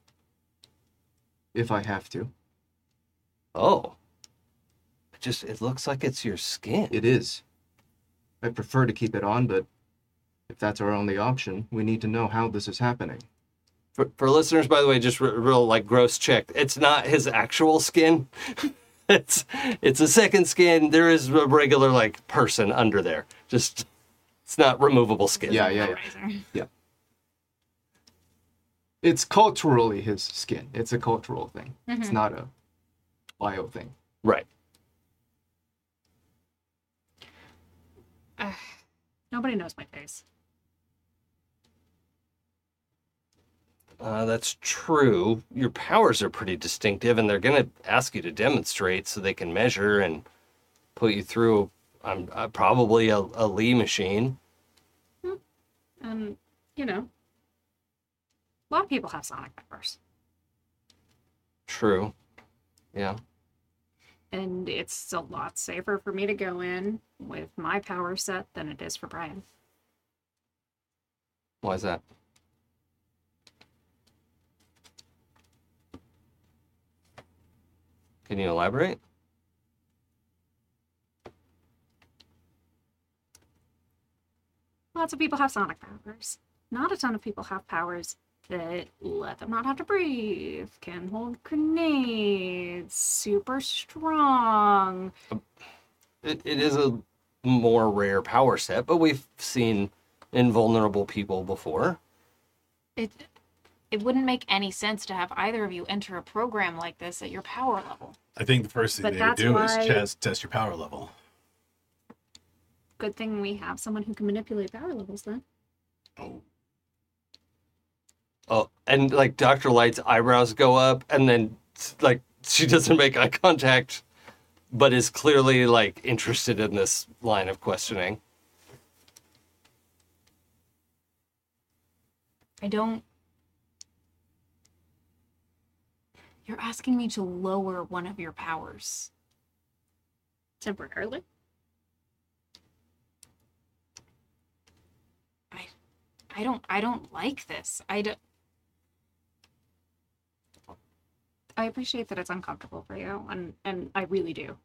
If I have to,
Oh, it just it looks like it's your skin.
it is. I prefer to keep it on, but if that's our only option, we need to know how this is happening.
for, for listeners by the way just re- real like gross check it's not his actual skin [laughs] it's it's a second skin there is a regular like person under there just it's not removable skin
Yeah, yeah, yeah. It's culturally his skin. It's a cultural thing. It's not a bio thing.
right
Nobody knows my face.
Uh, that's true. Your powers are pretty distinctive, and they're going to ask you to demonstrate so they can measure and put you through um, uh, probably a, a Lee machine.
And, you know, a lot of people have sonic peppers.
True. Yeah.
And it's a lot safer for me to go in with my power set than it is for Brian.
Why is that? Can you elaborate?
Lots of people have sonic powers. Not a ton of people have powers that let them not have to breathe, can hold grenades, super strong.
It, it is a more rare power set, but we've seen invulnerable people before.
It it wouldn't make any sense to have either of you enter a program like this at your power level.
I think the first thing
But
they would
that's
do
why-
is test, test your power level.
Good thing we have someone who can manipulate power levels then.
Oh,
Oh, and like Dr. Light's eyebrows go up, and then like she doesn't make eye contact, but is clearly like interested in this line of questioning.
I don't. You're asking me to lower one of your powers.
Temporarily.
I don't. I don't like this. I don't.
I appreciate that it's uncomfortable for you, and and I really do.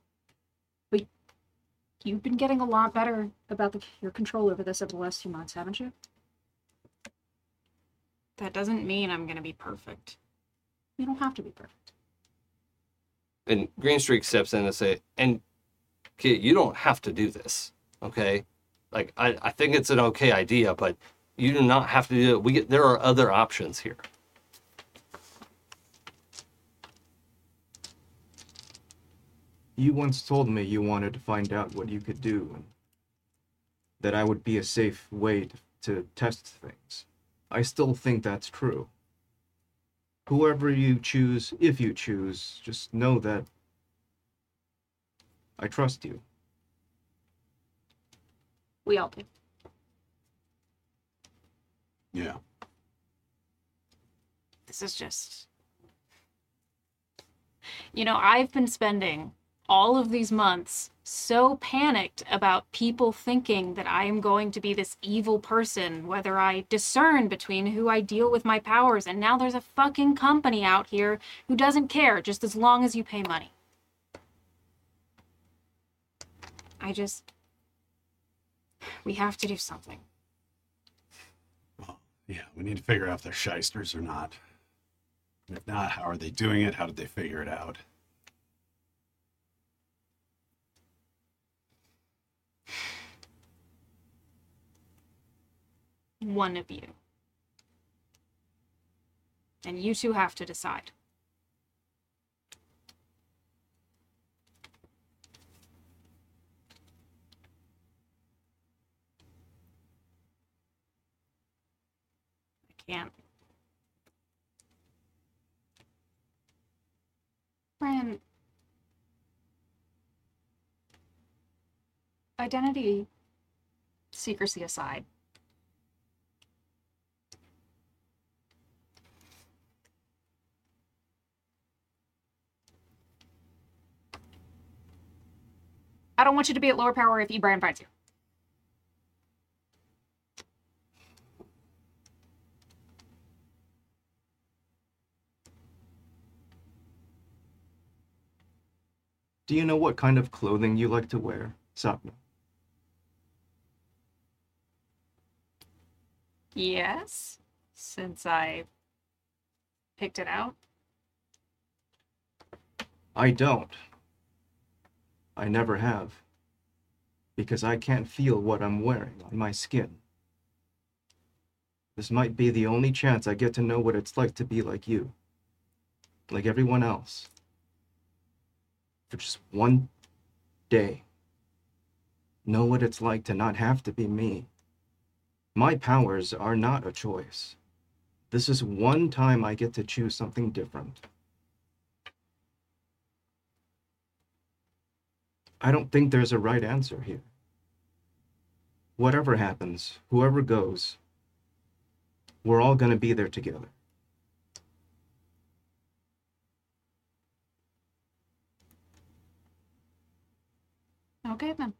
But you've been getting a lot better about the, your control over this over the last few months, haven't you?
That doesn't mean I'm gonna be perfect.
You don't have to be perfect.
And Greenstreak steps in and say, "And kid, you don't have to do this, okay? Like I, I think it's an okay idea, but you do not have to do it. We get, there are other options here."
You once told me you wanted to find out what you could do and that I would be a safe way to, to test things. I still think that's true. Whoever you choose, if you choose, just know that I trust you.
We all do.
yeah.
This is just. You know, I've been spending all of these months so panicked about people thinking that I am going to be this evil person, whether I discern between who I deal with my powers, and now there's a fucking company out here who doesn't care just as long as you pay money. I just. We have to do something.
Yeah, we need to figure out if they're shysters or not. And if not, how are they doing it? How did they figure it out?
one of you. And you two have to decide. I can't.
Brian, identity secrecy aside, I don't want you to be at lower power if E Brian finds you.
Do you know what kind of clothing you like to wear, Sapna?
Yes, since I picked it out.
I don't. I never have. Because I can't feel what I'm wearing on my skin. This might be the only chance I get to know what it's like to be like you. Like everyone else. For just one day. Know what it's like to not have to be me. My powers are not a choice. This is one time I get to choose something different. I don't think there's a right answer here. Whatever happens, whoever goes, we're all going to be there together.
Okay then.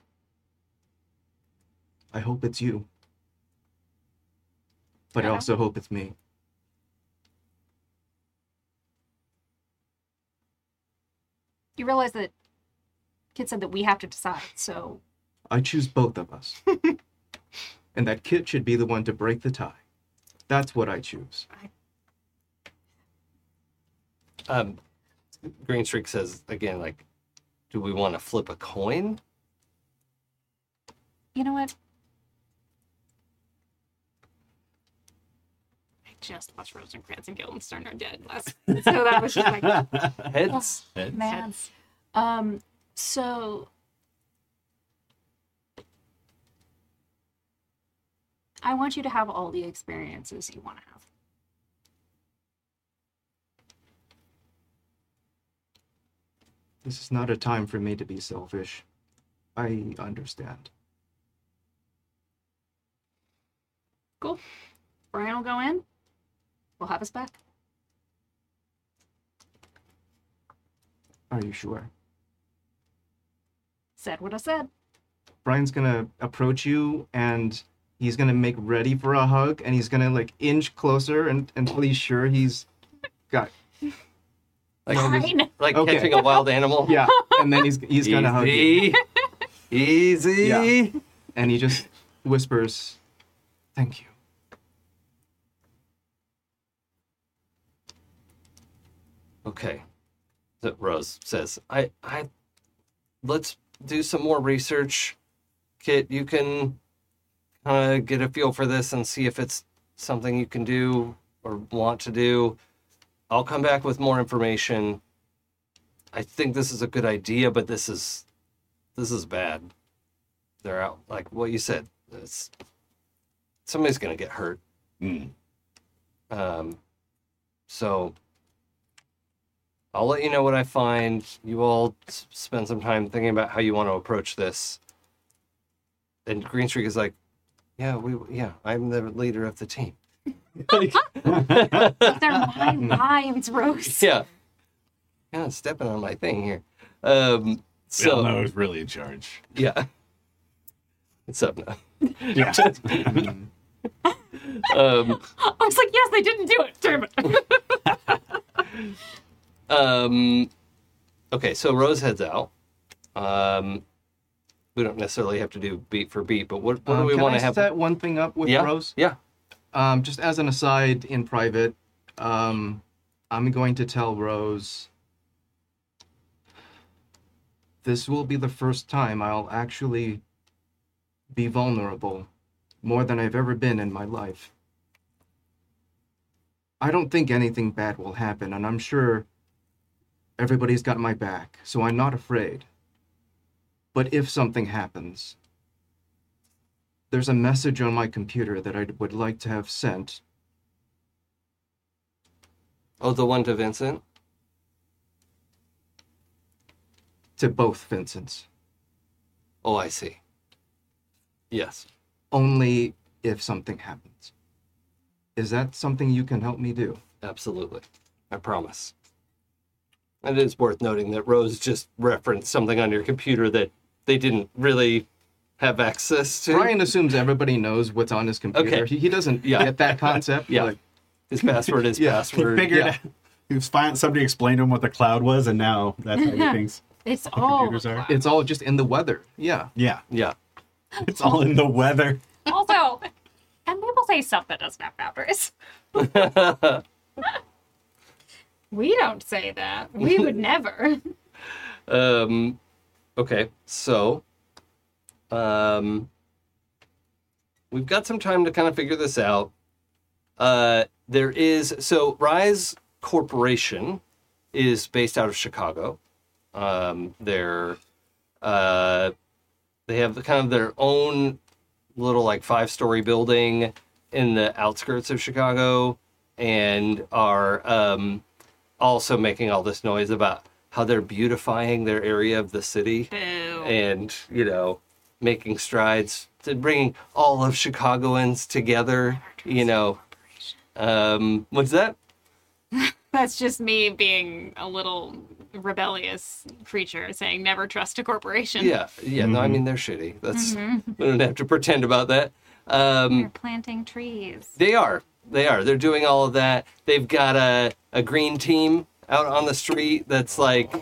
I hope it's you. But I
Yeah.
also hope it's me.
You realize that Kid said that we have to decide, so
I choose both of us. and that kid should be the one to break the tie. That's what I choose.
Um, Green Streak says again, like, do we want to flip a coin?
you know what? I just watched Rosencrantz and Guildenstern are dead last, so that was just like
Heads. Heads.
man. Um, so I want you to have all the experiences you want to have.
This is not a time for me to be selfish. I understand.
Brian will go in. We'll have us back.
Are you sure?
Said what
[laughs]
I said.
Brian's gonna approach you and he's gonna make ready for a hug and he's gonna like inch closer and, until he's sure he's got
Like,
Fine.
like
Okay.
catching a wild animal.
yeah and then he's he's gonna hug you [laughs]
Easy. Easy.
Yeah. and he just whispers thank you
Okay. That Rose says, I, I, let's do some more research. Kit, you can kind of get a feel for this and see if it's something you can do or want to do. I'll come back with more information. I think this is a good idea, but this is, this is bad. They're out, like what you said. It's, somebody's going to get hurt.
Mm.
Um, so I'll let you know what I find. You all s- spend some time thinking about how you want to approach this. And Green Streak is like, yeah, we, yeah, I'm the leader of the team. Like,
But they're my lines, Rose.
yeah, kind of stepping on my thing here. Um,
We
so
all know who's really in charge.
yeah, it's up now.
Yeah.
Um,
I was like, yes, they didn't do it. Damn it.
Um, okay, so Rose heads out. Um, we don't necessarily have to do beat for beat, but what, what do
Um,
we
can
want
I
to have?
set one thing up with
yeah,
Rose
yeah.
um, just as an aside in private, um, I'm going to tell Rose this will be the first time I'll actually be vulnerable more than I've ever been in my life. I don't think anything bad will happen, and I'm sure everybody's got my back, so I'm not afraid. But if something happens, there's a message on my computer that I would like to have sent.
Oh, the one to Vincent.
to both Vincents,
Oh, I see. Yes.
only if something happens. Is that something you can help me do?
Absolutely. I promise. And it is worth noting that Rose just referenced something on your computer that they didn't really have access to.
Brian assumes everybody knows what's on his computer.
Okay.
He, he doesn't
Yeah. [laughs]
get that concept.
Yeah.
like,
His password is
Yeah,
password.
He figured
yeah.
out. He was fine. Somebody explained to him what the cloud was, and now that's
[laughs]
how he thinks
It's all
computers are.
it's all just in the weather. Yeah.
Yeah,
Yeah.
it's all in the weather.
also, and people say stuff that doesn't have boundaries.
[laughs] we don't say that. We
[laughs]
would never.
Um, okay, so um, we've got some time to kind of figure this out. Uh, there is so Rise Corporation is based out of Chicago. Um, they're uh, they have kind of their own little like five story building in the outskirts of Chicago and are um, also making all this noise about how they're beautifying their area of the city and, you know, making strides to bringing all of Chicagoans together, you know. Um, what's that?
That's just me being a little rebellious creature saying never trust a corporation.
Yeah, yeah. No, I mean they're shitty. That's we don't have to pretend about that. Um,
They're planting trees.
they are, they are. They're doing all of that. They've got a a green team out on the street that's like,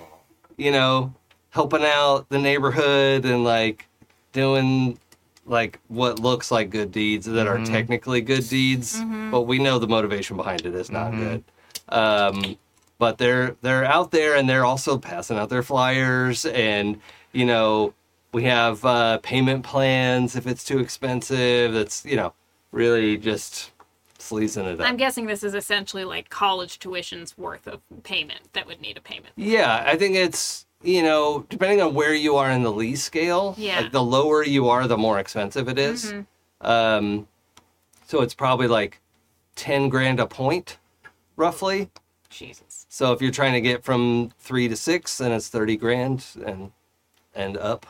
you know, helping out the neighborhood and like doing like what looks like good deeds that are technically good deeds, but we know the motivation behind it is not good. Um, but they're they're out there and they're also passing out their flyers and you know we have uh, payment plans if it's too expensive. That's you know really just sleazing it up.
I'm guessing this is essentially like college tuition's worth of payment that would need a payment.
Yeah, I think it's you know depending on where you are in the lease scale.
Yeah.
Like the lower you are, the more expensive it is. Um, so it's probably like ten grand a point, roughly.
Jesus.
So if you're trying to get from three to six, then it's thirty grand and and up.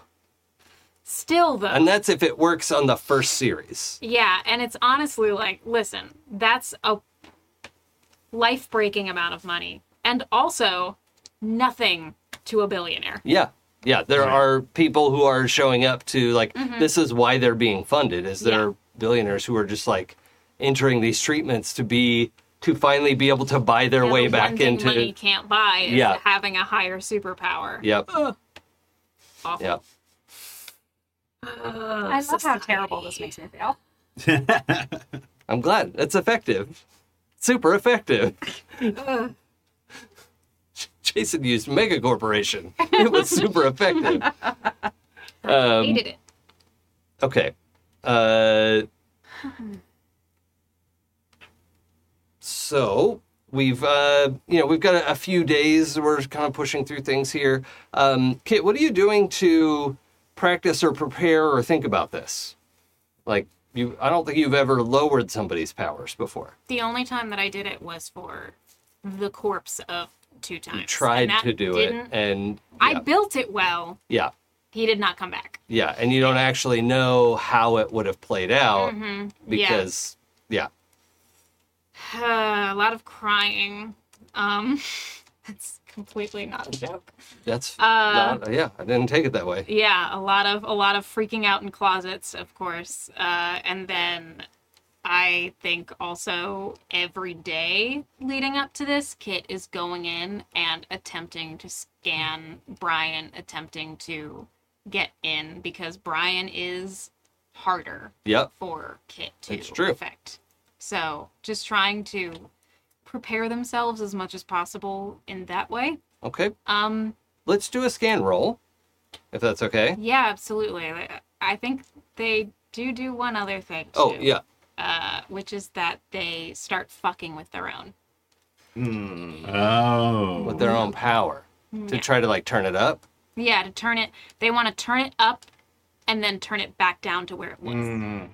Still though.
And that's if it works on the first series.
Yeah, and it's honestly like, listen, that's a life breaking amount of money. And also, nothing to a billionaire.
Yeah. Yeah. There
Right.
are people who are showing up to like this is why they're being funded, is there
Mm-hmm. Yeah.
are billionaires who are just like entering these treatments to be to finally be able to buy their way
The one
back
thing
into
money can't buy is
Yeah.
having a higher superpower.
Yep.
Awful.
Yep.
I love how terrible this makes me feel.
I'm glad. It's effective. Super
[laughs]
effective. Jason used mega corporation. It was super effective. Um,
Hated it.
Okay. Uh, so we've uh, you know we've got a, a few days. We're kind of pushing through things here. Um, Kit, what are you doing to practice or prepare or think about this? Like you, I don't think you've ever lowered somebody's powers before.
The only time that I did it was for the corpse of two times.
You tried
and that
to do it,
didn't-
and
I
yeah,
built it well.
yeah,
He did not come back.
yeah, and you don't actually know how it would have played out
Mm-hmm. Yeah.
because yeah,
Uh, a lot of crying. Um, [laughs] that's completely not a joke.
that's
Uh,
not, yeah. I didn't take it that way.
Yeah, a lot of a lot of freaking out in closets, of course. Uh, and then I think also every day leading up to this, Kit is going in and attempting to scan Brian, attempting to get in because Brian is harder
Yep.
for Kit to
It's true.
affect. So just trying to prepare themselves as much as possible in that way.
Okay,
Um,
let's do a scan roll, if that's okay.
yeah, absolutely. I- I think they do do one other thing too.
Oh yeah,
Uh, which is that they start fucking with their own.
with
Oh.
their own power to try to like turn it up.
Yeah, to turn it, they want to turn it up, and then turn it back down to where it was.
Mm.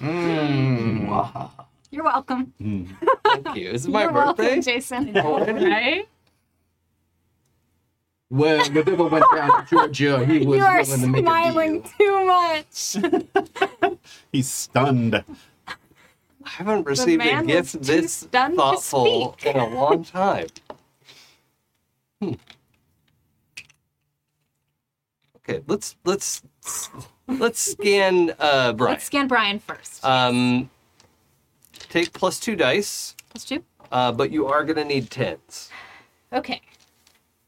Mm.
[laughs]
You're welcome.
Thank you. Is it Mm. my
You're
birthday? Oh,
welcome,
[laughs]
Jason.
Right?
When Mabiba went down to Georgia, he was
You are
willing to make a
smiling
deal.
too much.
He's stunned.
I haven't received a
man was
gift
too
this
stunned to
thoughtful
speak.
in a long time. Hmm. Okay, let's let's let's scan uh Brian.
Let's scan Brian first.
um, take plus two dice,
Let's do.
uh, but you are gonna need tens.
Okay.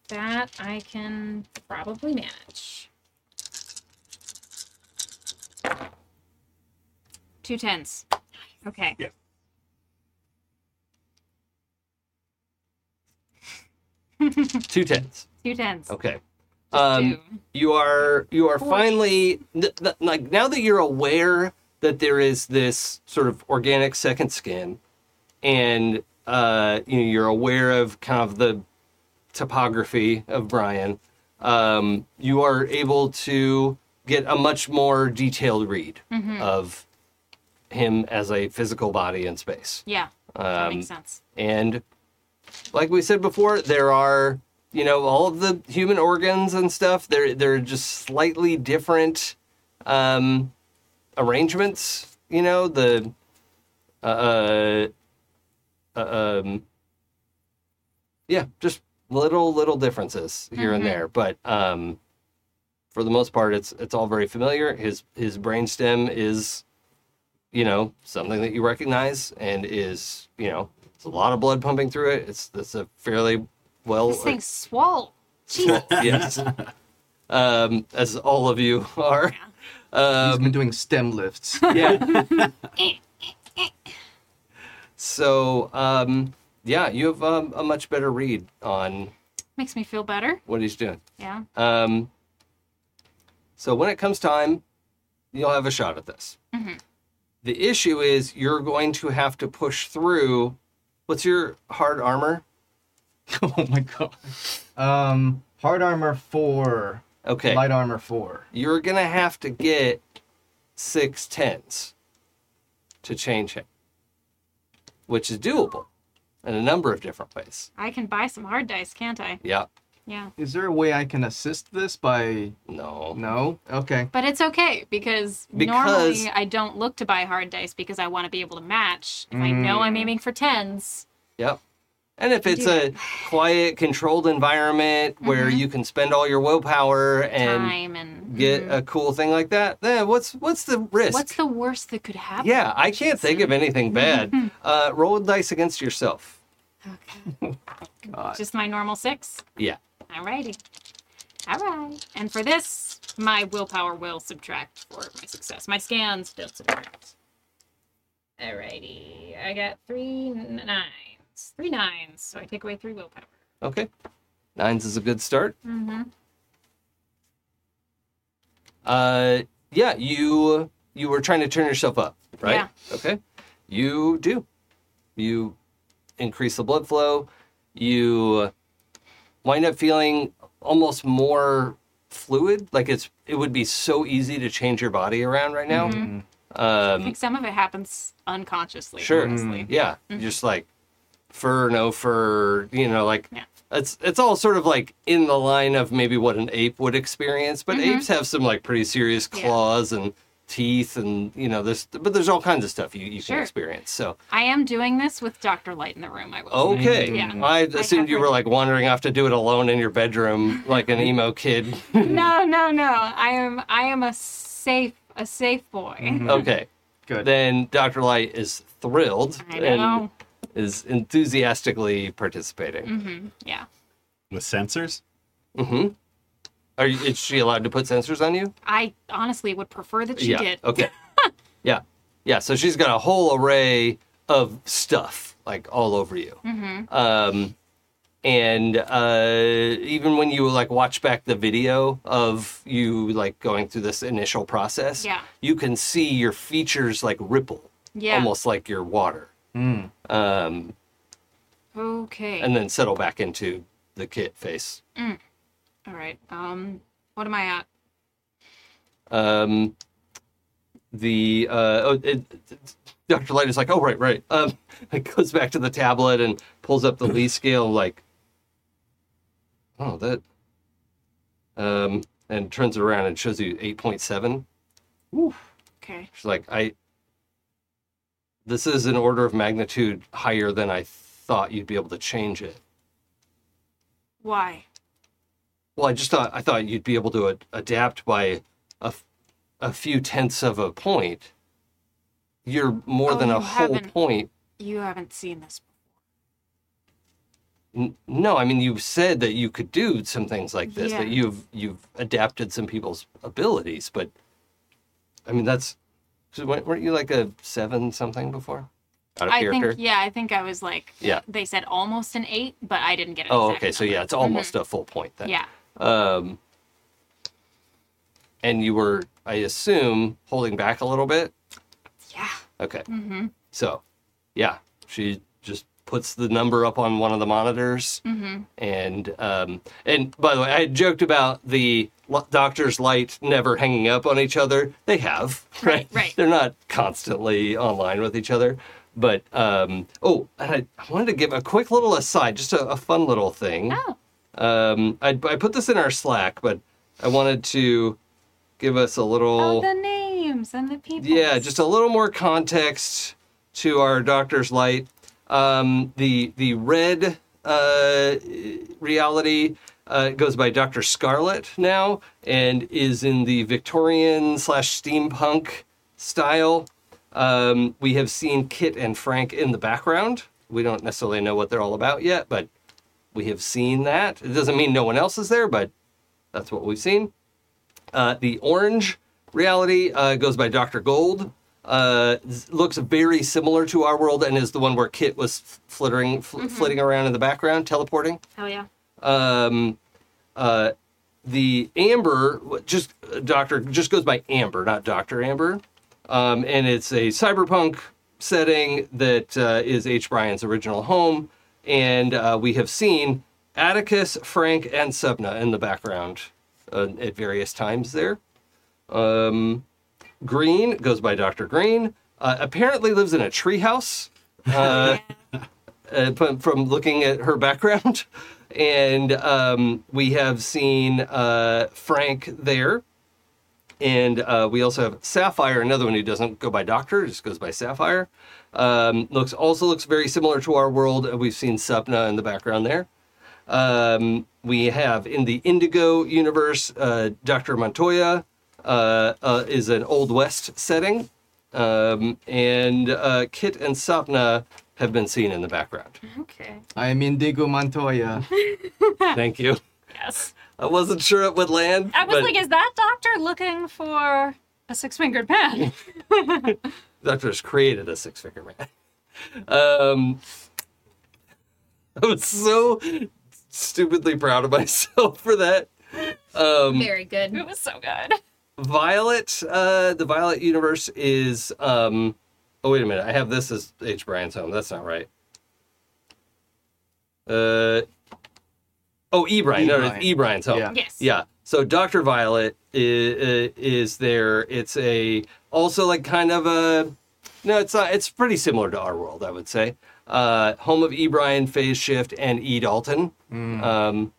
That I can probably manage. Two tens. Okay.
Yeah.
Two tens.
Two tens.
Okay. Um, you are you are finally th- th- like now that you're aware that there is this sort of organic second skin, and uh, you know you're aware of kind of the topography of Brian. Um, you are able to get a much more detailed read
Mm-hmm.
of him as a physical body in space.
Yeah, that
Um,
makes sense.
and like we said before, there are you know all of the human organs and stuff. They're they're just slightly different um, arrangements. You know the uh, uh, um, yeah, just little little differences here and there, but um, for the most part, it's it's all very familiar. His his brainstem is you know something that you recognize and is you know it's a lot of blood pumping through it it's it's a fairly well
This thing's swole. Jesus.
[laughs] yes um as all of you are
He's
um
been doing stem lifts.
yeah [laughs] so um yeah you have um, a much better read on
Makes me feel better.
what he's doing
Yeah.
um so when it comes time you'll have a shot at this the issue is you're going to have to push through what's your hard armor
oh my god. Um, hard armor four,
okay
light armor four.
you're gonna have to get six tens to change him, which is doable in a number of different ways.
I can buy some hard dice, can't I?
Yeah,
Yeah.
Is there a way I can assist this by?
no,
No. Okay.
But it's okay because,
Because-
normally I don't look to buy hard dice because I want to be able to match. If I
Mm.
know I'm aiming for tens,
Yep. And if it's a quiet, controlled environment where you can spend all your willpower and
Mm-hmm. time and
get
Mhm.
a cool thing like that, then what's what's the risk?
what's the worst that could happen?
yeah, I can't think of anything bad.
[laughs]
uh, roll dice against yourself.
Okay. Just my normal six.
Yeah.
Alrighty. Alright. And for this, my willpower will subtract for my success. My scans don't subtract. Alrighty. I got three n- nines. Three nines. So I take away three willpower.
Okay. Nines is a good start.
Mm-hmm.
Uh, yeah, you you were trying to turn yourself up, right?
Yeah.
Okay. You do. You increase the blood flow. You wind up feeling almost more fluid. Like it's it would be so easy to change your body around right now.
I
Um,
think some of it happens unconsciously.
sure. Mm.
Honestly. Mm-hmm.
Yeah. Just like fur, no fur. You know, like.
Yeah.
It's it's all sort of like in the line of maybe what an ape would experience, but apes have some like pretty serious
Mm-hmm. Yeah.
claws and teeth and you know there's but there's all kinds of stuff you, you
Sure.
can experience. So
I am doing this with Dr. Light in the room, I will.
Oh. okay,
Mm-hmm. Yeah.
I
have
assumed you were
heard-
like wandering off to do it alone in your bedroom like an
[laughs]
emo kid.
No, no, no. I am I am a safe a safe boy.
okay,
Good.
then Doctor Light is thrilled
I know. Mm-hmm.
and is enthusiastically participating.
Yeah.
With sensors?
Are you, is she allowed to put sensors on you?
I honestly would prefer that she
yeah.
did. [laughs]
Okay. yeah. Yeah. So she's got a whole array of stuff like all over you.
Mm-hmm.
Um, and uh, even when you like watch back the video of you like going through this initial process,
Yeah.
you can see your features like ripple,
Yeah.
almost like your water, um,
Okay.
and then settle back into the kit face.
All right. Um, what am I at?
um, the uh, oh, it, Dr. Light is like, oh right, right. Um, [laughs] it goes back to the tablet and pulls up the Lee scale, like, oh that, um, and turns it around and shows you eight point seven.
Okay.
She's like, I. This is an order of magnitude higher than I thought you'd be able to change it.
Why?
Well, I just thought I thought you'd be able to ad- adapt by a, f- a few tenths of a point. You're more
Oh,
than
you
a whole
haven't-
point.
You haven't seen this.
N- no, I mean you said that you could do some things like this. That
Yeah.
you've you've adapted some people's abilities, but I mean that's. 'cause weren't weren't you like a seven something before? Out of
I
character.
think. Yeah, I think I was like.
Yeah.
They said almost an eight, but I didn't get it.
Oh, okay. So yeah, it's almost a full point then.
Mm-hmm. Yeah.
Um, and you were, I assume, holding back a little bit.
Yeah. Mm-hmm.
Okay. So, yeah, she just puts the number up
Mm-hmm.
on one of the monitors, and um, and by the way, I had joked about the lo- doctors light never hanging up on each other. They have, [laughs] right?
right.
They're not constantly online with each other. But um, oh, and I, I wanted to give a quick little aside, just a, a fun little thing.
Oh.
Um, I, I put this in our Slack, but I wanted to give us a little.
Oh, the names and the people.
Yeah, just a little more context to our Doctor's Light. Um, the the red uh, reality uh, goes by Doctor Scarlet now, and is in the Victorian slash steampunk style. Um, we have seen Kit and Frank in the background. We don't necessarily know what they're all about yet, but we have seen that. It doesn't mean no one else is there, but that's what we've seen. Uh, the orange reality uh, goes by Dr. Gold. Uh, z- looks very similar to our world and is the one where Kit was f- flittering, fl- flitting around in the background, teleporting.
Oh yeah.
Um, uh, the Amber, just uh, Doctor, just goes by Amber, not Doctor Amber, um, and it's a cyberpunk setting that uh, is H. Bryan's original home, and uh, we have seen Atticus, Frank, and Subna in the background uh, at various times there. Um, Green goes by Doctor Green. Uh, apparently lives in a treehouse. Uh, uh, from, from looking at her background. [laughs] And um, we have seen uh, Frank there. And uh, we also have Sapphire, another one who doesn't go by Doctor, just goes by Sapphire. Um, looks also looks very similar to our world. Uh, We've seen Supna in the background there. Um, we have in the Indigo universe, uh, Dr. Montoya uh, uh, is an Old West setting, um, and uh, Kit and Sapna have been seen in the background.
Okay.
I am Indigo
[laughs]
Montoya.
Thank you.
Yes.
I wasn't sure it would land.
I was
but
like, is that doctor looking for a six-fingered man?
Doctor's created a six figure man. Um, I was so stupidly proud of myself for that. Um,
Very [laughs] good.
it was so good.
Violet, uh, the Violet universe is. Um, oh wait a minute, I have this as H. Brian's home. That's not right. Uh, oh, E. Brian. No, it's E. Brian's home.
Yeah.
Yes.
Yeah. So Doctor Violet is, is there. It's a also like kind of a. No, it's not. It's pretty similar to our world, I would say. Uh, home of E. Brian, Phase Shift, and E. Dalton. Um,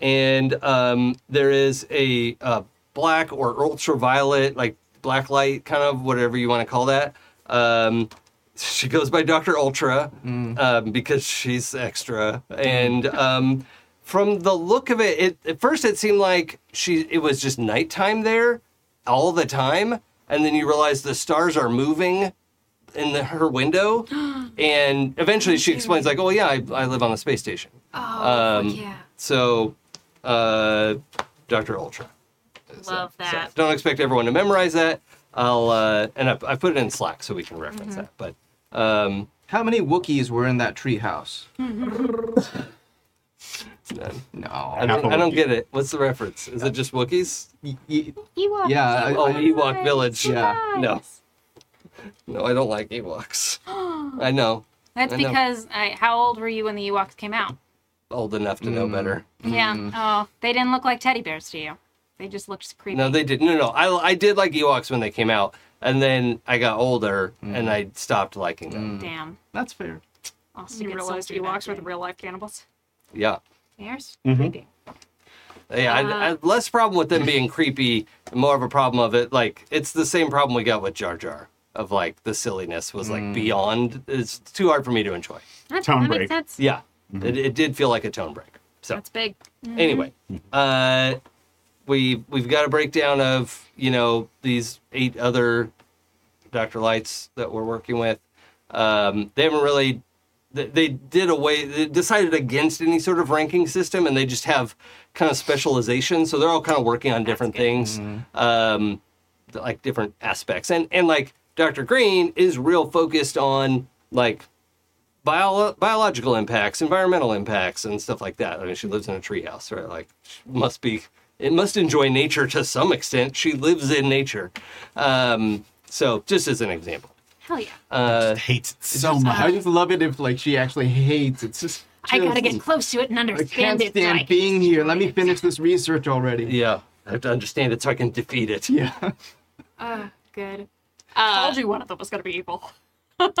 and um, there is a, uh black or ultraviolet, like black light, kind of whatever you want to call that. Um, she goes by Doctor Ultra um, because she's extra, and um, from the look of it, it, at first it seemed like she it was just nighttime there all the time, and then you realize the stars are moving in the, her window, and eventually she explains like, "Oh yeah, I, I live on the space station."
Oh
Um,
yeah.
So, uh, Doctor Ultra.
Love
So
that.
don't expect everyone to memorize that. I'll uh, and I, I put it in Slack so we can reference that. But um,
How many Wookiees were in that treehouse?
I
no.
don't,
Apple
I don't
Wookiee.
get it. What's the reference? Is it just Wookiees?
Y- y-
Ewok.
Yeah, I-
Oh,
I-
Ewok Village.
Yeah.
No, no, I don't like Ewoks. I know,
That's
I know.
because I, how old were you when the Ewoks came out?
old enough to know better.
Yeah. Oh, they didn't look like teddy bears to you. They just looked creepy.
No, they didn't. No, no, I, I did like Ewoks when they came out, and then I got older and I stopped liking
Mm.
them.
Damn.
That's fair.
Also,
You realized Ewoks were the real-life cannibals.
Yeah.
bears.
Yeah, I, I, less problem with them being creepy, more of a problem of it. Like it's the same problem we got with Jar Jar of like the silliness was like beyond. It's too hard for me to enjoy.
That,
Tone
that
break.
makes sense.
Yeah, it, it did feel like a tone break. So
That's big. Mm-hmm.
anyway, uh, we we've got a breakdown of you know these eight other Doctor Lights that we're working with. Um, they haven't really they, they did away they decided against any sort of ranking system, and they just have kind of specialization. So they're all kind of working on different things, um, th- like different aspects. And and like Doctor Green is real focused on like bio- biological impacts, environmental impacts, and stuff like that. I mean, she lives in a treehouse, right? Like, she must be, it must enjoy nature to some extent. She lives in nature. Um, so, just as an example.
Hell yeah.
Uh,
Hates it so
I
much.
just love it if like she actually hates it. It's just
I gotta get close to it and
I
understand
can't
it.
stand
like-
being here. Let me finish this research already.
yeah. I have to understand it so I can defeat it.
Yeah.
Oh, good.
I
Uh,
told you one of them was going to be evil.
[laughs]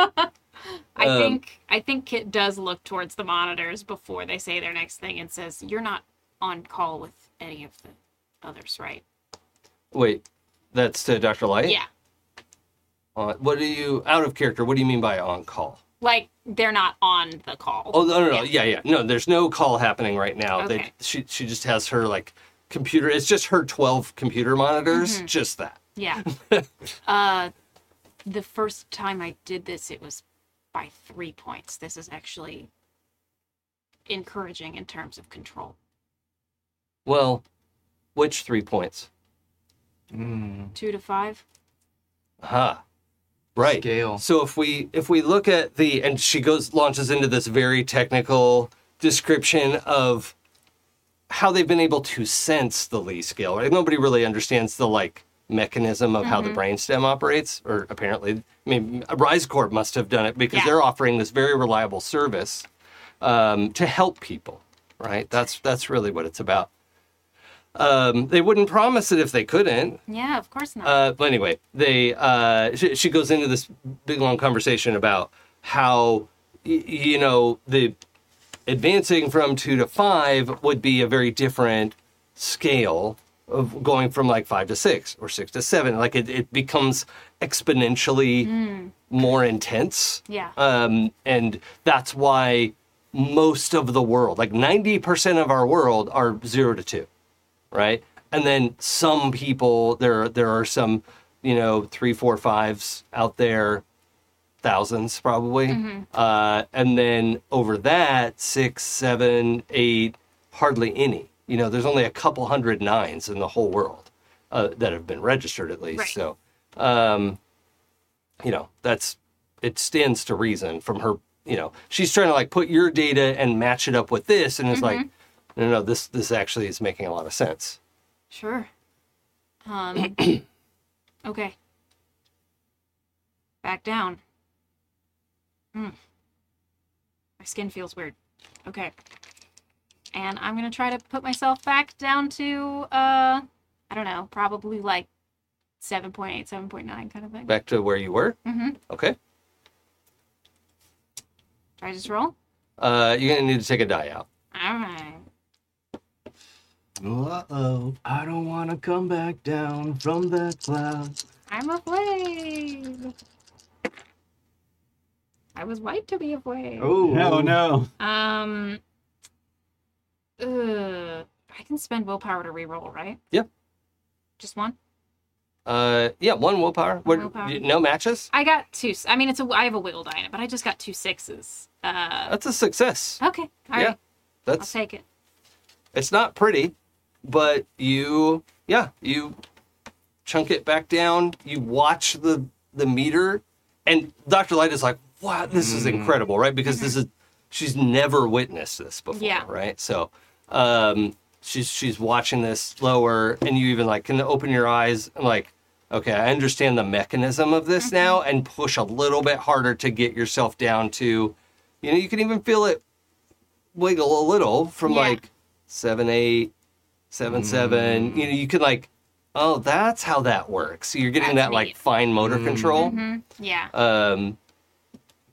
I
Um,
think I think Kit does look towards the monitors before they say their next thing and says, "You're not on call with any of the others, right?"
Wait, that's to Dr. Light?
Yeah,
On, what do you, out of character, what do you mean by on call?
like they're not on the call.
Oh, no, no, no. Yeah, yeah. No, there's no call happening right now. They,
Okay.
she, she just has her, like, computer. It's just her 12 computer monitors.
Mm-hmm.
Just that. [laughs]
Yeah. uh, the first time I did this, it was by three points. This is actually encouraging in terms of control.
Well, which three points?
Mm.
Two to five.
Aha. Right.
Scale.
So if we if we look at the and she goes launches into this very technical description of how they've been able to sense the Lee scale. Right? Nobody really understands the like mechanism of how the brainstem operates, or apparently, I mean, Rise Corp must have done it because
Yeah.
they're offering this very reliable service um, to help people. Right? That's that's really what it's about. Um, they wouldn't promise it if they couldn't.
Yeah, of course not.
Uh, but anyway, they uh, she, she goes into this big long conversation about how y- you know the advancing from two to five would be a very different scale of going from like five to six or six to seven. Like it, it becomes exponentially more intense.
Yeah.
Um, and that's why most of the world, like 90% of our world, are zero to two right? And then some people there there are some, you know, three, four, fives out there, thousands probably. Uh, and then over that, six, seven, eight, hardly any. You know, there's only a couple hundred nines in the whole world uh, that have been registered at least.
Right.
So, um, you know, that's it stands to reason from her. You know, she's trying to like put your data and match it up with this, and it's like,
Mm-hmm.
no, no, this this actually is making a lot of sense.
sure. Um. okay. Back down. Hmm. My skin feels weird. Okay. And I'm gonna try to put myself back down to uh, I don't know, probably like 7.8, 7.9 kind of thing.
Back to where you were.
Mm-hmm.
Okay.
Do I just roll?
Uh, you're gonna need to take a die out.
All right.
Uh oh.
I don't want to come back down from that cloud.
I'm afraid. I was right to be afraid.
Oh
No, no. [laughs]
Um. Ugh, I can spend willpower to reroll, right?
Yep.
Just one.
Uh, yeah, one willpower. What,
willpower.
you- No matches.
I got two. s- I mean, it's a. I have a wiggle die in it, but I just got two sixes. Uh.
That's a success.
Okay. All right.
yeah,
I'll
that's
take it.
it's not pretty, but you yeah you chunk it back down. You watch the the meter, and Doctor Light is like, wow, this is incredible, right? Because this is she's never witnessed this before,
Yeah.
right? So, um, she's she's watching this lower, and you even like can open your eyes and like. Okay, I understand the mechanism of this now and push a little bit harder to get yourself down to, you know, you can even feel it wiggle a little from
Yeah.
like seven, eight, seven, seven. You know, you could like, oh, that's how that works. So you're getting
That's
that like
neat. Mm-hmm.
fine motor control.
Yeah.
Um,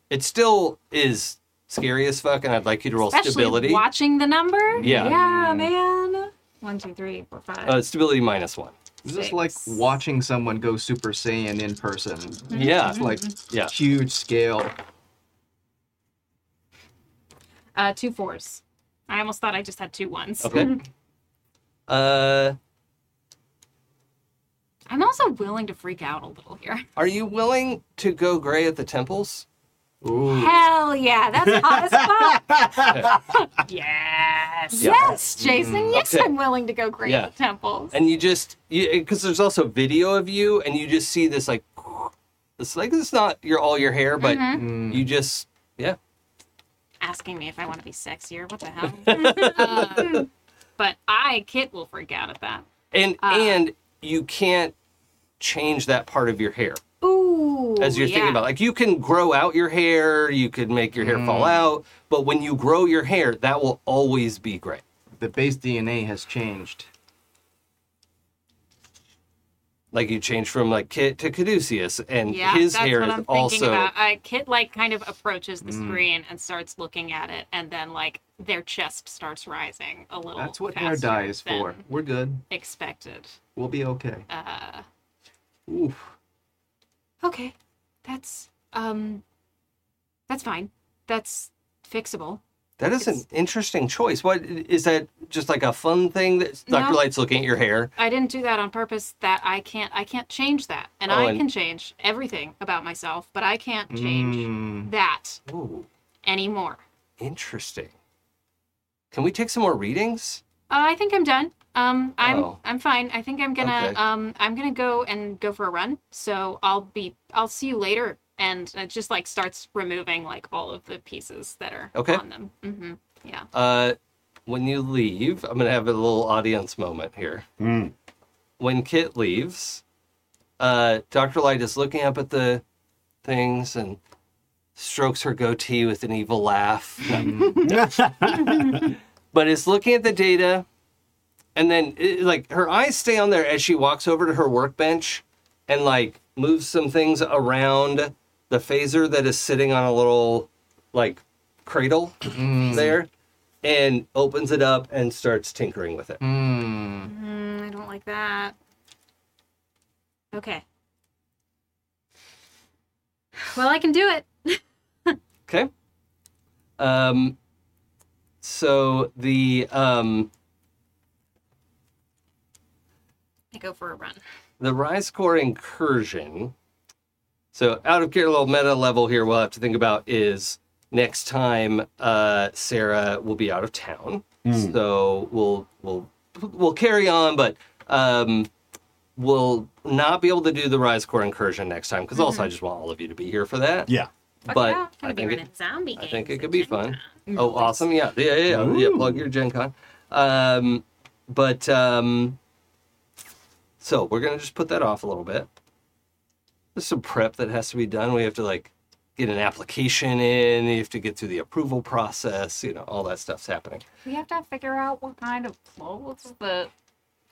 it still is scary as fuck, and I'd like you to roll
Especially
stability.
watching the number.
Yeah.
Yeah, man. One, two, three, four, five.
Uh, stability minus one.
Is this like
Six.
watching someone go Super Saiyan in person?
Mm-hmm.
Yeah,
It's like
yeah.
huge scale.
Uh, two fours. I almost thought I just had two ones.
Okay. Uh,
I'm also willing to freak out a little here. [laughs]
are you willing to go gray at the temples?
Ooh.
Hell yeah,
[laughs]
that's hot as fuck. yes.
Yeah.
Yes, Jason. Yes,
Okay.
I'm willing to go great
Yeah.
with temples.
and you just because there's also video of you and you just see this like it's like it's not your all your hair but
Mm-hmm.
you just yeah
Asking me if I want to be sexier.
[laughs]
What the [laughs] hell? Uh, but I, Kit, will freak out at that.
and
Ah.
and you can't change that part of your hair
Ooh.
as you're thinking
yeah.
about like you can grow out your hair you could make your hair fall out but when you grow your hair that will always be gray
The base DNA has changed.
Like you change from like Kit to Caduceus, and
Yeah,
his
that's
hair
what
is
I'm thinking
also Mm.
about. Uh, Kit like kind of approaches the screen and starts looking at it, and then like their chest starts rising a little.
That's what hair
faster
dye is for.
than
We're good.
Expected.
We'll be okay.
Uh,
Oof.
okay, that's um, that's fine. That's fixable.
That is an interesting choice. What is that? Just like a fun thing that Doctor
No.
Light's looking at your hair.
I didn't do that on purpose. That I can't. I can't change that, and
Oh,
I
and-
can change everything about myself, but I can't change
Mm.
that
Ooh,
anymore.
interesting. Can we take some more readings?
Uh, I think I'm done. Um, I'm
Oh.
I'm fine. I think I'm gonna
Okay.
um I'm gonna go and go for a run. So I'll be I'll see you later. And it just like starts removing like all of the pieces that are
Okay.
on them. hmm Yeah.
Uh, when you leave, I'm gonna have a little audience moment here.
Mm.
When Kit leaves, uh, Doctor Light is looking up at the things and strokes her goatee with an evil laugh. but is looking at the data and then it, like her eyes stay on there as she walks over to her workbench and like moves some things around the phaser that is sitting on a little like cradle there and opens it up and starts tinkering with it
Mm.
Mm, I don't like that. Okay. Well, I can do it.
okay um so the um
I go for a run.
the rise core incursion so out of care little meta level here we'll have to think about is next time uh sarah will be out of town so we'll we'll we'll carry on but um we'll not be able to do the rise core incursion next time because also i just want all of you to be here for that
Yeah.
but
yeah, gonna
i
be
think it,
running zombie
I think
games
it could
at
be
Gen
fun.
Con.
Oh, awesome! Yeah, yeah, yeah, yeah. yeah plug your Gen Con. Um, but um, so we're gonna just put that off a little bit. There's some prep that has to be done. We have to like get an application in. You have to get through the approval process. You know, all that stuff's happening.
We have to figure out what kind of clothes that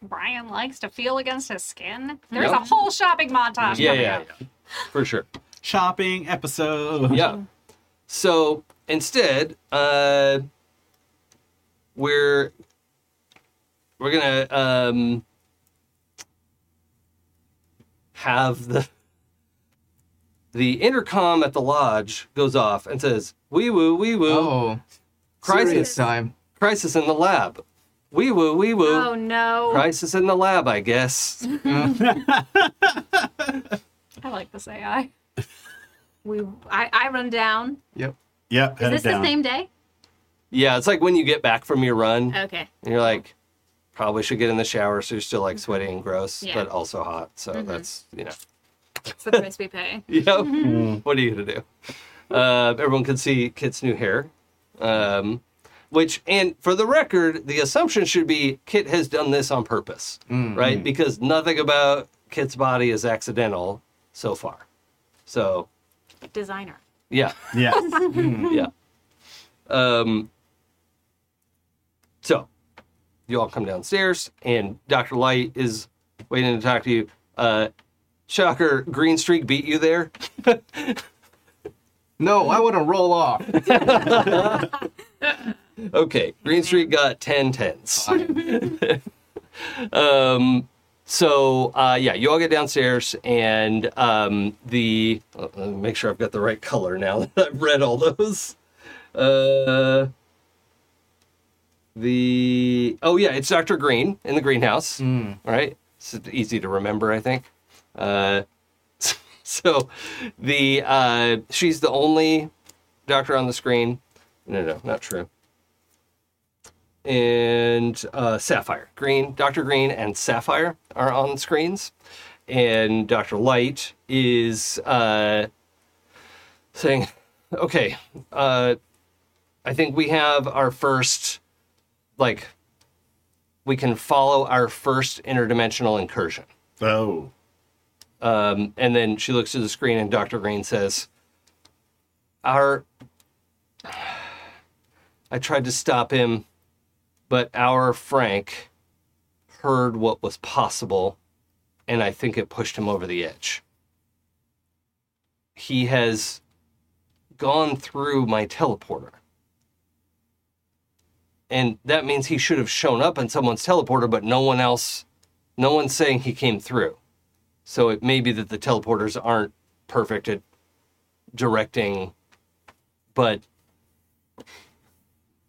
Brian likes to feel against his skin. There's
Yep.
a whole shopping montage.
Yeah,
coming
yeah,
up.
yeah. for sure.
Shopping episode.
Yeah. So instead, uh, we're we're gonna um, have the the intercom at the lodge goes off and says, "Wee woo, wee woo,
Oh,
Crisis.
serious time.
crisis in the lab, wee woo, wee woo,
Oh no.
crisis in the lab." I guess. [laughs]
I like this AI.
We I, I run down.
Yep.
Yep.
Is
Head
this
it
the
down.
same day?
yeah, it's like when you get back from your run
Okay.
and you're like. Probably should get in the shower so you're still like sweaty and gross,
Yeah.
but also hot. So that's, you know.
That's the price we pay.
[laughs] Yep. What are you gonna do? Uh, everyone can see Kit's new hair, um, which, and for the record, the assumption should be Kit has done this on purpose, right? Because nothing about Kit's body is accidental so far. So,
Designer.
yeah,
Yeah.
[laughs] yeah. Mm-hmm. Um, so, you all come downstairs, and Doctor Light is waiting to talk to you. Uh, shocker, Green Streak beat you there.
No, I want to roll off.
Okay, Green Street got 10 tens. [laughs] um, so, uh, yeah, you all get downstairs, and um, the. uh, Let me make sure I've got the right color now that I've read all those. Uh, the. Oh, yeah, it's Dr. Green in the greenhouse. Right? It's easy to remember, I think. Uh, [laughs] so, the uh, she's the only doctor on the screen. No, no, not true and uh, Sapphire. Green, Dr. Green, and Sapphire are on screens. And Dr. Light is uh, saying, [laughs] okay, uh, I think we have our first, like, we can follow our first interdimensional incursion.
Oh.
Um, and then she looks to the screen, and Dr. Green says, Our. [sighs] I tried to stop him, but our Frank heard what was possible and I think it pushed him over the edge. He has gone through my teleporter. And that means he should have shown up in someone's teleporter, but no one else, no one's saying he came through. So it may be that the teleporters aren't perfect at directing, but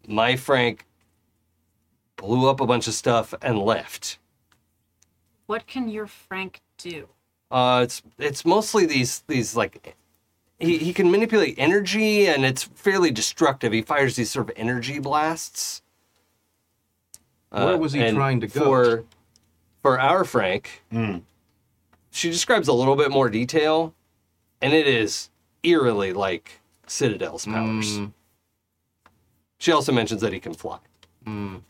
my Frank blew up a bunch of stuff and left.
What can your Frank do?
Uh, it's it's mostly these these like he, he can manipulate energy and it's fairly destructive. He fires these sort of energy blasts. Uh,
Where was he
and
trying to go? Hmm.
For for our Frank,
Mm.
she describes a little bit more detail, and it is eerily like Citadel's powers.
Mm,
She also mentions that he can fly.
mm.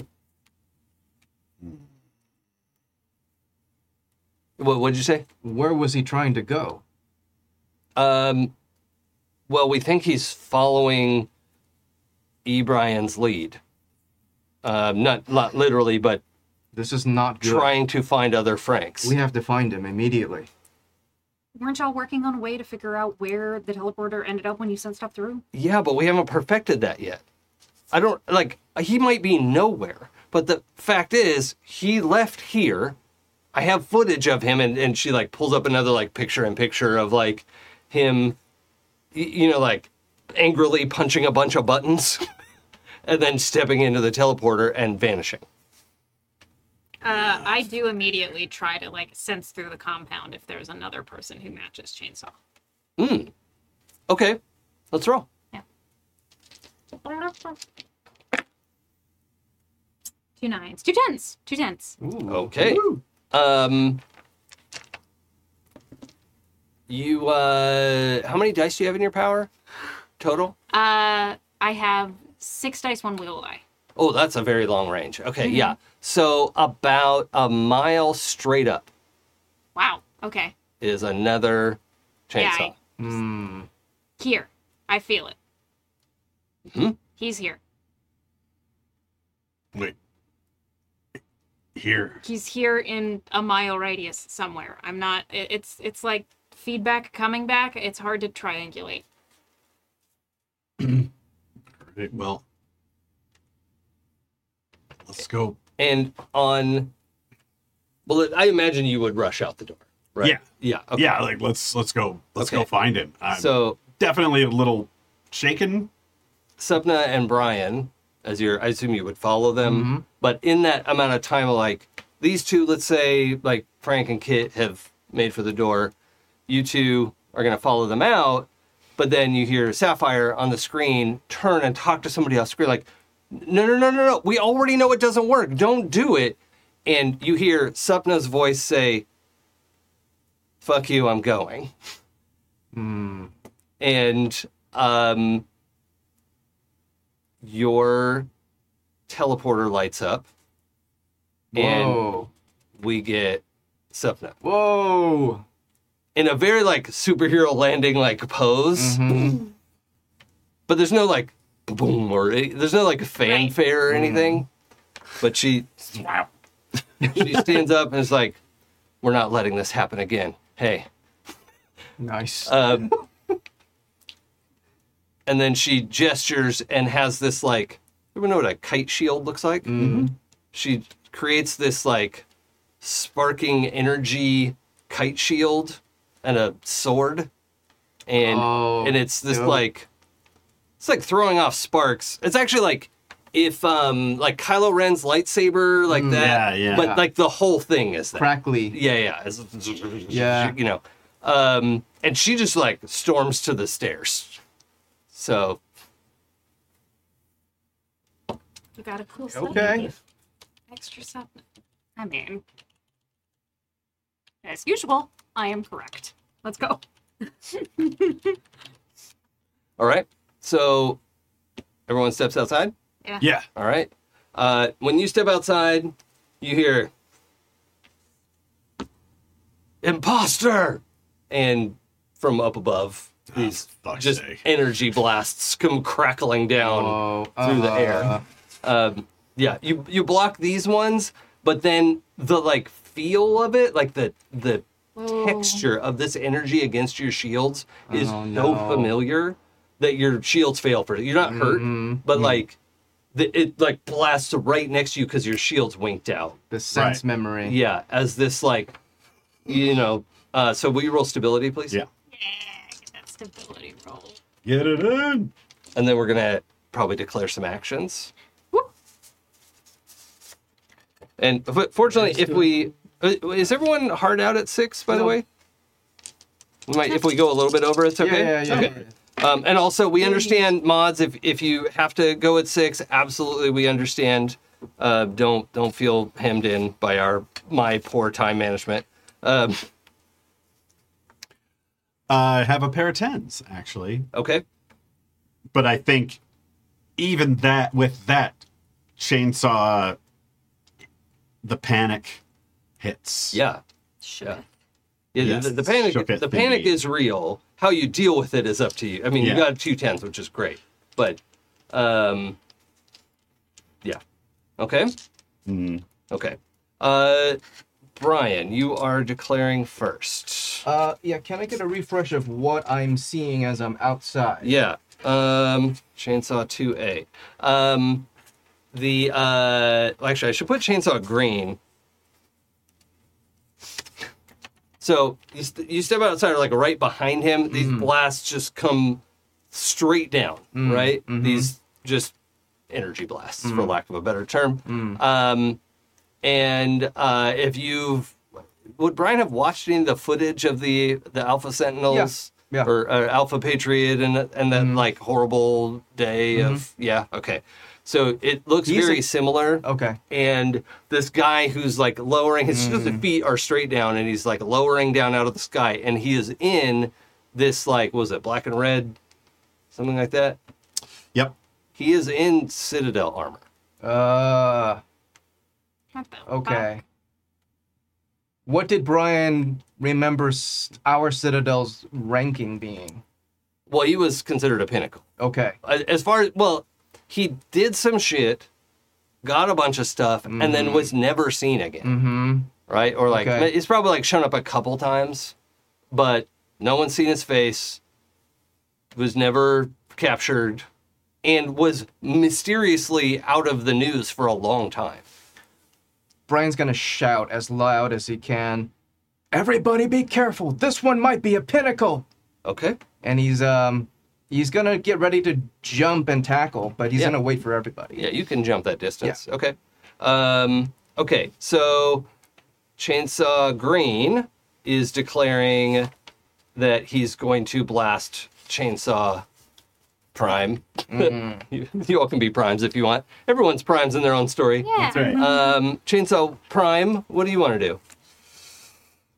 What would you say?
Where was he trying to go?
Um, well, we think he's following E. Brian's lead. Um, not, not literally, but
This is not good.
trying to find other Franks.
We have to find him immediately.
Weren't y'all working on a way to figure out where the teleporter ended up when you sent stuff through?
yeah, but we haven't perfected that yet. I don't like he might be nowhere, but the fact is he left here. I have footage of him, and, and she like pulls up another like picture in picture of like him, y- you know, like angrily punching a bunch of buttons, [laughs] and then stepping into the teleporter and vanishing.
Uh, I do immediately try to like sense through the compound if there's another person who matches Chainsaw.
Okay, let's roll.
Two nines, two tens, two tens.
Okay. Um, you uh, how many dice do you have in your power total?
Uh, I have six dice, one wiggle die.
Oh, that's a very long range. Okay,
Mm-hmm.
yeah. So about a mile straight up
Wow. Okay.
is another
Yeah,
chainsaw.
Mm.
Here, I feel it.
Hmm?
He's here.
Wait. Here.
He's here in a mile radius somewhere. I'm not. it- It's it's like feedback coming back. It's hard to triangulate.
Right, well, let's go.
And on, well, I imagine you would rush out the door, right?
Yeah.
Yeah. Okay.
Yeah, like let's let's go. Let's go
Okay.
find him. I'm
So
definitely a little shaken.
Subna and Brian, as your, I assume you would follow them. But in that amount of time, like these two, let's say, like Frank and Kit have made for the door, you two are going to follow them out. But then you hear Sapphire on the screen turn and talk to somebody else. Screen like, no, no, no, no, no. We already know it doesn't work. Don't do it. And you hear Supna's voice say, "Fuck you, I'm going."
Hmm.
And um, your teleporter lights up and
Whoa.
we get Supna
Whoa.
in a very like superhero landing like pose.
Mm-hmm.
[laughs] But there's no like boom or any- there's no like fanfare or anything. But she
Wow.
she stands up and is like, "We're not letting this happen again." Hey,
Nice.
Um, and then she gestures and has this like, you know what a kite shield looks like?
Mm-hmm.
She creates this like sparking energy kite shield and a sword, and
Oh,
and it's this
dope.
like, it's like throwing off sparks. It's actually like if um like Kylo Ren's lightsaber like that,
Mm, yeah, yeah.
but like the whole thing is that
Crackly.
yeah, yeah. It's- [laughs]
Yeah.
You know. Um, and she just like storms to the stairs. So
You got a cool stuff.
Okay.
Extra stuff.
I mean, as usual, I am correct. Let's go.
all right. So everyone steps outside.
Yeah.
All right. Uh, when you step outside, you hear imposter, and from up above, these
Oh, fuck's
just
sake.
energy blasts come crackling down.
Whoa.
through the
uh,
air. Um, yeah, you you block these ones, but then the like feel of it, like the the texture of this energy against your shields is
Oh,
so
no.
familiar that your shields fail for it. You're not hurt,
Mhm.
but like the, it like blasts right next to you because your shield's winked out.
The sense
Right.
memory.
Yeah, as this like, you know. Uh, so will you roll stability, please?
Yeah.
That stability roll.
Get it in.
And then we're gonna probably declare some actions. And but fortunately, if we uh, is everyone hard out at six, by the
No.
way. We might, if we go a little bit over, it's
Yeah,
okay.
yeah, yeah.
Okay. Um, and also, we understand mods. If if you have to go at six, absolutely, we understand. Uh, don't don't feel hemmed in by our my poor time management. Um,
I have a pair of tens actually,
okay.
but I think even that with that chainsaw, the panic hits.
Yeah. Yeah. Yeah, the-
Yes,
the, the panic
shook it
the panic
thingy.
is real. How you deal with it is up to you. I mean, you
Yeah.
got two tens, which is great, but um, yeah, okay,
Mm.
okay. Uh, Brian, you are declaring first.
Uh, yeah. Can I get a refresh of what I'm seeing as I'm outside?
Yeah. Um, chainsaw 2A. Um, the uh, well, actually, I should put chainsaw green. So you, st- you step outside, like right behind him. These blasts just come straight down, right? These just energy blasts, for lack of a better term. Um, and uh, if you've would Brian have watched any of the footage of the the Alpha Sentinels
Yeah. Mm-hmm.
or uh, Alpha Patriot and and that like horrible day of yeah okay, so it looks
He's
very
a-
similar.
Okay.
And this guy who's like lowering his
Mm-hmm.
his [laughs] feet are straight down and he's like lowering down out of the sky and he is in this like what was it black and red something like that
Yep.
he is in citadel armor
Uh.
Not that
Okay. What did Brian remember s- our Citadel's ranking being?
well he was considered a pinnacle
Okay.
as far as well, he did some shit, got a bunch of stuff, and then was never seen again.
Mm-hmm.
Right? Or like
Okay.
it's probably like shown up a couple times, but no one's seen his face. Was never captured, and was mysteriously out of the news for a long time.
Brian's gonna shout as loud as he can. Everybody, be careful! This one might be a pinnacle.
Okay.
And he's um, he's gonna get ready to jump and tackle, but he's
Yeah.
gonna wait for everybody.
Yeah, you can jump that distance. Okay. Um, okay, so Chainsaw Green is declaring that he's going to blast Chainsaw Prime. [laughs] you, you all can be primes if you want. Everyone's primes in their own story.
Yeah.
right.
Um, Chainsaw Prime, what do you want to do?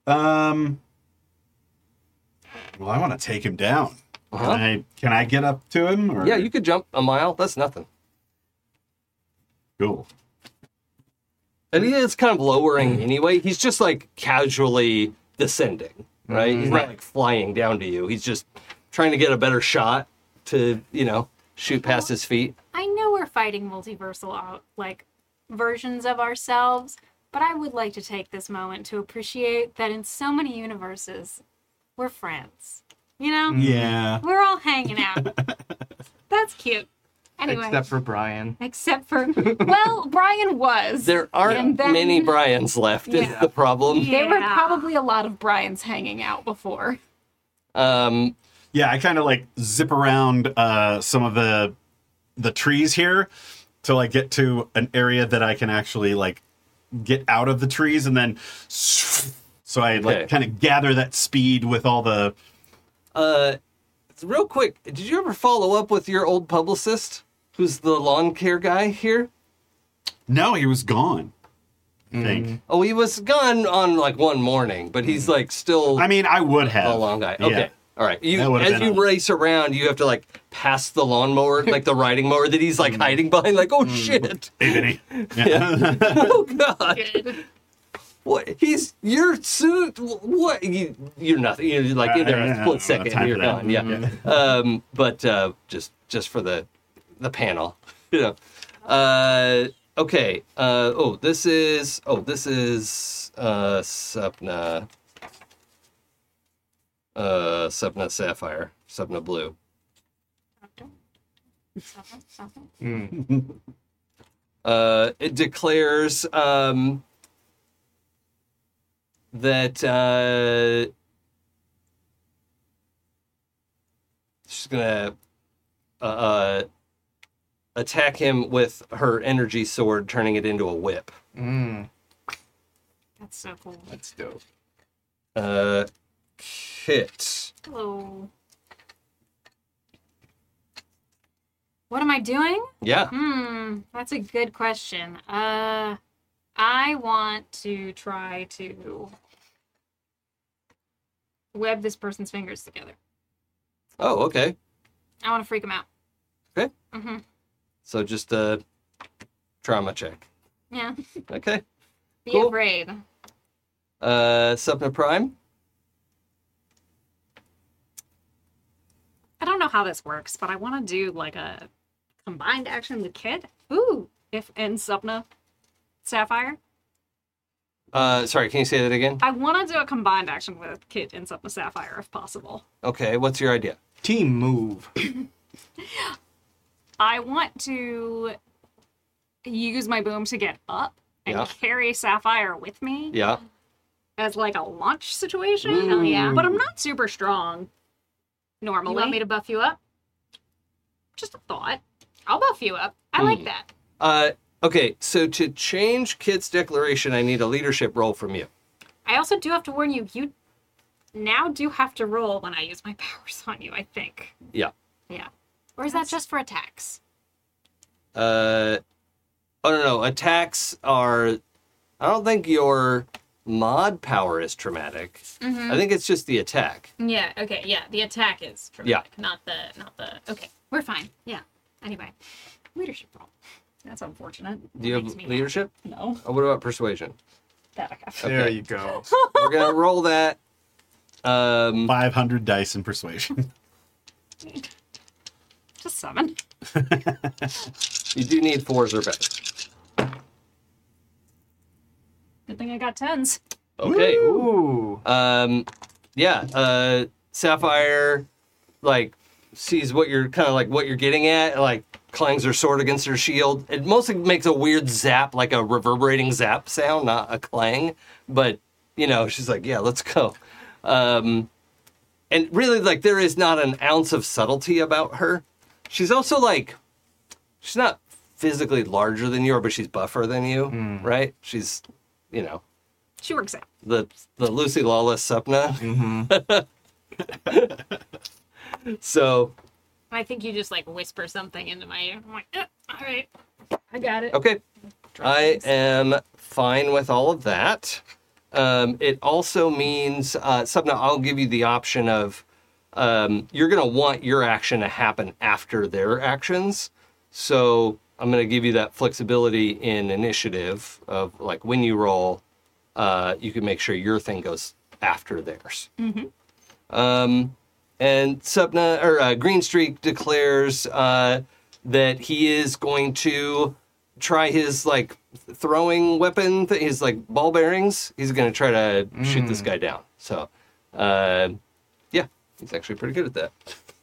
Um. Well, I want to take him down.
Uh-huh.
Can I? Can I get up to him? Or?
Yeah, you could jump a mile. That's nothing.
Cool.
And he is kind of lowering anyway. He's just like casually descending, right? He's not like flying down to you. He's just trying to get a better shot to, you know, shoot past his feet.
I know we're fighting multiversal uh, like versions of ourselves, but I would like to take this moment to appreciate that in so many universes, we're friends. You know,
Mm-hmm.
Yeah.
we're all hanging
[laughs]
out. That's cute. Anyway,
Except for Brian.
except for well, Brian was.
There aren't
And then-
many Brians left, is
Yeah.
the problem.
There were
Yeah.
probably a lot of Brian's hanging out before.
Um,
Yeah, I kind of like zip around uh, some of the the trees here till I get to an area that I can actually like get out of the trees, and then so I like
Okay.
kind of gather that speed with all the.
uh, real quick, did you ever follow up with your old publicist who's the lawn care guy here?
No, he was gone. I think.
Oh, he was gone on like one morning, but he's like still.
I mean, I would have.
Oh, long guy.
Yeah.
Okay. All right. You,
That would've
as
been
you
a-
race around, you have to like pass the lawnmower, like the riding mower that he's
[laughs] Mm.
like hiding behind. Like, oh shit! [laughs]
Hey, Vinny. Yeah. [laughs]
Oh god! What? He's you're soon. What? You, you're nothing. You're like in there
I- I- I
a
don't have
split second.
Uh, time
You're
for that. Mm-hmm.
gone. Yeah. [laughs] [laughs] Um. But uh, just just for the the panel, you know. Uh. Okay. Uh, oh, this is. Oh, this is uh, Supna. Uh, Supna Sapphire. Supna Blue.
Mm,
Uh, it declares um, that uh, she's gonna uh, uh, attack him with her energy sword, turning it into a whip.
Mm,
That's so cool.
that's dope.
Uh, kit.
Hello. What am I doing?
Yeah.
Hmm, that's a good question. Uh, I want to try to web this person's fingers together.
Oh, okay.
I want to freak him out.
Okay.
Mm-hmm.
So just a trauma check.
Yeah.
Okay.
Be
Cool.
afraid.
Uh, Subna Prime.
I don't know how this works, but I want to do like a combined action with Kid. Ooh, if and Supna Sapphire.
Uh, sorry, can you say that again?
I want to do a combined action with Kid and Supna Sapphire if possible.
Okay, what's your idea?
Team move.
I want to use my boom to get up and
Yeah.
carry Sapphire with me
Yeah.
as like a launch situation.
Hell yeah.
But I'm not super strong
You
normally.
want me to buff you up?
Just a thought.
I'll buff you up. I like that.
Uh, okay, so to change Kit's declaration, I need a leadership role from you.
I also do have to warn you, you now do have to roll when I use my [laughs] powers on you, I think.
Yeah.
Yeah.
Or is that just for attacks?
Uh, oh no, no, attacks are. I don't think your mod power is traumatic.
Mm-hmm.
I think it's just the attack.
Yeah. Okay. Yeah. The attack is
traumatic,
Not the. Not the. Okay. We're fine. Yeah. Anyway,
Leadership roll. That's unfortunate.
Do you have
Makes me mad.
leadership?
No.
Or what about persuasion?
That I
Uh,
[laughs]
have.
There you go.
We're gonna roll that. Um,
500 dice in persuasion. [laughs]
Just seven.
you do need fours or better.
Good thing I got tens.
Okay.
Ooh.
um yeah uh sapphire like sees what you're kind of like what you're getting at and, like clangs her sword against her shield it mostly makes a weird zap like a reverberating zap sound not a clang but you know she's like yeah let's go um and really like there is not an ounce of subtlety about her she's also like she's not physically larger than you are but she's buffer than you right she's you know
She works out.
the the Lucy Lawless Supna.
Mm-hmm.
so
I think you just like whisper something into my ear. I'm like, "Eh, all right, I got it.
okay, I am fine with all of that. Um, it also means uh, Supna. I'll give you the option of um, you're going to want your action to happen after their actions. So I'm going to give you that flexibility in initiative of like when you roll, uh, you can make sure your thing goes after theirs. Um, and Subna or uh, Green Streak declares uh, that he is going to try his like throwing weapon, th- his like ball bearings. He's going to try to shoot this guy down. So, uh, yeah, he's actually pretty good at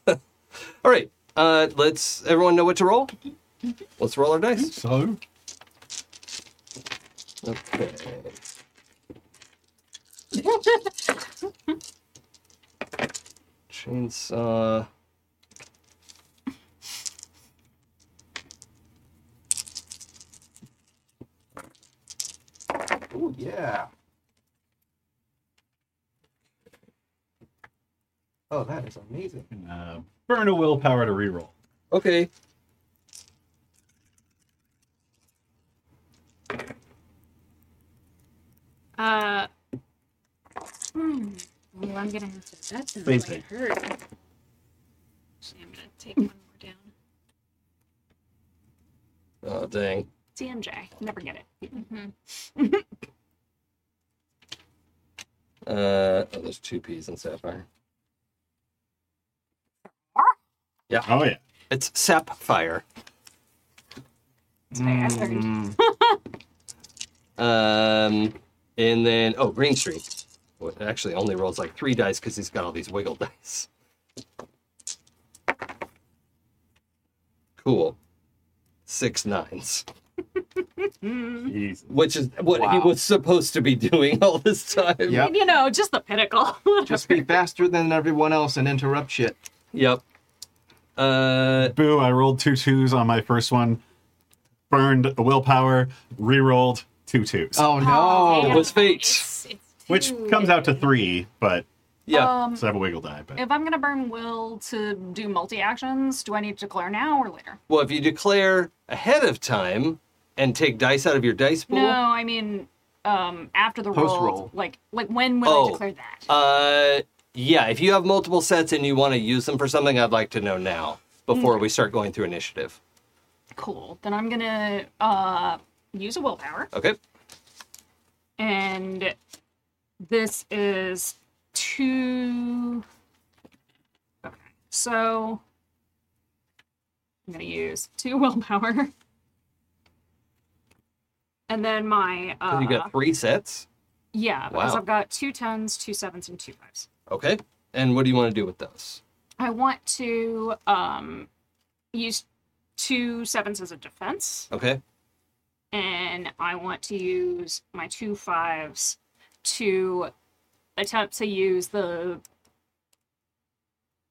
that. [laughs] All right, uh, let's everyone know what to roll. Let's roll our dice.
so,
Okay. Chainsaw.
Ooh, yeah. Oh, that is amazing.
uh, burn a willpower to reroll.
Okay.
Uh, hmm. Ooh, I'm gonna have to. That sounds
Please
like it
do.
hurt. Actually, I'm gonna take one more down.
Oh dang.
CMJ. Never get it.
Uh, oh, there's two peas in sapphire.
Oh, yeah.
It's sapphire.
today. I figured.
Mm,
Um, and then oh, Green Street. Well, it actually only rolls like three dice because he's got all these wiggle [laughs] dice. Cool. Six nines,
Jesus.
which is what he
Wow.
was supposed to be doing [laughs] all this time.
Yep.
You know, just the pinnacle.
Just be faster than everyone else and interrupt shit.
Yep. Uh,
Boo, I rolled two twos on my first one. Burned a willpower, re-rolled two twos.
Oh
it
no!
was fate.
[laughs] It's, it's
Which
too-
comes out to three, but
Yeah.
Um,
so I have a wiggle die, but
if I'm gonna burn will to do multi actions, do I need to declare now or later?
Well, if you declare ahead of time and take dice out of your dice pool,
No, I mean um after the roll,
Post-roll.
Like like when will
Oh.
I declare that?
Uh, yeah. If you have multiple sets and you want to use them for something, I'd like to know now before we start going through initiative.
Cool. Then I'm gonna uh use a willpower.
Okay.
And this is two Okay. So I'm gonna use two [laughs] willpower. And then my uh
'Cause you got three sets.
Yeah, because
Wow.
I've got two tens, two sevens, and two fives.
Okay. And what do you want to do with those?
I want to um use two sevens as a defense,
Okay.
and I want to use my two fives to attempt to use the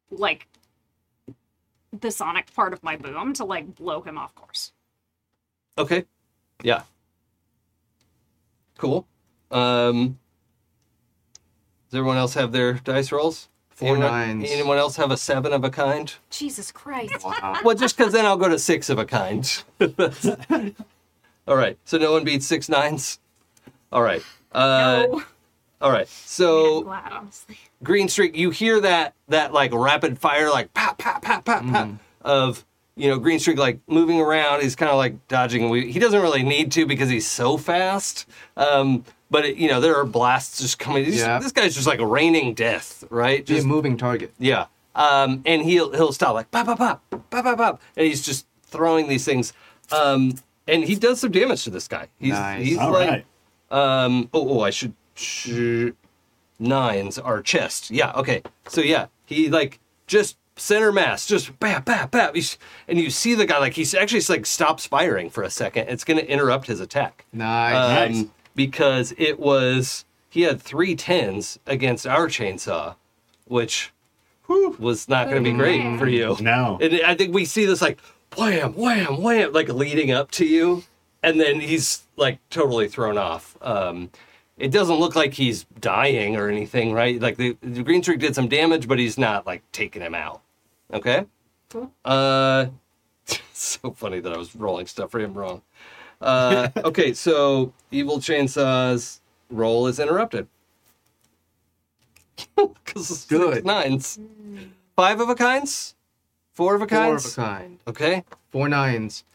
like the sonic part of my boom to like blow him off course.
Okay. Yeah. Cool. Um, does everyone else have their dice rolls?
Four
anyone,
nines.
Anyone else have a seven of a kind?
Jesus Christ.
Wow.
Well, just because then I'll go to six of a kind. [laughs] all right. So no one beats six nines. All right. Uh,
No.
All right. So
I'm glad, honestly.
Green Street, you hear that that like rapid fire, like pop, pop, pop, pop, pop of you know Green Street like moving around. He's kind of like dodging. We- He doesn't really need to because he's so fast. Um, but it, you know there are blasts just coming. He's-
Yeah.
This guy's just like raining death, right?
Be a
Just-
moving target.
yeah. Um, and he'll he'll stop like pop pop pop pop pop pop, and he's just throwing these things. Um, and he does some damage to this guy. He's
Nice.
he's
all
like
right.
um. Oh, oh I should. Sh- nines are chest. Yeah. Okay. So yeah, he like just center mass, just bap bap bap. He's, and you see the guy like he's actually like stops firing for a second. It's going to interrupt his attack.
Nice.
Um,
Nice.
Because it was he had three tens against our chainsaw, which whew, was not going to be great for you.
No.
And I think we see this like wham, wham, wham, like leading up to you, and then he's like totally thrown off. Um, it doesn't look like he's dying or anything, right? Like the, the green streak did some damage, but he's not like taking him out. Okay.
Cool.
Uh, [laughs] so funny that I was rolling stuff for him wrong. Uh, okay, so evil chainsaw's roll is interrupted. [laughs] Because
Good.
nines, five of a kinds, four of a
Four
kinds.
of a kind.
Okay.
Four nines.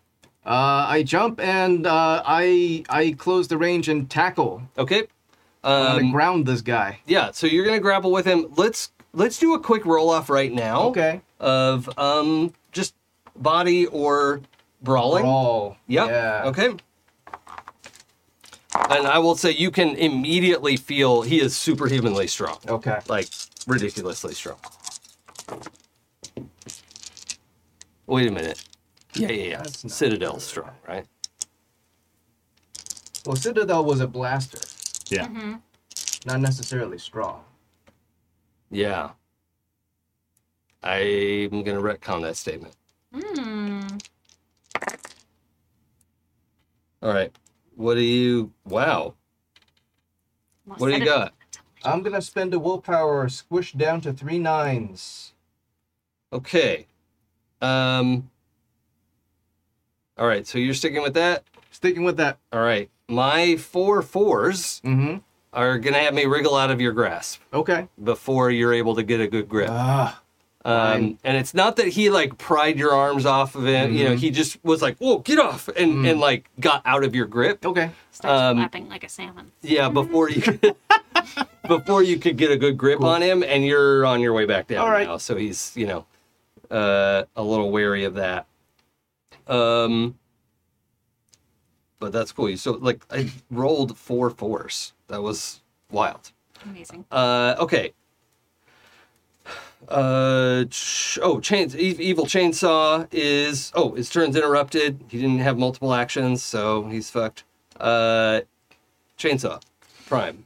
Uh, I jump and uh, I I close the range and tackle.
Okay.
I'm gonna
Um,
ground this guy.
yeah. So you're gonna grapple with him. Let's let's do a quick roll off right now.
Okay.
Of um just body or brawling.
Brawl.
Yep.
Yeah.
Okay. And I will say you can immediately feel he is superhumanly strong.
Okay.
Like ridiculously strong. Wait a minute. Yeah, yeah, yeah.
That's not
Citadel strong, right?
Well, Citadel was a blaster,
Yeah.
not necessarily strong.
Yeah. I'm gonna retcon that statement. All right. What do you? Wow.
Well,
What do you
said it.
got?
I'm gonna spend a willpower squish down to three nines.
Okay. Um. All right. So you're sticking with that.
Sticking with that.
All right. My four fours
Mm-hmm.
are gonna have me wriggle out of your grasp
Okay.
before you're able to get a good grip.
Ah.
Um,
Fine.
and it's not that he like pried your arms off of him. You know, he just was like, "Whoa, get off!" and and like got out of your grip.
Okay.
Starts
Um,
flapping like a salmon.
Yeah, before you could, [laughs] before you could get a good grip on him, and you're on your way back down
All right.
now. So he's you know uh, a little wary of that. Um, but that's cool. You So like I rolled four fours. That was wild.
Amazing.
Uh, okay. Uh, ch- oh, chains. E- evil chainsaw is. Oh, his turn's interrupted. He didn't have multiple actions, so he's fucked. Uh, chainsaw, prime.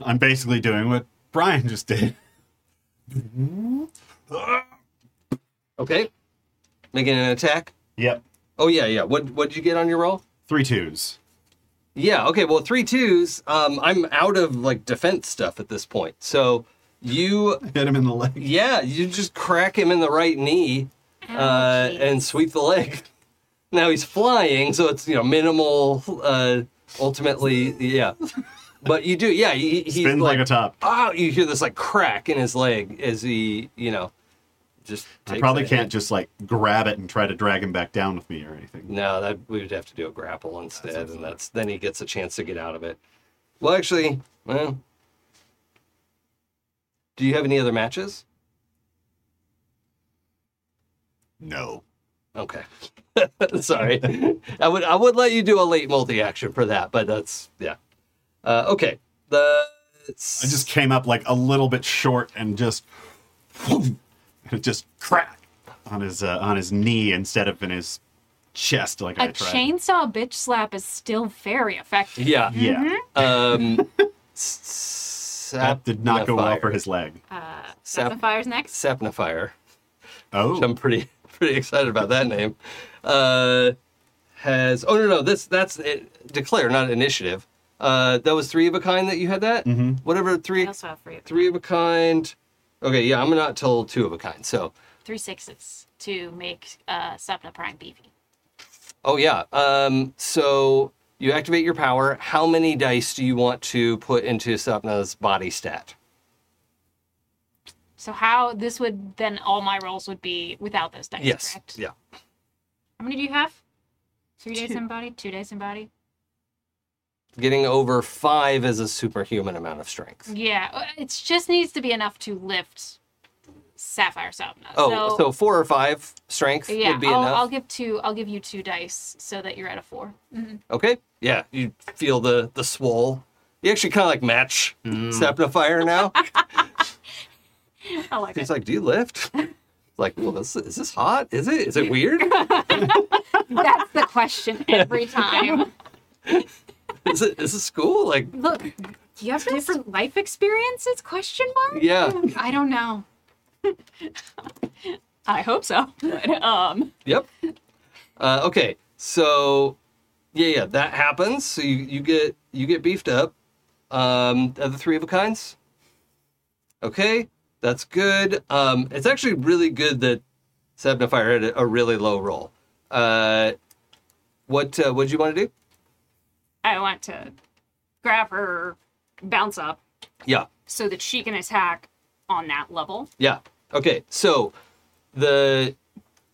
I'm basically doing what Brian just did.
Okay, making an attack.
[laughs] Yep.
Oh yeah, yeah. What what did you get on your roll?
Three twos.
Yeah. Okay. Well, three twos. Um, I'm out of like defense stuff at this point. So you,
Hit him in the leg.
yeah, you just crack him in the right knee, uh,
Ouchie.
and sweep the leg. [laughs] Now he's flying, so it's you know minimal. Uh, ultimately, yeah. But you do, yeah. He, he's
Spins like, a top.
oh, you hear this like crack in his leg as he, you know, just.
I
takes
probably
a hit.
can't just like grab it and try to drag him back down with me or anything.
No, that we would have to do a grapple instead, and that's then he gets a chance to get out of it. Well, actually, well, do you have any other matches?
No.
Okay, [laughs] sorry, I would I would let you do a late multi action for that, but that's yeah. Uh, okay, the
I just came up like a little bit short and just [sniffs] and it just crack on his uh, on his knee instead of in his chest like I
A
tried.
chainsaw bitch slap is still very effective.
yeah
Yeah.
um.
[laughs] That did not go well for
sapnifier-
his leg.
sap-
Sapnifire's next.
sapnifier.
Oh.
which I'm pretty [laughs] pretty excited about that name. Uh, has oh no no this that's it, declare not initiative. Uh, that was three of a kind that you had that whatever
I
three
also have three,
three of a kind. Okay, yeah, I'm not till two of a kind. So
three sixes to make uh, Sapna Prime beefy.
oh yeah, um, so you activate your power. How many dice do you want to put into Sapna's body stat?
So how this would then all my rolls would be without those dice,
Yes,
correct?
yeah,
How many do you have? Three days in body, two days in body.
getting over five is a superhuman amount of strength.
Yeah, uh, it just needs to be enough to lift Sapphire Sapna.
Oh, so, four or five strength
yeah,
would be
I'll,
enough.
I'll give two. I'll give you two dice so that you're at a four.
Okay. Yeah, you feel the the swole. You actually kind of like match Sapnifier now.
I like it.
He's like, "Do you lift?" [laughs] Like, well, this, is this hot? Is it? Is it weird?
That's the question every
[laughs]
time.
Is it? Is this cool? Like,
Look, you have different life experiences? Question mark.
yeah,
I don't know.
I hope so. But, um,
yep. Uh, okay, so yeah, yeah, that happens. So you you get you get beefed up. Um, are the three of a kinds. Okay, that's good. Um, it's actually really good that Sapnifier had a, a really low roll. Uh, what uh, what did you want to do?
I want to grab her, bounce up,
Yeah,
so that she can attack on that level.
yeah. Okay, so the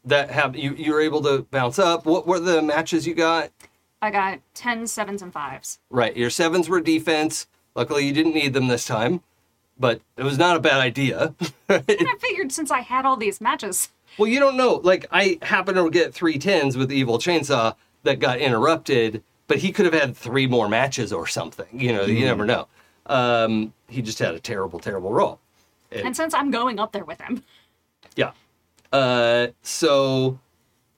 that have you you were able to bounce up. What were the matches you got?
I got 10 sevens and fives.
Right, your sevens were defense. Luckily, you didn't need them this time, but it was not a bad idea. [laughs]
I figured since I had all these matches,
Well, you don't know. Like I happened to get three tens with Evil Chainsaw that got interrupted, but he could have had three more matches or something. You know, you never know. Um, he just had a terrible, terrible roll.
and since I'm going up there with him,
Yeah. Uh, so,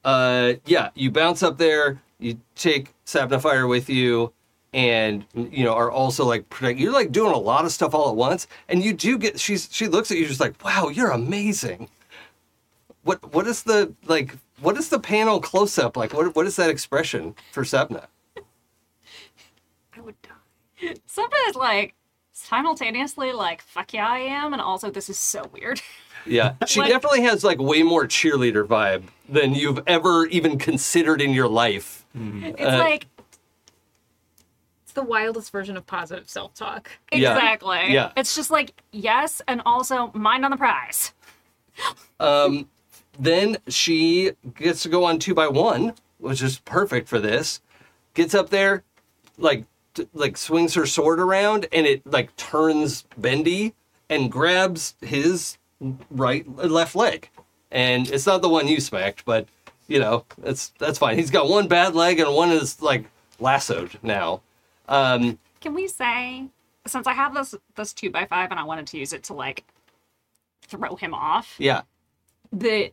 uh, yeah, you bounce up there. You take Sapnifier with you, and you know are also like protect- you're like doing a lot of stuff all at once, and you do get she's she looks at you just like wow you're amazing. What what is the like what is the panel close up like what what is that expression for Sapna?
I would die.
something is like simultaneously like, fuck yeah, I am. And also, this is so weird. [laughs]
Yeah, she
Like-
definitely has like way more cheerleader vibe than you've ever even considered in your life.
It's
Uh,
like,
It's the wildest version of positive self-talk.
Yeah.
exactly.
Yeah.
It's just like, yes, and also mind on the prize.
Um, then she gets to go on two by one, which is perfect for this. Gets up there, like t- like swings her sword around, and it like turns bendy and grabs his right left leg. And it's not the one you smacked, but you know, that's that's fine. He's got one bad leg and one is like lassoed now. Um,
Can we say since I have this this two by five and I wanted to use it to like throw him off
yeah.
the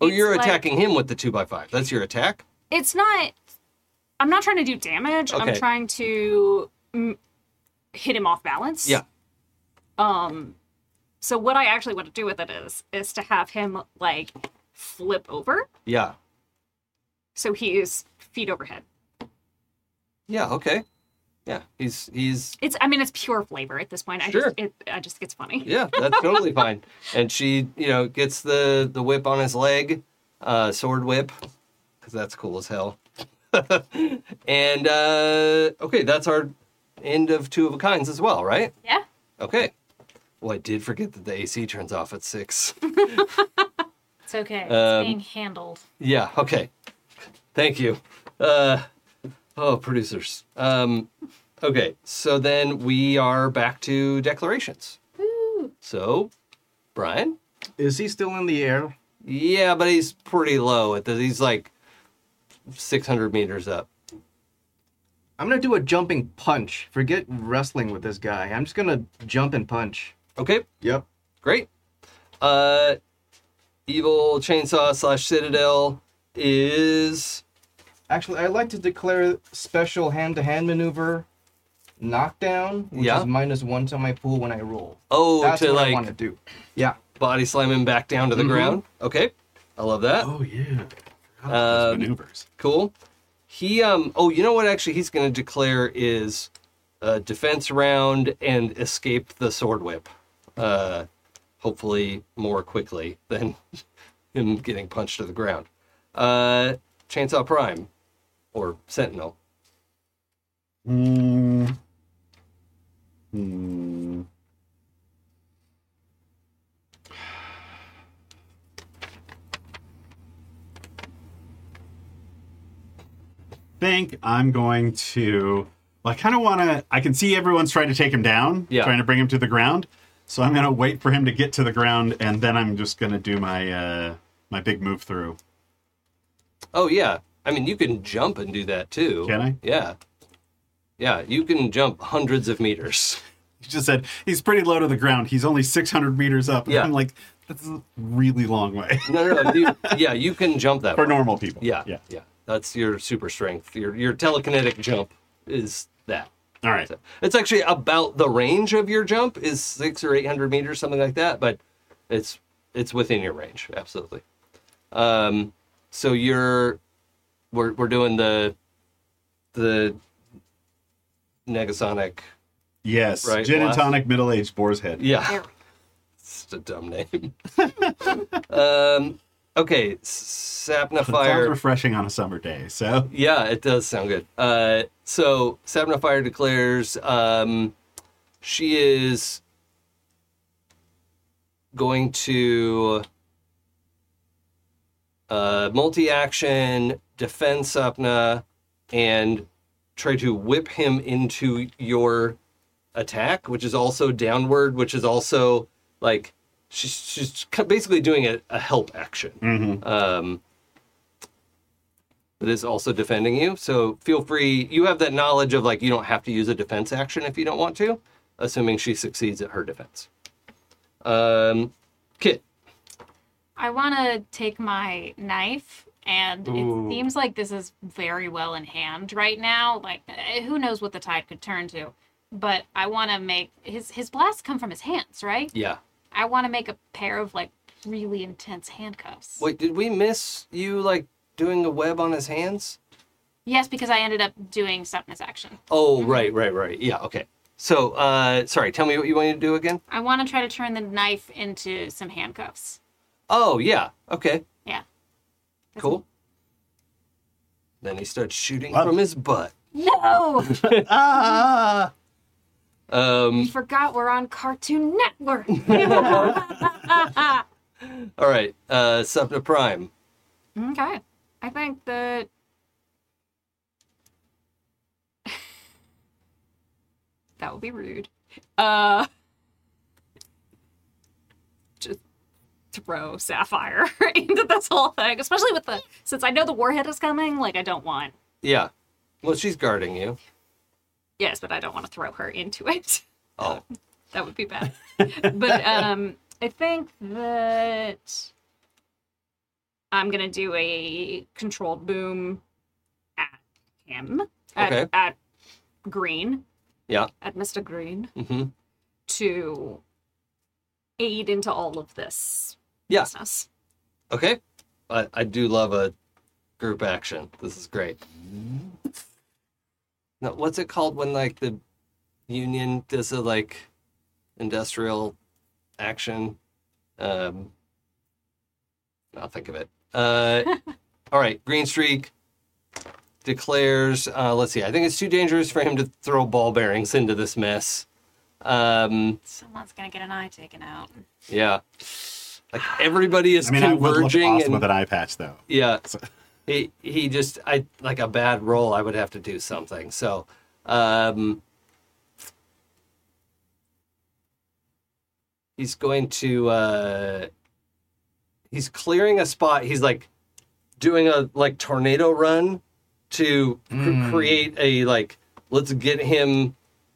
Oh,
It's
you're
like-
attacking him with the two by five. That's your attack.
it's not i'm not trying to do damage i'm
Okay.
trying to mm, hit him off balance
Yeah.
um so what i actually want to do with it is is to have him like flip over
Yeah.
so he is feet overhead
Yeah. Okay. Yeah. He's he's
it's i mean it's pure flavor at this point i
Sure.
just it i just think it's funny
yeah. That's totally fine. And she you know gets the the whip on his leg, uh, sword whip, because that's cool as hell. [laughs] and uh, okay, that's our end of two of a kinds as well, right?
yeah
Okay. Well, I did forget that the AC turns off at six. [laughs]
It's okay. It's
Um,
being handled.
Yeah, okay. Thank you. Uh oh, producers. Um okay, so then we are back to declarations. So, Brian?
Is he still in the air?
Yeah, but he's pretty low at the he's like 600 meters up.
I'm gonna do a jumping punch. Forget wrestling with this guy. I'm just gonna jump and punch.
Okay,
Yep.
great. Uh Evil Chainsaw slash Citadel is
Actually, I'd like to declare special hand-to-hand maneuver, knockdown, which
Yeah.
is minus one to my pool when I roll.
oh
That's
to
what I
like
want to do. Yeah.
body slam him back down to the
Mhm.
ground. Okay, I love that.
Oh yeah. Those
Um,
maneuvers.
Cool. He um oh you know what actually he's gonna declare is uh defense round and escape the sword whip. Uh hopefully more quickly than [laughs] him getting punched to the ground. Uh Chainsaw Prime or Sentinel.
Mm. Mm. Think I'm going to. Well, I kind of want to. I can see everyone's trying to take him down,
Yeah.
trying to bring him to the ground. So I'm going to wait for him to get to the ground, and then I'm just going to do my uh, my big move through.
Oh yeah. I mean you can jump and do that too.
Can I?
Yeah. Yeah, you can jump hundreds of meters.
He just said he's pretty low to the ground. He's only 600 meters up. And
Yeah.
I'm like, that's a really long way [laughs]
No, no, no. You, yeah, you can jump that
for
far.
normal people.
Yeah,
Yeah.
yeah. That's your super strength. Your your telekinetic jump is that.
All right.
So it's actually about the range of your jump is six or eight hundred meters, something like that. But it's it's within your range, absolutely. Um, so you're we're we're doing the the negasonic.
Yes.
Right,
Gin and
last-
tonic, middle aged boar's head.
Yeah, it's a dumb name. [laughs] um, okay,
Sounds
sapnifier.
refreshing on a summer day. So
Yeah, it does sound good. Uh, so Sabna Fire declares um, she is going to uh, multi-action defend Sapna and try to whip him into your attack, which is also downward, which is also like she's, she's basically doing a, a help action.
mm-hmm.
Um, that is also defending you. So feel free. You have that knowledge of like you don't have to use a defense action if you don't want to, assuming she succeeds at her defense. Um, Kit.
I want to take my knife, and it seems like this is very well in hand right now. Like, eh, who knows what the tide could turn to? But I want to make his his blasts come from his hands, right?
Yeah.
I want to make a pair of like really intense handcuffs.
Wait, did we miss you like doing a web on his hands?
Yes, because I ended up doing Stepness action.
Oh, right, right, right. Yeah. Okay. So, uh, sorry. Tell me what you want to do again.
I want to try to turn the knife into some handcuffs.
Oh, yeah. Okay.
Yeah. That's
Cool. Then he starts shooting
Wow.
from his butt.
No,
ah,
Um,
you forgot we're on Cartoon Network.
all right. Uh, Subna Prime.
okay i think that [laughs] that would be rude uh [laughs] just throw Sapphire [laughs] into this whole thing, especially with the since I know the warhead is coming. Like I don't want
Yeah. Well, she's guarding you.
yes, but I don't want to throw her into [laughs] it.
Oh.
That would be
[laughs]
bad. but um, I think that I'm gonna do a controlled boom at him at,
Okay.
at Green
Yeah.
at Mister Green
Mm-hmm.
to aid into all of this
Yeah.
business.
Okay. I, I do love a group action. This is great. Now, what's it called when like the union does a like industrial action? Um, I'll think of it. Uh, all right, Green Streak declares. Uh, let's see. I think it's too dangerous for him to throw ball bearings into this mess. Um,
Someone's gonna get an eye taken out.
yeah, like everybody is
I mean, I would look
converging.
awesome
and-
with an eye patch, though. [laughs]
[laughs]
yeah.
So-
He he just I like a bad roll, I would have to do something. So um He's going to uh he's clearing a spot. He's like doing a like tornado run to cr-
Hmm.
create a like let's get him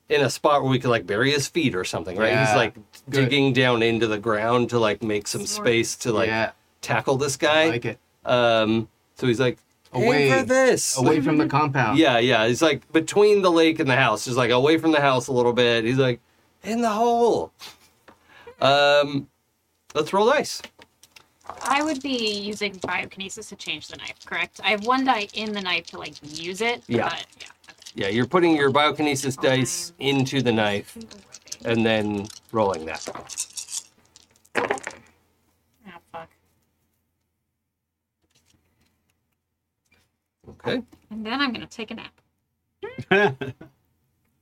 in a spot where we could like bury his feet or something, right? He's
Yeah.
like
Good.
digging down into the ground to like make some space to like
yeah,
tackle this
I
guy.
like it.
Um, so he's like, away
Away.
for this.
Away from the compound.
Yeah, yeah. He's like between the lake and the house. Just like away from the house a little bit. He's like in the hole. Um, let's roll dice.
I would be using biokinesis to change the knife, correct? I have one die in the knife to like use it.
Yeah.
But yeah.
Yeah, you're putting your biokinesis dice into the knife and then rolling that.
Oh, fuck.
Okay.
And then I'm gonna take a nap.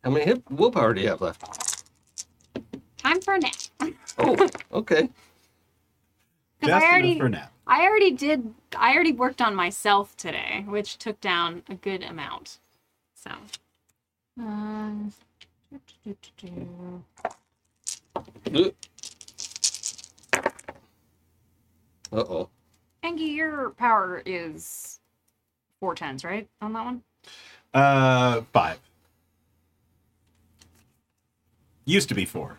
How many hip willpower do you have left?
Time for a nap.
Oh, okay.
Because I already
for now.
I already did. I already worked on myself today, which took down a good amount. So, um,
Uh oh.
Angie, your power is four tens, right? On that one.
Uh, five. Used to be four.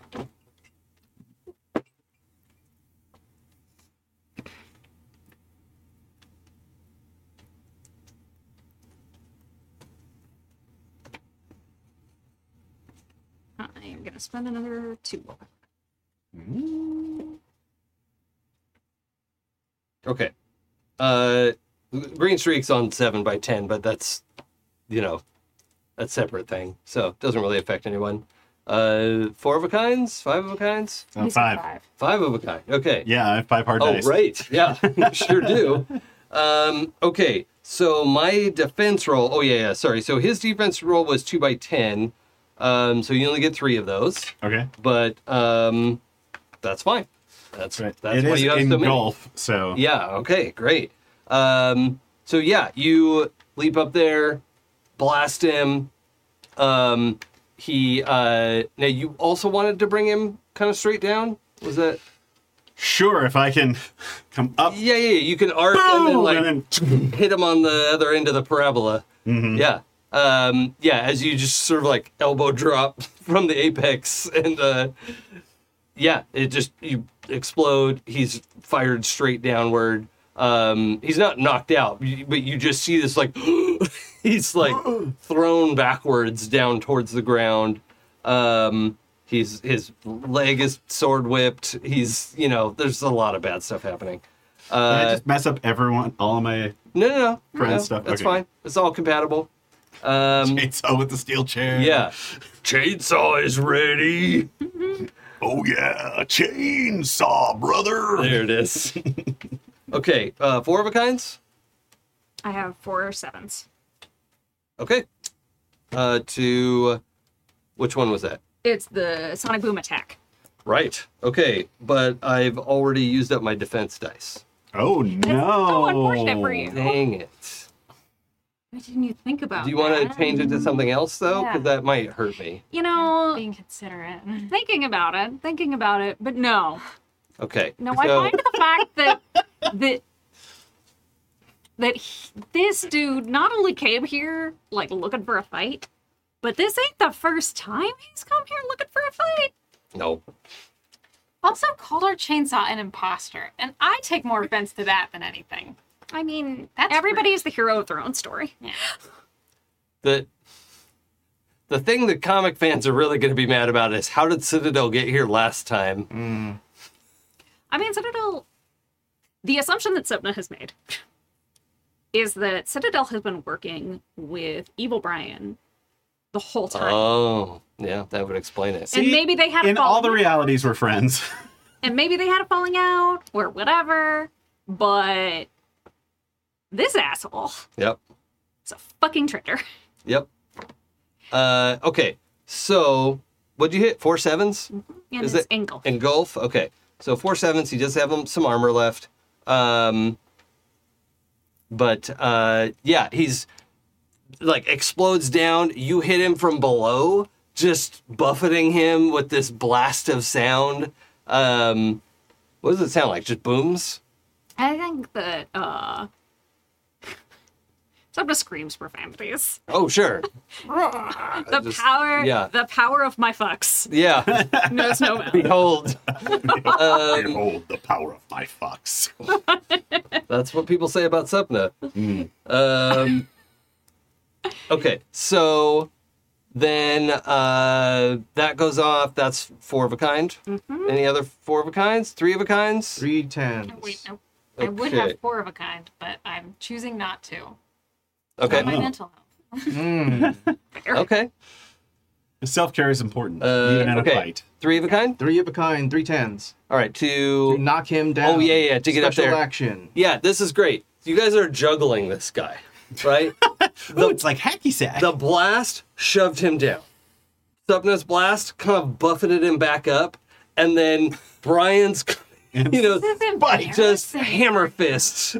I am gonna spend another two.
Okay. Uh, green streak's on seven by ten, but that's, you know, a separate thing, so it doesn't really affect anyone. Uh, four of a kinds, five of a kinds,
Uh, five.
five of a kind. Okay.
Yeah, I have five hard
Oh,
dice.
right. Yeah,
[laughs]
you sure do. Um, okay, so my defense roll. Oh yeah, yeah. Sorry. So his defense roll was two by ten. Um, so you only get three of those,
Okay.
but um, that's fine. That's
That's right.
That's
it
why
is
you have
in
so many.
golf, so
Yeah. Okay. Great. Um, so yeah, you leap up there, blast him. Um, he uh, now you also wanted to bring him kind of straight down. Was that?
sure if I can [laughs] come up
Yeah, yeah. yeah. You can arc and then
Oh.
boom,
like
and then
[laughs] hit him on the other end of the parabola.
Mm-hmm.
Yeah. Um, yeah. As you just sort of like elbow drop [laughs] from the apex and. Uh, yeah, it just you explode. He's fired straight downward. Um, he's not knocked out, y- but you just see this like [gasps] he's
[gasps]
like thrown backwards down towards the ground. Um, he's his leg is sword whipped. He's you know there's a lot of bad stuff happening.
Did I
Uh,
just mess up everyone all of my
no, no, no,
Friend
no,
stuff,
That's
okay.
fine. It's all compatible. Um,
chainsaw with the steel chair.
yeah, chainsaw is ready.
Oh yeah, chainsaw, brother.
There it is. [laughs] okay, uh, four of a kinds.
I have four sevens.
Okay. Uh, to which one was that?
It's the sonic boom attack.
Right. Okay, but I've already used up my defense dice.
Oh no.
so unfortunate for you.
Dang it.
Why didn't you think about?
Do you want to
that?
change it to something else though? Because that might hurt me.
You know,
Being considerate.
thinking about it, thinking about it, but no,
Okay.
No, I
so,
find the fact that that that he- this dude not only came here like looking for a fight, but this ain't the first time he's come here looking for a fight.
no.
Also called our chainsaw an imposter, and I take more offense to that than anything. I mean, that's
Everybody is the hero of their own story.
The the thing that comic fans are really going to be mad about is how did Citadel get here last time?
I mean, Citadel. The assumption that Sipna has made is that Citadel has been working with Evil Brian the whole time,
Oh, yeah, that would explain it.
And
See,
maybe they had a
in all
falling
the
out.
realities
[laughs]
we're friends.
and maybe they had a falling out or whatever. But this asshole
Yep.
is a fucking traitor. [laughs]
Yep. Uh, okay. So, what'd you hit? Four sevens?
And
Is
his
it-
ankle.
Engulf. Okay. So four sevens. He does have um, some armor left. Um, but uh, yeah, he's like explodes down. You hit him from below, just buffeting him with this blast of sound. Um, what does it sound like? Just booms.
I think that uh [laughs] Subna screams profanities.
Oh sure.
The
just-
power
yeah.
the power of my fucks
Yeah. [laughs]
knows no bounds.
Behold. Um,
Behold the power of my fox.
That's what people say about Supna. Um, okay, so then uh, that goes off. That's four of a kind. Any other four of a kinds? Three of a kinds?
Three tens.
Wait, no. I would
Okay.
have four of a kind, but I'm choosing not to.
Okay.
My
Oh.
mental health.
Mm,
Okay.
Self care is important,
Uh,
even in
okay.
a fight.
Three of a kind?
three of a kind. Three tens.
All right,
You
two.
knock him down.
Oh, yeah, yeah, to get up
Special
there.
action.
Yeah, this is great. You guys are juggling this guy, right?
Ooh, it's like hacky sack.
The blast shoved him down. Subna's blast kind of buffeted him back up, and then Brian's, [laughs] you know,
Bite.
just hammer fists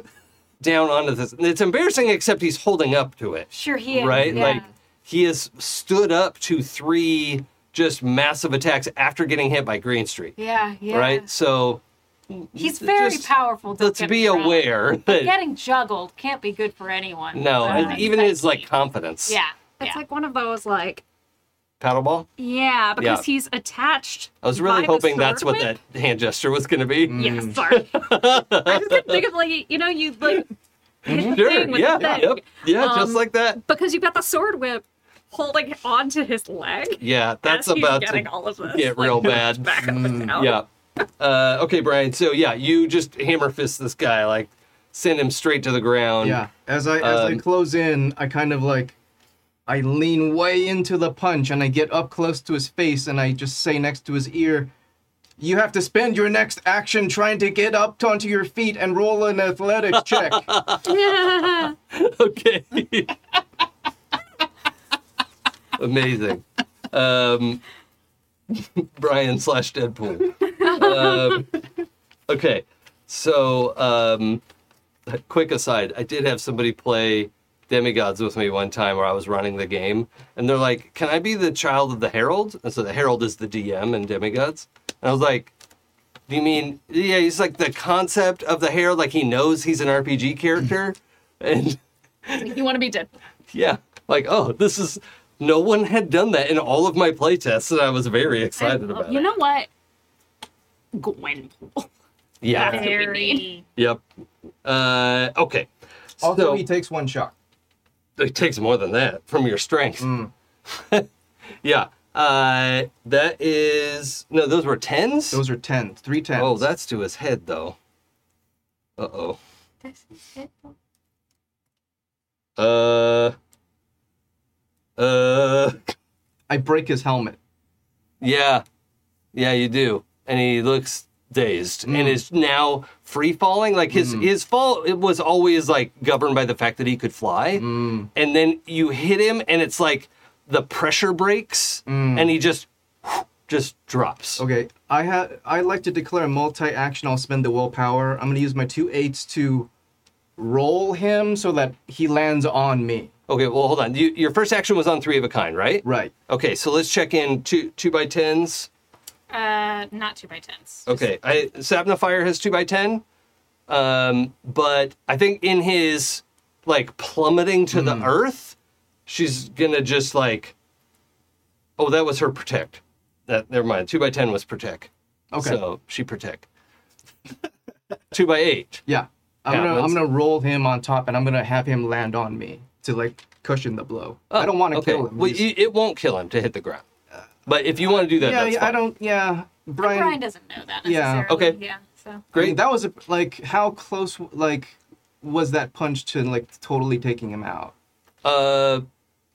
down onto this. And it's embarrassing, except he's holding up to it,
Sure, he is.
right?
yeah.
Like he has stood up to three just massive attacks after getting hit by Green Street,
yeah, yeah.
right? So
He's very
Just-
powerful. don't
let's
get me
be
wrong.
aware
But
that
getting juggled can't be good for anyone.
no,
But-
and even his like confidence.
yeah,
It's
yeah.
like one of those like
Paddleball.
yeah, because
Yeah.
he's attached.
I was really
by the
hoping that's
sword
what
whip.
that hand gesture was going to be.
Yeah,
[laughs]
sorry. I just couldn't think of like you know you like hit the
Sure.
thing with
Yeah.
the thing.
Yep. Yeah. just
Um,
like that.
because you've got the sword whip holding onto his leg.
Yeah.
[laughs]
That's
as he's
about
getting
to
all of this,
get
like,
real bad.
[laughs]
Mm,
back up and down.
Yeah. Uh, okay, Brian. So yeah, you just hammer fist this guy, like send him straight to the ground.
Yeah. As I as I
Um,
close in, I kind of like I lean way into the punch and I get up close to his face and I just say next to his ear, "You have to spend your next action trying to get up to- onto your feet and roll an athletics check."
[laughs]
[laughs]
Okay. Amazing. Um, [laughs] Brian slash Deadpool. Um, okay. So, um, a quick aside, I did have somebody play Demigods with me one time where I was running the game, and they're like, Can I be the child of the Herald? And so the Herald is the DM in Demigods. And I was like, Do you mean, yeah, he's like the concept of the Herald, like he knows he's an RPG character? [laughs] and
You want to be dead.
yeah, like, oh, this is. No one had done that in all of my playtests, and I was very excited about
oh, You
it.
know what? Gwenpool.
Yeah.
That's what we need.
Yep. Uh, okay.
Also,
so,
he takes one shot.
it takes more than that from your strength.
Mm.
[laughs] yeah. Uh, that is no, those were tens.
Those are tens. Three tens.
oh, that's to his head though. Uh oh.
This is it.
Uh. Uh.
I break his helmet.
Yeah. Yeah, you do. And he looks dazed and is now free falling. Like his his fall it was always like governed by the fact that he could fly. And then you hit him and it's like the pressure breaks and he just just drops.
Okay, I ha- I like to declare a multi-action. I'll spend the willpower. I'm gonna use my two eights to roll him so that he lands on me.
Okay, well hold on. You, your first action was on three of a kind, right?
Right.
Okay, so let's check in two two by tens.
Uh, not two by tens.
Okay, I Sapnifier has two by ten, um, but I think in his like plummeting to
Hmm.
the earth, she's gonna just like, oh, that was her protect. That never mind. Two by ten was protect.
Okay.
so she protect. [laughs] two by eight.
Yeah. I'm
Yeah,
gonna
let's-
I'm gonna roll him on top and I'm gonna have him land on me to like cushion the blow. I don't want to
Oh, okay.
kill him.
Well,
He's- Uh,
you, it won't kill him to hit the ground, but if you want to do that,
yeah,
that's
yeah,
fine.
I don't. Yeah, Brian.
Brian doesn't know that
Yeah.
necessarily.
Okay.
Yeah. So
I mean,
Great.
that was a, like how close like was that punch to like totally taking him out?
Uh,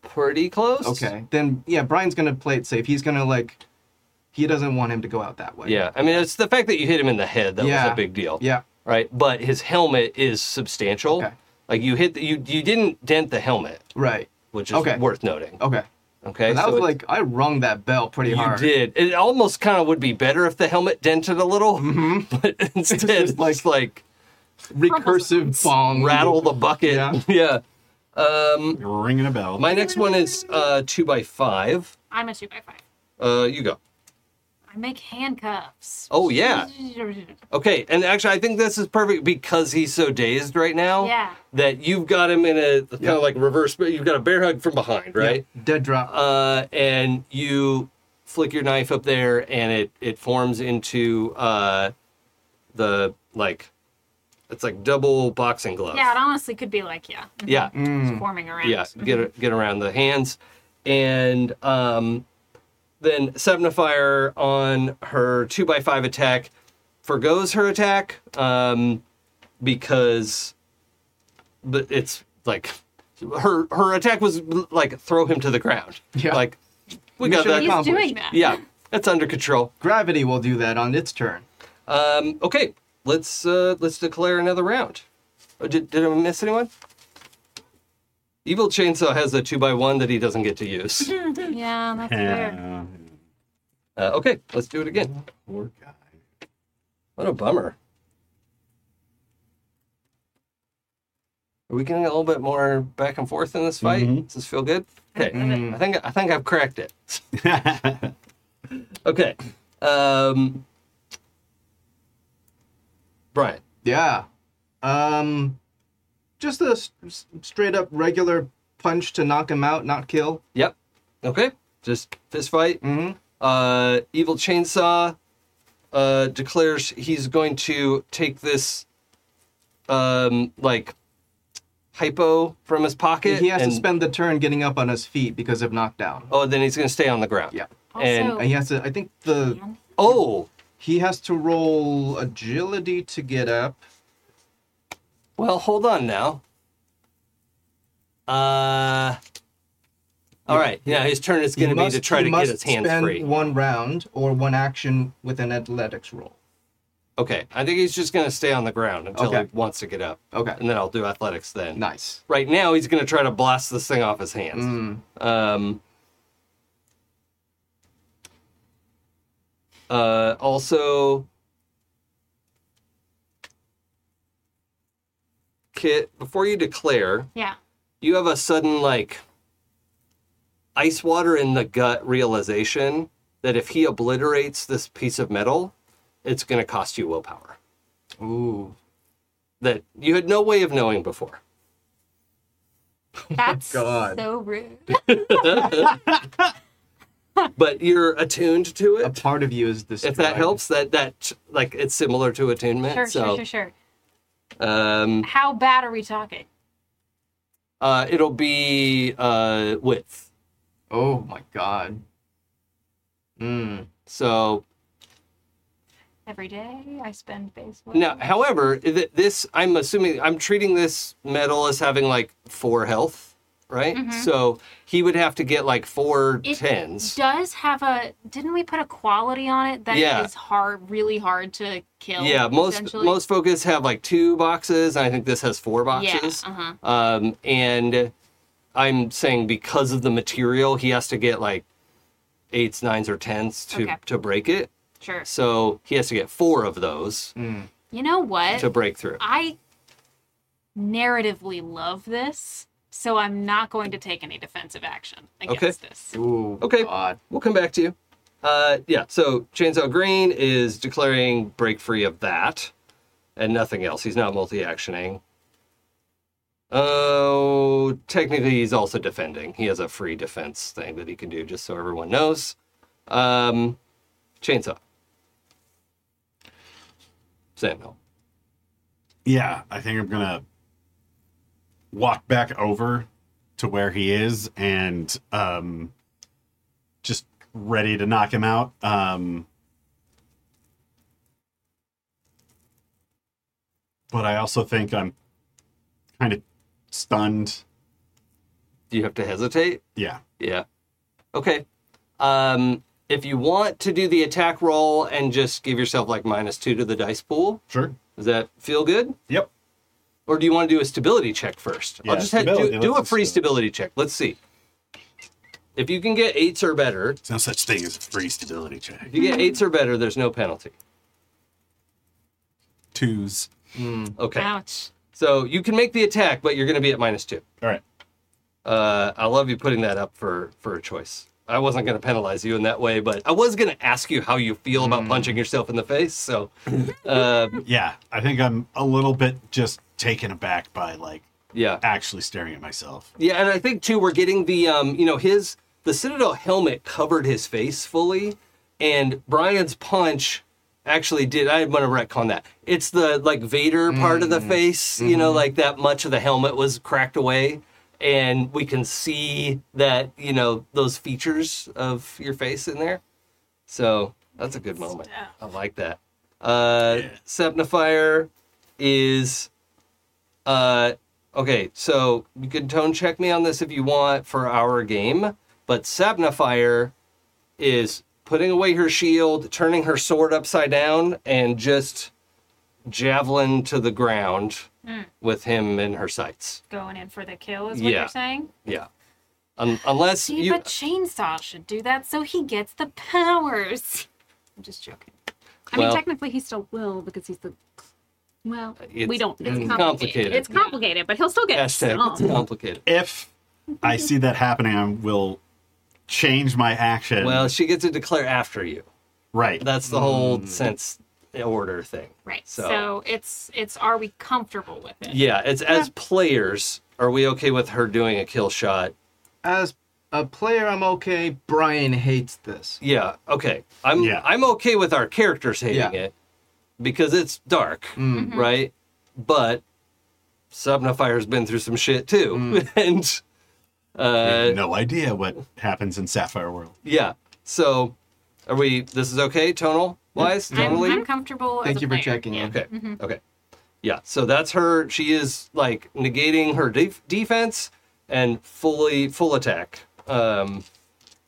pretty close.
Okay, then yeah, Brian's gonna play it safe. He's gonna like he doesn't want him to go out that way.
Yeah, I mean, it's the fact that you hit him in the head that was
Yeah.
a big deal.
Yeah.
right? But his helmet is substantial.
Okay.
Like you hit the, you you didn't dent the helmet,
Right.
which is
Okay.
worth noting.
Okay.
Okay,
And that
so
was
it-
like I rung that bell pretty
you
hard.
did. It almost kind of would be better if the helmet dented a little, [laughs]
[laughs]
but instead
Mm-hmm.
it's
just
like, like
Recursive [laughs] bong.
rattle [laughs] the bucket.
Yeah.
yeah. Um,
You're ringing a bell.
my next one is uh, two by five.
I'm a two by five.
Uh, you go.
I make handcuffs.
Oh yeah. Okay, and actually, I think this is perfect because he's so dazed right now
[laughs] Yeah.
that you've got him in a kind
Yeah.
of like reverse. But you've got a bear hug from behind,
Yeah,
right?
Dead drop.
Uh, and you flick your knife up there, and it it forms into uh, the like it's like double boxing glove.
Yeah, it honestly could be like yeah,
yeah,
it's forming around.
Hmm. yeah. Get get around the hands, and um, then Sebnifier on her two by five attack forgoes her attack um, because but it's like her her attack was like throw him to the ground.
Yeah.
Like we got
Mission
that.
He's
accomplished.
doing that.
Yeah, that's under control.
Gravity will do that on its turn.
Um, okay, let's uh, let's declare another round. Oh, did did I miss anyone? Evil Chainsaw has a two by one that he doesn't get to use. uh,
Yeah, that's fair.
Yeah.
okay, let's do it again.
Poor guy.
What a bummer. Are we getting a little bit more back and forth in this fight? Does this feel good? Okay, I think I think I've cracked it. [laughs]
[laughs]
okay, um, Brian.
Yeah. Um, just a s- s- straight up regular punch to knock him out, not kill.
Yep. Okay. Just fist fight.
Mhm.
Uh, Evil Chainsaw uh, declares he's going to take this um, like hypo from his pocket.
He has
and-
to spend the turn getting up on his feet because of knockdown.
Oh, then he's going to stay on the ground.
Yeah.
And
Also-
And he has to. I think the
oh,
he has to roll agility to get up.
well, hold on now. Uh, all right. Yeah, his turn is
He
going to be
must-
to try
he
to get
must
his hands
spend
free.
One round or one action with an athletics roll.
Okay. I think he's just going to stay on the ground until
Okay.
he wants to get up,
Okay.
and then I'll do athletics then.
Nice.
right now he's going to try to blast this thing off his hands.
Mm.
Um, uh, also, Kit, before you declare, [laughs]
Yeah.
you have a sudden like ice water in the gut realization that if he obliterates this piece of metal, it's going to cost you willpower
Ooh.
that you had no way of knowing before. Oh,
That's
God.
so rude.
But you're attuned to it.
A part of you is this.
if that helps that that like it's similar to attunement
Sure,
so
sure, sure, sure.
um
How bad are we talking?
uh it'll be uh width
Oh my god. Mm.
so
Every day I spend baseball.
now however th- this i'm assuming i'm treating this metal as having like four health right so he would have to get like four
Mm-hmm. It
tens
does have a didn't we put a quality on it that is
Yeah.
hard really hard to kill
yeah most
essentially?
most focus have like two boxes and i think this has four
yeah
boxes
uh-huh.
um, and I'm saying because of the material, he has to get like eights, nines, or tens to
Okay.
to break it.
sure
So he has to get four of those
you know what
to break through.
i narratively love this so i'm not going to take any defensive action against
Okay.
this
Ooh.
Okay.
God.
We'll come back to you. Uh, yeah, so Chainsaw Green is declaring break free of that and nothing else. He's not multi actioning. Oh, technically, he's also defending. He has a free defense thing that he can do, just so everyone knows. Um, chainsaw. Samuel.
Yeah, I think I'm gonna walk back over to where he is and um just ready to knock him out. Um But I also think I'm kind of stunned.
Do you have to hesitate?
Yeah.
Yeah. Okay. Um, if you want to do the attack roll and just give yourself like minus two to the dice pool,
Sure.
does that feel good?
Yep.
Or do you want to do a stability check first?
Yeah,
I'll just head, do,
stability,
do
let's
a
just
free
do it.
stability check. Let's see. If you can get eights or better,
There's no such thing as a free stability check.
if you get eights or better, there's no penalty.
Twos.
Okay.
Ouch.
So you can make the attack, but you're going to be at minus two.
All right.
Uh, I love you putting that up for for a choice. I wasn't going to penalize you in that way, but I was going to ask you how you feel about
Mm.
punching yourself in the face. So, um,
Yeah, I think I'm a little bit just taken aback by like
yeah,
actually staring at myself.
yeah, and I think too we're getting the um, you know his the Citadel helmet covered his face fully, and Brian's punch actually did. I want to retcon that. It's the like Vader part of the face, you know, like that much of the helmet was cracked away. And we can see that, you know, those features of your face in there. So that's a good moment. I like that. Uh,
Yeah.
Sepnifier is. Uh, okay, so you can tone check me on this if you want for our game, but Sapnifier is putting away her shield, turning her sword upside down, and just javelin to the ground with him in her sights.
Going in for the kill is what
Yeah.
you're saying?
Yeah. Un- unless
See,
you.
but Chainsaw should do that so he gets the powers. [laughs]
I'm just joking. I
Well-
mean, technically, he still will because he's the. Well,
It's-
we don't.
it's
know.
complicated.
It's complicated, but he'll still get
Hashtag it's
some.
complicated.
If
[laughs]
I see that happening, I will change my action.
Well, she gets to declare after you.
right.
That's the whole sense order thing.
Right.
So-
So. it's it's are we comfortable with it?
Yeah, it's as players, are we okay with her doing a kill shot?
As a player, I'm okay. Brian hates this.
Yeah, okay. I'm
Yeah.
I'm okay with our characters hating
Yeah.
it because it's dark, right? But Subnifire's been through some shit too. [laughs] and
We have
uh
no idea what happens in Sapphire World.
yeah. So are we this is okay tonal wise?
I'm,
Tonally?
I'm comfortable.
Thank
as a
you for
player.
checking in.
Okay.
Mm-hmm.
Okay. Yeah. So that's her. She is like negating her def- defense and fully full attack, um,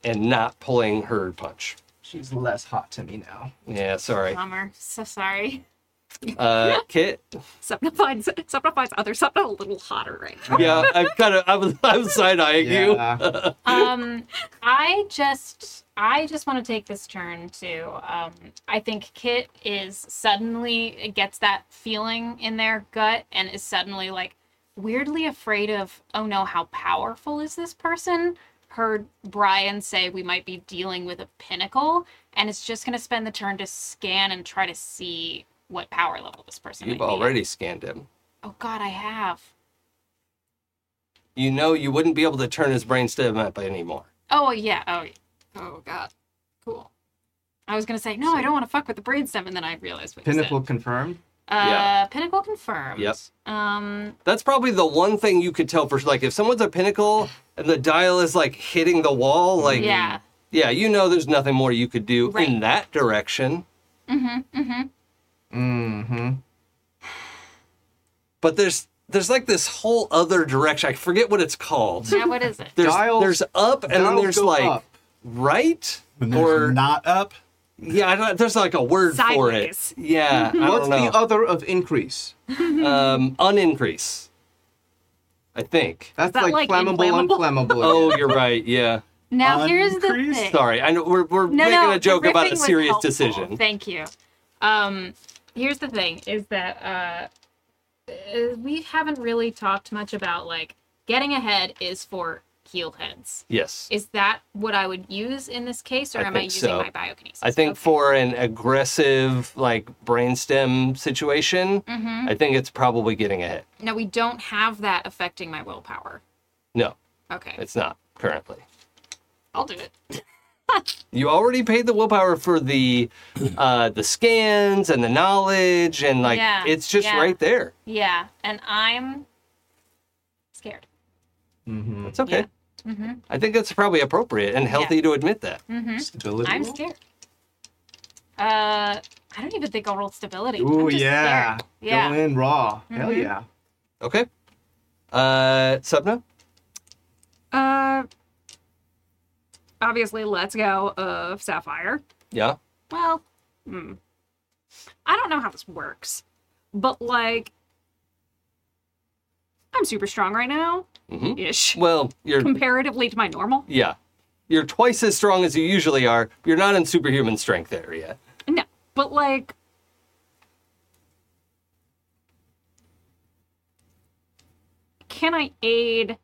and not pulling her punch.
She's less hot to me now.
Yeah. Sorry.
Bummer. So sorry. [laughs]
Uh, Kit.
Sepnified's, Sepnified's other Sepna a little hotter right now.
Yeah. I'm kind of. I was. [laughs] I'm side eyeing you.
Um, I just I just want to take this turn to. Um, I think Kit is suddenly gets that feeling in their gut and is suddenly like weirdly afraid of. Oh no, how powerful is this person? Heard Brian say we might be dealing with a pinnacle, and it's just gonna spend the turn to scan and try to see what power level this person.
You've
might be.
already scanned him.
Oh God, I have.
You know you wouldn't be able to turn his brainstem up anymore.
Oh yeah. Oh. yeah. Oh God. Cool. I was gonna say no. I don't want to fuck with the brainstem, and then I realized what
[laughs] Pinnacle
You
confirmed.
said. Uh,
Yeah.
Pinnacle confirmed.
Yep.
Um.
That's probably the one thing you could tell for like if someone's a pinnacle and the dial is like hitting the wall, like
Yeah.
yeah, you know there's nothing more you could do in
Right.
that direction.
mm-hmm.
Mm-hmm.
but there's there's like this whole other direction. I forget what it's called.
Now what is it?
There's
Dials-
there's up and then
dials
there's
go
like
up.
right
And there's
or
not up.
yeah. I don't, there's like a word
Sideways.
for it. Yeah, I
Mm-hmm. What's
don't
the
know.
other of increase?
um, unincrease. I think.
That's
that
like,
like
flammable,
inflammable?
[laughs]
unflammable.
Oh, you're right.
[laughs]
Yeah.
Now here's the
Uncreased?
thing.
Sorry. I know we're we're
No,
making
no,
a joke
the
about
riffing
a
was
serious
helpful.
decision.
Thank you. Um, here's the thing: is that uh, uh, we haven't really talked much about like getting ahead is for heal heads.
Yes.
Is that what I would use in this case, or
I
am I
think
using
so.
my biokinesis?
I think for an aggressive like brainstem situation,
hmm
I think it's probably getting a hit.
Now we don't have that affecting my willpower.
No,
Okay,
it's not currently.
I'll do it.
You already paid the willpower for the uh the scans and the knowledge and like
Yeah,
it's just
yeah.
right there.
Yeah, and I'm scared.
Mm-hmm.
It's okay.
Mm-hmm.
I think that's probably appropriate and healthy to admit that.
Mm-hmm.
Stability.
I'm
roll?
scared. Uh, I don't even think I'll roll stability. I'm
Ooh
just
yeah.
scared. Yeah.
Go in raw. Hell
Mm-hmm.
Mhm.
yeah.
Okay. Uh Subna?
Uh, obviously, let's go of Sapphire.
Yeah.
Well, hmm. I don't know how this works, but like, I'm super strong right now,
Mhm.
ish,
Well, you're
comparatively to my normal.
yeah. You're twice as strong as you usually are. You're not in superhuman strength area.
No, but like, can I aid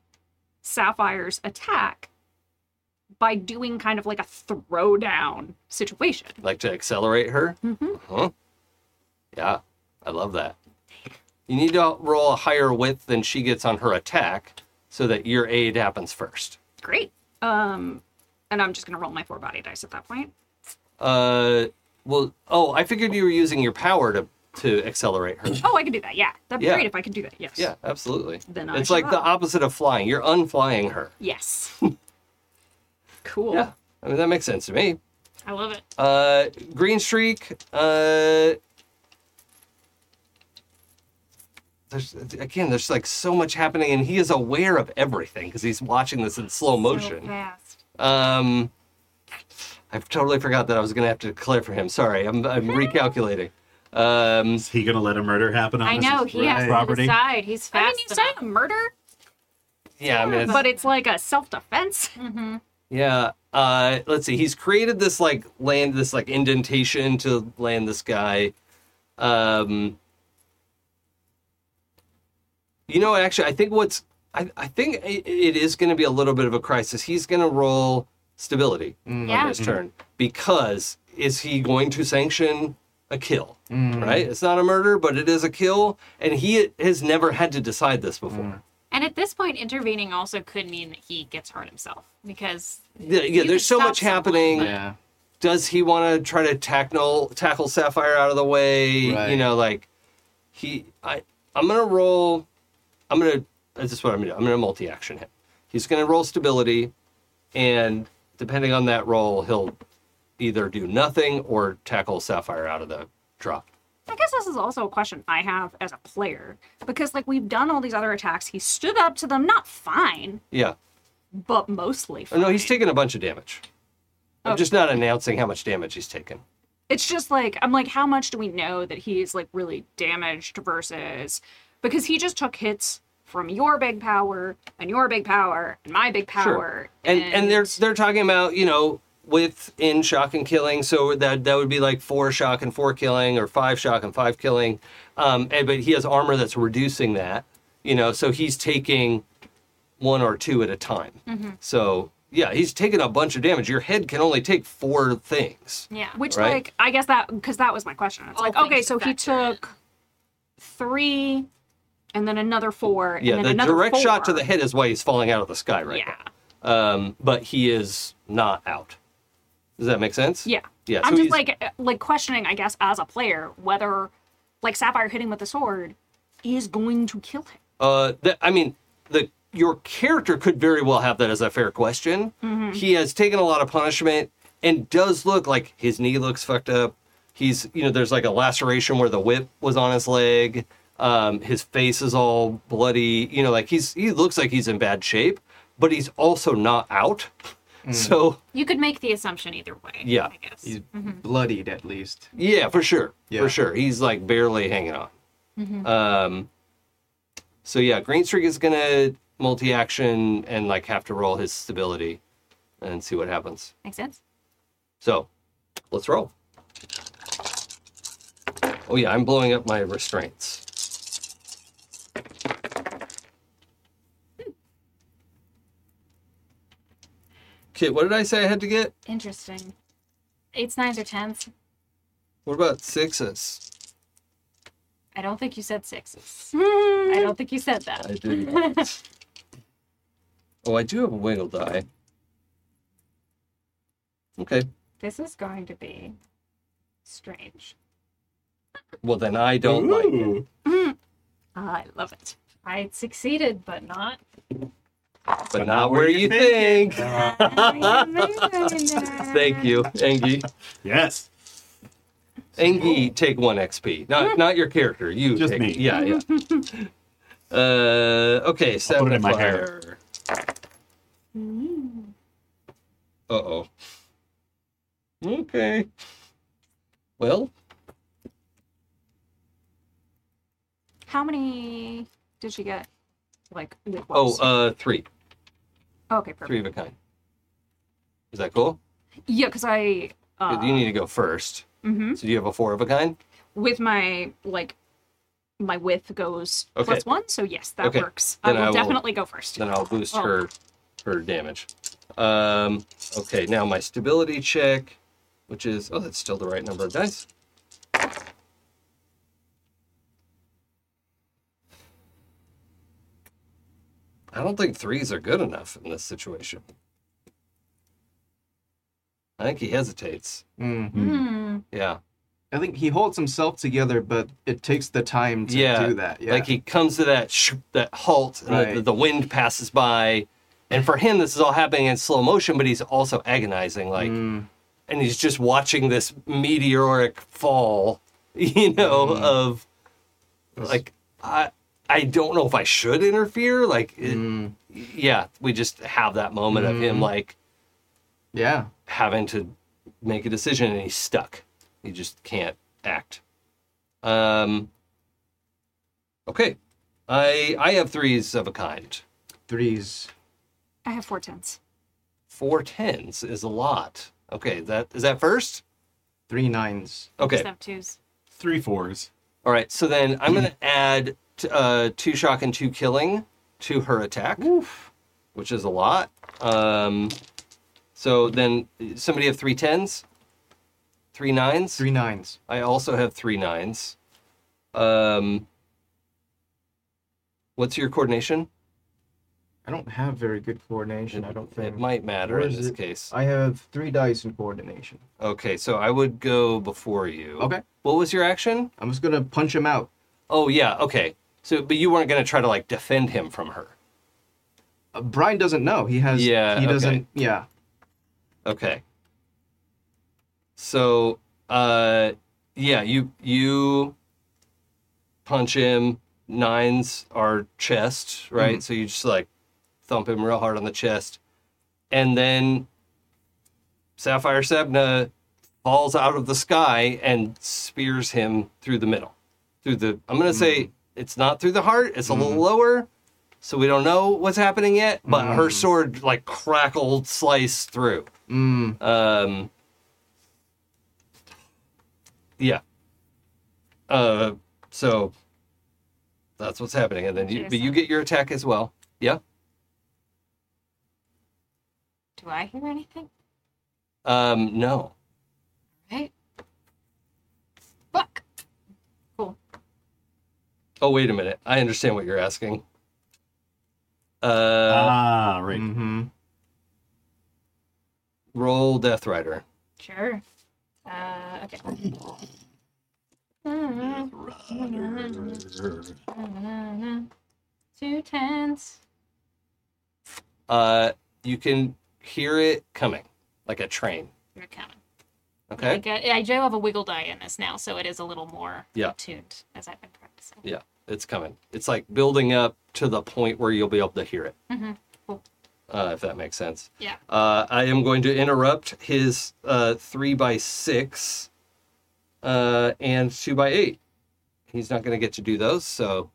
Sapphire's attack by doing kind of like a throwdown situation?
Like to accelerate her?
Mm-hmm.
Mhm.
Uh-huh. Yeah. I love that. You need to roll a higher width than she gets on her attack so that your aid happens first.
Great. Um, and I'm just gonna roll my four body dice at that point.
Uh, well, oh, I figured you were using your power to to accelerate her.
Oh, I could do that. Yeah, that'd be
Yeah.
great if I could do that. Yes.
Yeah, absolutely.
Then I
it's like
shall.
the opposite of flying. You're unflying her. [laughs]
Yes. cool.
Yeah, I mean that makes sense to me.
I love it.
Uh, green streak. Uh, there's again, there's like so much happening, and he is aware of everything because he's watching this in slow
So
motion.
fast.
Um, I've totally forgot that I was gonna have to declare for him. Sorry, I'm
[laughs]
I'm recalculating. Um,
Is he gonna let a murder happen on
I
his
know he has to
property?
decide. He's
I mean,
fast.
you say a murder,
yeah, I mean, it's,
but it's like a self-defense.
hmm
Yeah. Uh, let's see. He's created this like land, this like indentation to land this guy. Um, you know, actually, I think what's I, I think it, it is going to be a little bit of a crisis. He's going to roll stability
Mm.
Yeah. Mm-hmm.
on his turn because is he going to sanction a kill?
Mm-hmm.
Mm.
Right? It's not a murder, but it is a kill, and he has never had to decide this before.
And at this point, intervening also could mean that he gets hurt himself because
Yeah, yeah,
You can
there's so
stop
much
someone,
happening.
Yeah.
does he want to try to tackle tackle Sapphire out of the way?
Right.
You know, like he, I, I'm gonna roll. I'm gonna. This is what I'm gonna do. I'm gonna multi-action him. He's gonna roll stability, and depending on that roll, he'll either do nothing or tackle Sapphire out of the drop.
I guess this is also a question I have as a player because, like, we've done all these other attacks. He stood up to them, not fine,
Yeah.
but mostly.
Oh,
Fine.
no, he's taken a bunch of damage. I'm
Oh.
just not announcing how much damage he's taken.
it's just like I'm like, how much do we know that he's like really damaged versus because he just took hits from your big power and your big power and my big power
and and they're they're talking about you know with in shock and killing so that that would be like four shock and four killing or five shock and five killing um and, but he has armor that's reducing that you know so he's taking one or two at a time
Mm-hmm.
so yeah he's taking a bunch of damage your head can only take four things
yeah,
which
right.
like I guess that because that was my question. It's
All
like okay,
things
so he
factor in.
took three and then another four.
yeah
and then
the
another
direct shot to
four.
the head is why he's falling out of the sky right
Yeah.
now um but he is not out does that make sense
Yeah.
yeah
I'm
so
just
he's-
like uh, like questioning, I guess, as a player, whether like Sapphire hitting with the sword is going to kill him.
Uh, that I mean, the your character could very well have that as a fair question. He has taken a lot of punishment and does look like his knee looks fucked up. He's you know there's like a laceration where the whip was on his leg. Um, his face is all bloody. You know, like he's he looks like he's in bad shape, but he's also not out. [laughs] So
you could make the assumption either way.
Yeah.
I guess.
He's
Mm-hmm.
bloodied at least.
Yeah, for sure.
Yeah.
For sure. He's like barely hanging on. Um, so yeah, Green Streak is gonna multi action and like have to roll his stability and see what happens.
Makes sense.
So let's roll. Oh yeah, I'm blowing up my restraints. Hmm. Okay, what did I say I had to get?
Interesting. Eights, nines, or tens?
What about sixes?
I don't think you said sixes.
Hmm.
I don't think you said that.
I do. not. oh, I do have a wiggle die. Okay.
This is going to be strange.
Well, then I don't like it.
I love it. I succeeded, but
[laughs]
not.
but not where you
[laughs]
think.
Thank
Thank you, Engie.
Yes.
Engie, take one XP.
[laughs]
Not not your character. You
Just
take.
me.
Yeah,
[laughs]
yeah. uh, okay,
I'll
seven
put it in my
fire.
hair.
Uh oh. Okay. Well,
How many did she get? Like, with
oh,
what's-
uh, three,
okay, perfect.
three of a kind. Is that cool?
Yeah, because I. Uh,
you need to go first.
mhm.
So do you have a four of a kind?
with my like my width goes
Okay.
plus one, so yes, that
Okay.
works.
Then
I will
I will-
definitely go first.
Then I'll boost
Oh.
her her damage. Um, okay, now my stability check, which is oh, that's still the right number of dice. I don't think threes are good enough in this situation. I think he hesitates.
Mm.
Mm-hmm.
Hmm,
Yeah.
I think he holds himself together, but it takes the time to
Yeah,
do that. Yeah.
Like he comes to that sh- that halt, and the- the,
Right.
the wind passes by, and for him, this is all happening in slow motion, but he's also agonizing, like,
Mm.
and he's just watching this meteoric fall, [laughs] you know,
Mm.
of like I I don't know if I should interfere, like, it-
Mm.
yeah, we just have that moment of him like
Yeah.
having to make a decision, and he's stuck. He just can't act. Um. Okay, I I have threes of a kind.
Threes.
I have four tens.
Four tens is a lot. Okay, that is that first.
Three nines.
Okay,
Just have twos.
Three fours.
All right, so then I'm going to add t- uh, two shock and two killing to her attack, which is a lot. Um, so then somebody have three tens, three nines.
Three nines.
I also have three nines. Um, what's your coordination?
I don't have very good coordination. I don't think.
It might matter
Where
in
is
this
it?
case.
I have three dice in coordination.
Okay, so I would go before you.
Okay.
What was your action?
I'm just gonna punch him out.
Oh yeah, okay. So, but you weren't going to try to like defend him from her.
Uh, Brian doesn't know. He has.
Yeah,
He
okay.
doesn't. Yeah.
Okay. So, uh, yeah, you you punch him. Nines are chest, right? So you just like thump him real hard on the chest, and then Sapphire Sebna falls out of the sky and spears him through the middle. Through the, I'm gonna say it's not through the heart. It's a little lower, so we don't know what's happening yet. But her sword like crackled, sliced through.
Mm.
Um, yeah. Uh, so that's what's happening, and then you, but you get your attack as well. Yeah.
Do I hear anything?
Um, no.
Right? Fuck.
Oh, wait a minute. I understand what you're asking. Uh,
ah, right.
Mm-hmm.
roll Death Rider.
Sure. Uh, okay. [laughs] Two tens.
Uh, you can hear it coming like a train.
You're counting.
Okay.
Like I, I do have a wiggle die in this now, so it is a little more
Yeah.
tuned as I've been practicing.
Yeah, it's coming. It's like building up to the point where you'll be able to hear it.
Mhm, cool.
Uh, if that makes sense.
Yeah.
Uh, I am going to interrupt his uh, three by six uh, and two by eight. He's not going to get to do those, so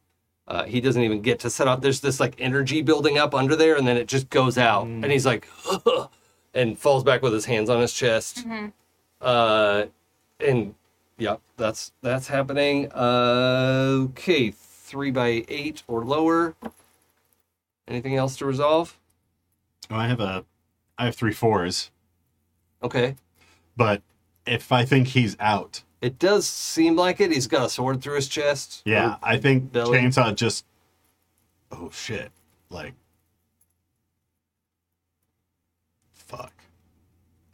uh, he doesn't even get to set up. There's this like energy building up under there, and then it just goes out, and he's like, [laughs] and falls back with his hands on his chest.
Mm-hmm.
Uh, and yeah, that's that's happening. Uh, okay, three by eight or lower. Anything else to resolve?
Oh, I have a. I have three fours,
Okay.
but if I think he's out,
It does seem like it. He's got a sword through his chest.
yeah, I think
Belly.
Chainsaw just, oh shit, like, fuck.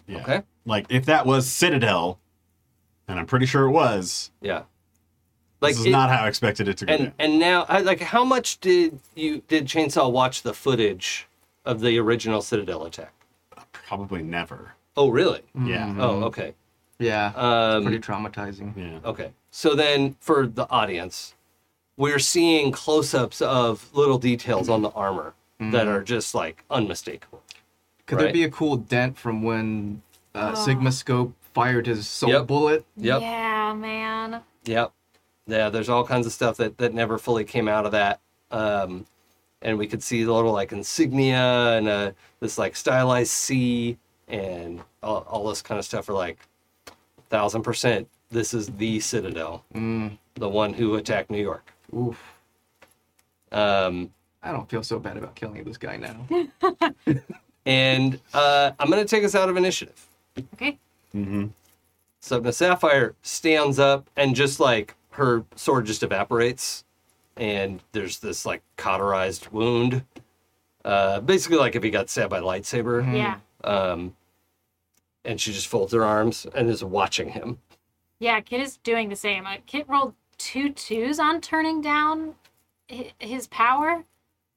Yeah.
Okay.
Like if that was Citadel, and I'm pretty sure it was,
Yeah. Like
this is
it-
not how I expected it to go.
and
down.
and now I- like how much did you did Chainsaw watch the footage of the original Citadel attack?
Probably never.
Oh really?
Yeah.
Oh okay.
Yeah.
Um,
pretty traumatizing.
Yeah.
Okay. So then for the audience, we're seeing close ups of little details on the armor that are just like unmistakable.
Could
Right.
there be a cool dent from when uh, Sigma Scope fired his soul
Yep.
bullet?
Yep.
Yeah, man.
Yep. Yeah, there's all kinds of stuff that, that never fully came out of that. Um, and we could see the little like insignia and uh, this like stylized C and all, all this kind of stuff are like thousand percent. This is the Citadel,
Mm,
the one who attacked New York.
oof.
Um,
I don't feel so bad about killing this guy now.
and uh, I'm going to take us out of initiative.
Okay.
Mhm.
Subna Sapphire stands up and just like her sword just evaporates, and there's this like cauterized wound, uh, basically like if he got stabbed by lightsaber.
Mm-hmm. Yeah.
Um, and she just folds her arms and is watching him.
Yeah, Kit is doing the same. Uh, Kit rolled two twos on turning down hi- his power,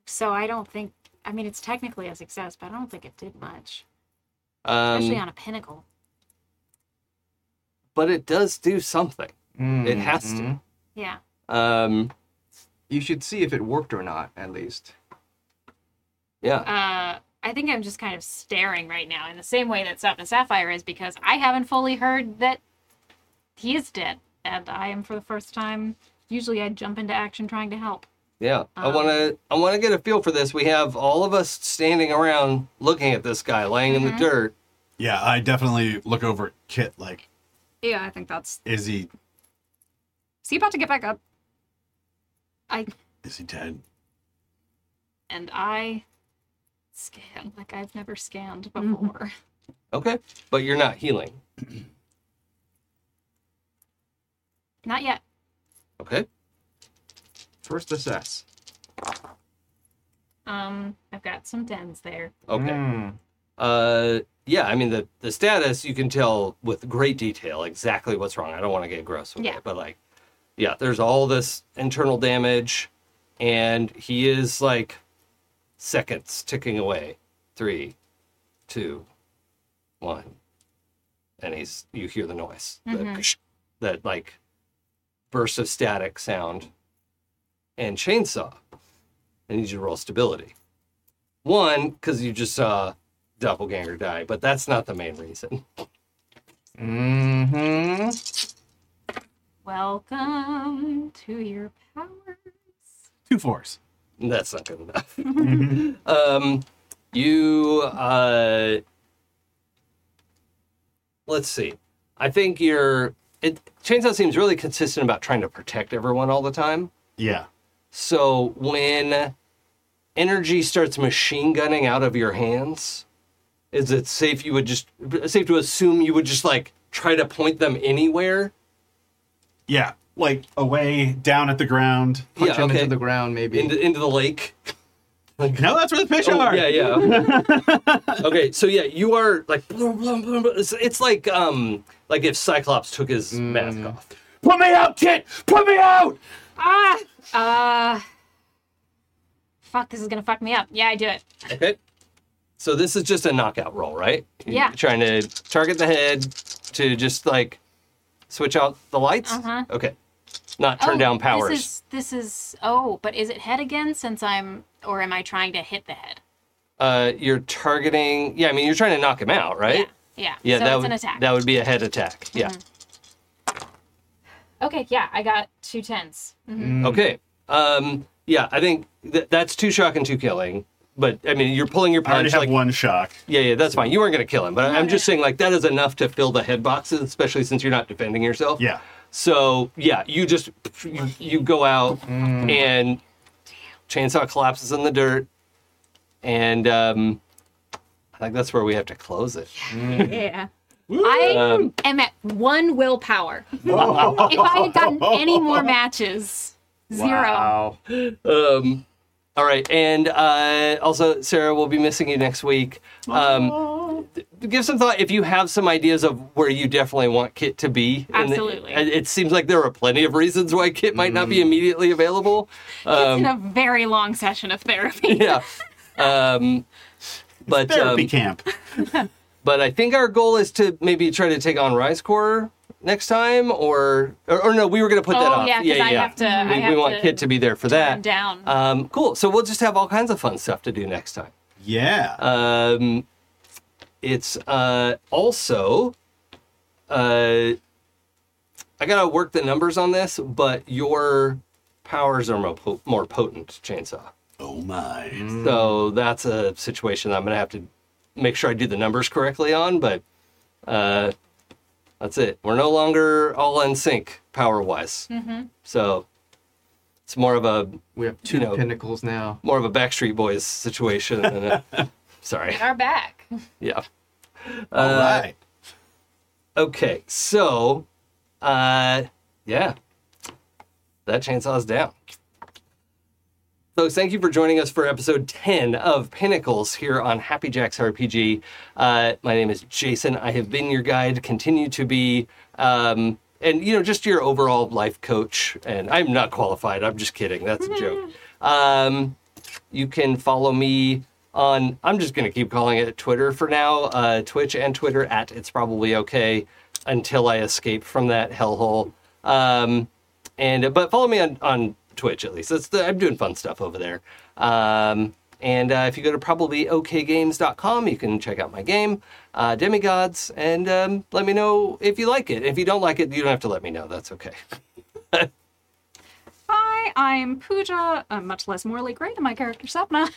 so I don't think. I mean, it's technically a success, but I don't think it did much, especially
Um,
on a pinnacle.
but it does do something. It has to.
Mhm.
Yeah.
Um,
You should see if it worked or not, at least.
yeah.
Uh, I think I'm just kind of staring right now in the same way that Sapna Sapphire is because I haven't fully heard that he is dead, and I am for the first time. Usually, I jump into action trying to help.
Yeah, I
Um,
want to. I want to get a feel for this. We have all of us standing around looking at this guy laying
Mm-hmm.
in the dirt.
Yeah, I definitely look over at Kit like,
Yeah, I think that's.
is he
Is he about to get back up?
I
is he dead?
and I scan like I've never scanned
Mm-hmm.
before.
Okay, but you're not healing.
Not yet.
Okay,
First assess.
Um, I've got some dens there.
okay.
Mm.
Uh, yeah. I mean, the the status you can tell with great detail exactly what's wrong. I don't want to get gross with
Yeah.
it, but like, yeah, there's all this internal damage, and he is like seconds ticking away. Three, two, one, and he's you hear the noise the
Mhm.
ksh- that like burst of static sound, and chainsaw. I need you to roll stability. One, because you just saw doppelganger die, but that's not the main reason. [laughs]
hmm
Welcome to your powers.
Two fours.
That's not good enough.
Mm-hmm.
um, you, uh, let's see. I think you're. It, Chainsaw seems really consistent about trying to protect everyone all the time.
Yeah.
So when energy starts machine gunning out of your hands, is it safe you would just safe to assume you would just like try to point them anywhere?
Yeah. Like away down at the ground.
Punch
yeah,
him
okay.
into the ground, maybe.
into, into the lake.
No, that's where the fish
Oh,
are.
yeah, yeah. okay, so yeah, you are like blum, blum, blum, blum. It's, it's like um like if Cyclops took his mask off.
Put me out, Kit! Put me out!
Ah, uh, fuck. This is gonna fuck me up. Yeah, I do it.
Okay. So this is just a knockout roll, right? You're
Yeah.
trying to target the head to just like switch out the lights.
Uh-huh.
Okay. Not turn
Oh,
down powers.
This is this is. Oh, but is it head again? Since I'm, or am I trying to hit the head?
Uh, you're targeting. Yeah, I mean you're trying to knock him out, right?
Yeah.
Yeah,
so
that
it's
would
an attack. Mm-hmm.
that would be a head attack. Yeah.
Okay. Yeah, I got two tens.
Mm-hmm.
Okay. Um, yeah, I think th- that's two shock and two killing. But I mean, you're pulling your
I already
punch.
have
Like,
one shock.
yeah, yeah, that's fine. You weren't going to kill him, but I'm just saying like that is enough to fill the head boxes, especially since you're not defending yourself.
Yeah.
So yeah, you just you, you go out
Mm.
and chainsaw collapses in the dirt, and um, I think that's where we have to close it.
Yeah.
Um,
I am at one willpower. if I had gotten any more matches, zero.
Wow.
Um, all right, and uh, also Sarah, we'll be missing you next week. Um, give some thought if you have some ideas of where you definitely want Kit to be. And
Absolutely.
it, it seems like there are plenty of reasons why Kit might not be immediately available.
it's
Um,
in [laughs] a very long session of
[laughs]
therapy.
yeah. Um, but
Therapy
um,
camp.
but I think our goal is to maybe try to take on Rise Corps next time, or or, or no, we were going to put that
oh
off.
yeah, because I have to. I
we,
have
we want
to
Kit to be there for that.
turn down.
Um, cool. So we'll just have all kinds of fun stuff to do next time.
Yeah.
Um, it's uh, also, uh, I gotta work the numbers on this, but your powers are more, po- more potent, Chainsaw.
oh my.
So that's a situation I'm gonna have to make sure I do the numbers correctly on, but uh, that's it. We're no longer all in sync power wise. So it's more of a
We have two
You know.
pinnacles now.
more of a Backstreet Boys situation than a, [laughs] sorry.
Our back.
Yeah. uh,
All right.
Okay, so, uh, yeah, that chainsaw's down. Folks, thank you for joining us for episode 10 of Pinnacles here on Happy Jacks RPG. Uh, my name is Jason. I have been your guide, continue to be, um, and you know, just your overall life coach. And I'm not qualified. I'm just kidding. That's a joke. Um, you can follow me on i'm just going to keep calling it twitter for now uh, twitch and twitter at it's probably okay until i escape from that hellhole um, and but follow me on, on twitch at least that's the, i'm doing fun stuff over there um, and uh, if you go to probablyokgames.com you can check out my game uh, demigods and um, let me know if you like it if you don't like it you don't have to let me know that's okay [laughs]
Hi, I'm Pooja. I'm much less morally gray than my
[laughs]
character Sapna.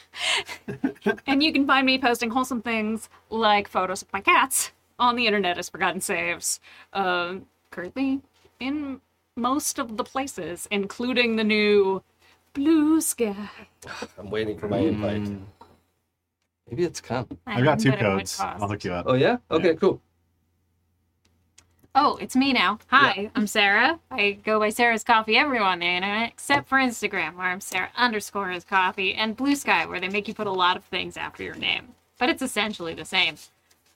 and you can find me posting wholesome things like photos of my cats on the internet as Forgotten Saves. Um, currently in most of the places, including the new Blue Sky.
i'm waiting for my invite maybe it's come
I've got two
But it would
codes.
cost.
I'll look you up.
oh yeah okay cool
Oh, it's me now. Hi, I'm Sarah. I go by Sarah's Coffee everywhere on the internet, except for Instagram, where I'm Sarah underscore is coffee, and Blue Sky, where they make you put a lot of things after your name. But it's essentially the same.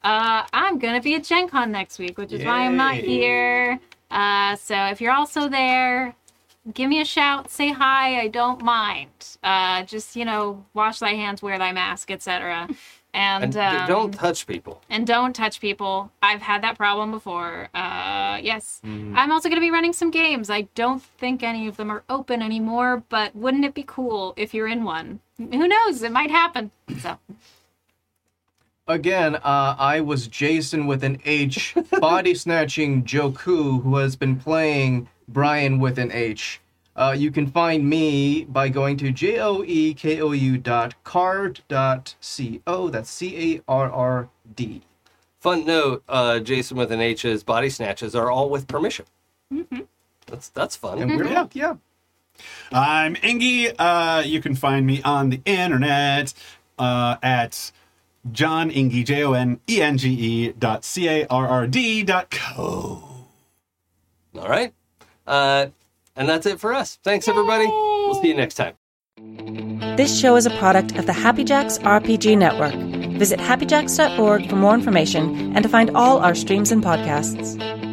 Uh, I'm going to be at Gen Con next week, which is why I'm not here. Uh, so if you're also there, give me a shout, say hi, I don't mind. Uh, just, you know, wash thy hands, wear thy mask, etc. And,
and d-
um,
don't touch people
and don't touch people. I've had that problem before. Uh, yes.
Mm.
I'm also going to be running some games. I don't think any of them are open anymore, but wouldn't it be cool if you're in one? Who knows? It might happen. So,
Again, uh, I was Jason with an H, body snatching Joku, who has been playing Brian with an H. Uh, you can find me by going to j o e k o u dot card dot c o. That's c a r r d.
Fun note: uh, Jason with an H's body snatches are all with permission. That's that's fun.
And we're
Yeah.
yeah.
I'm Ingy. Uh, you can find me on the internet uh, at John Ingy, J O N E N G E dot C A R R D dot co.
All right, uh, and that's it for us. Thanks, everybody. We'll see you next time.
This show is a product of the Happy Jacks RPG Network. Visit happyjacks.org for more information and to find all our streams and podcasts.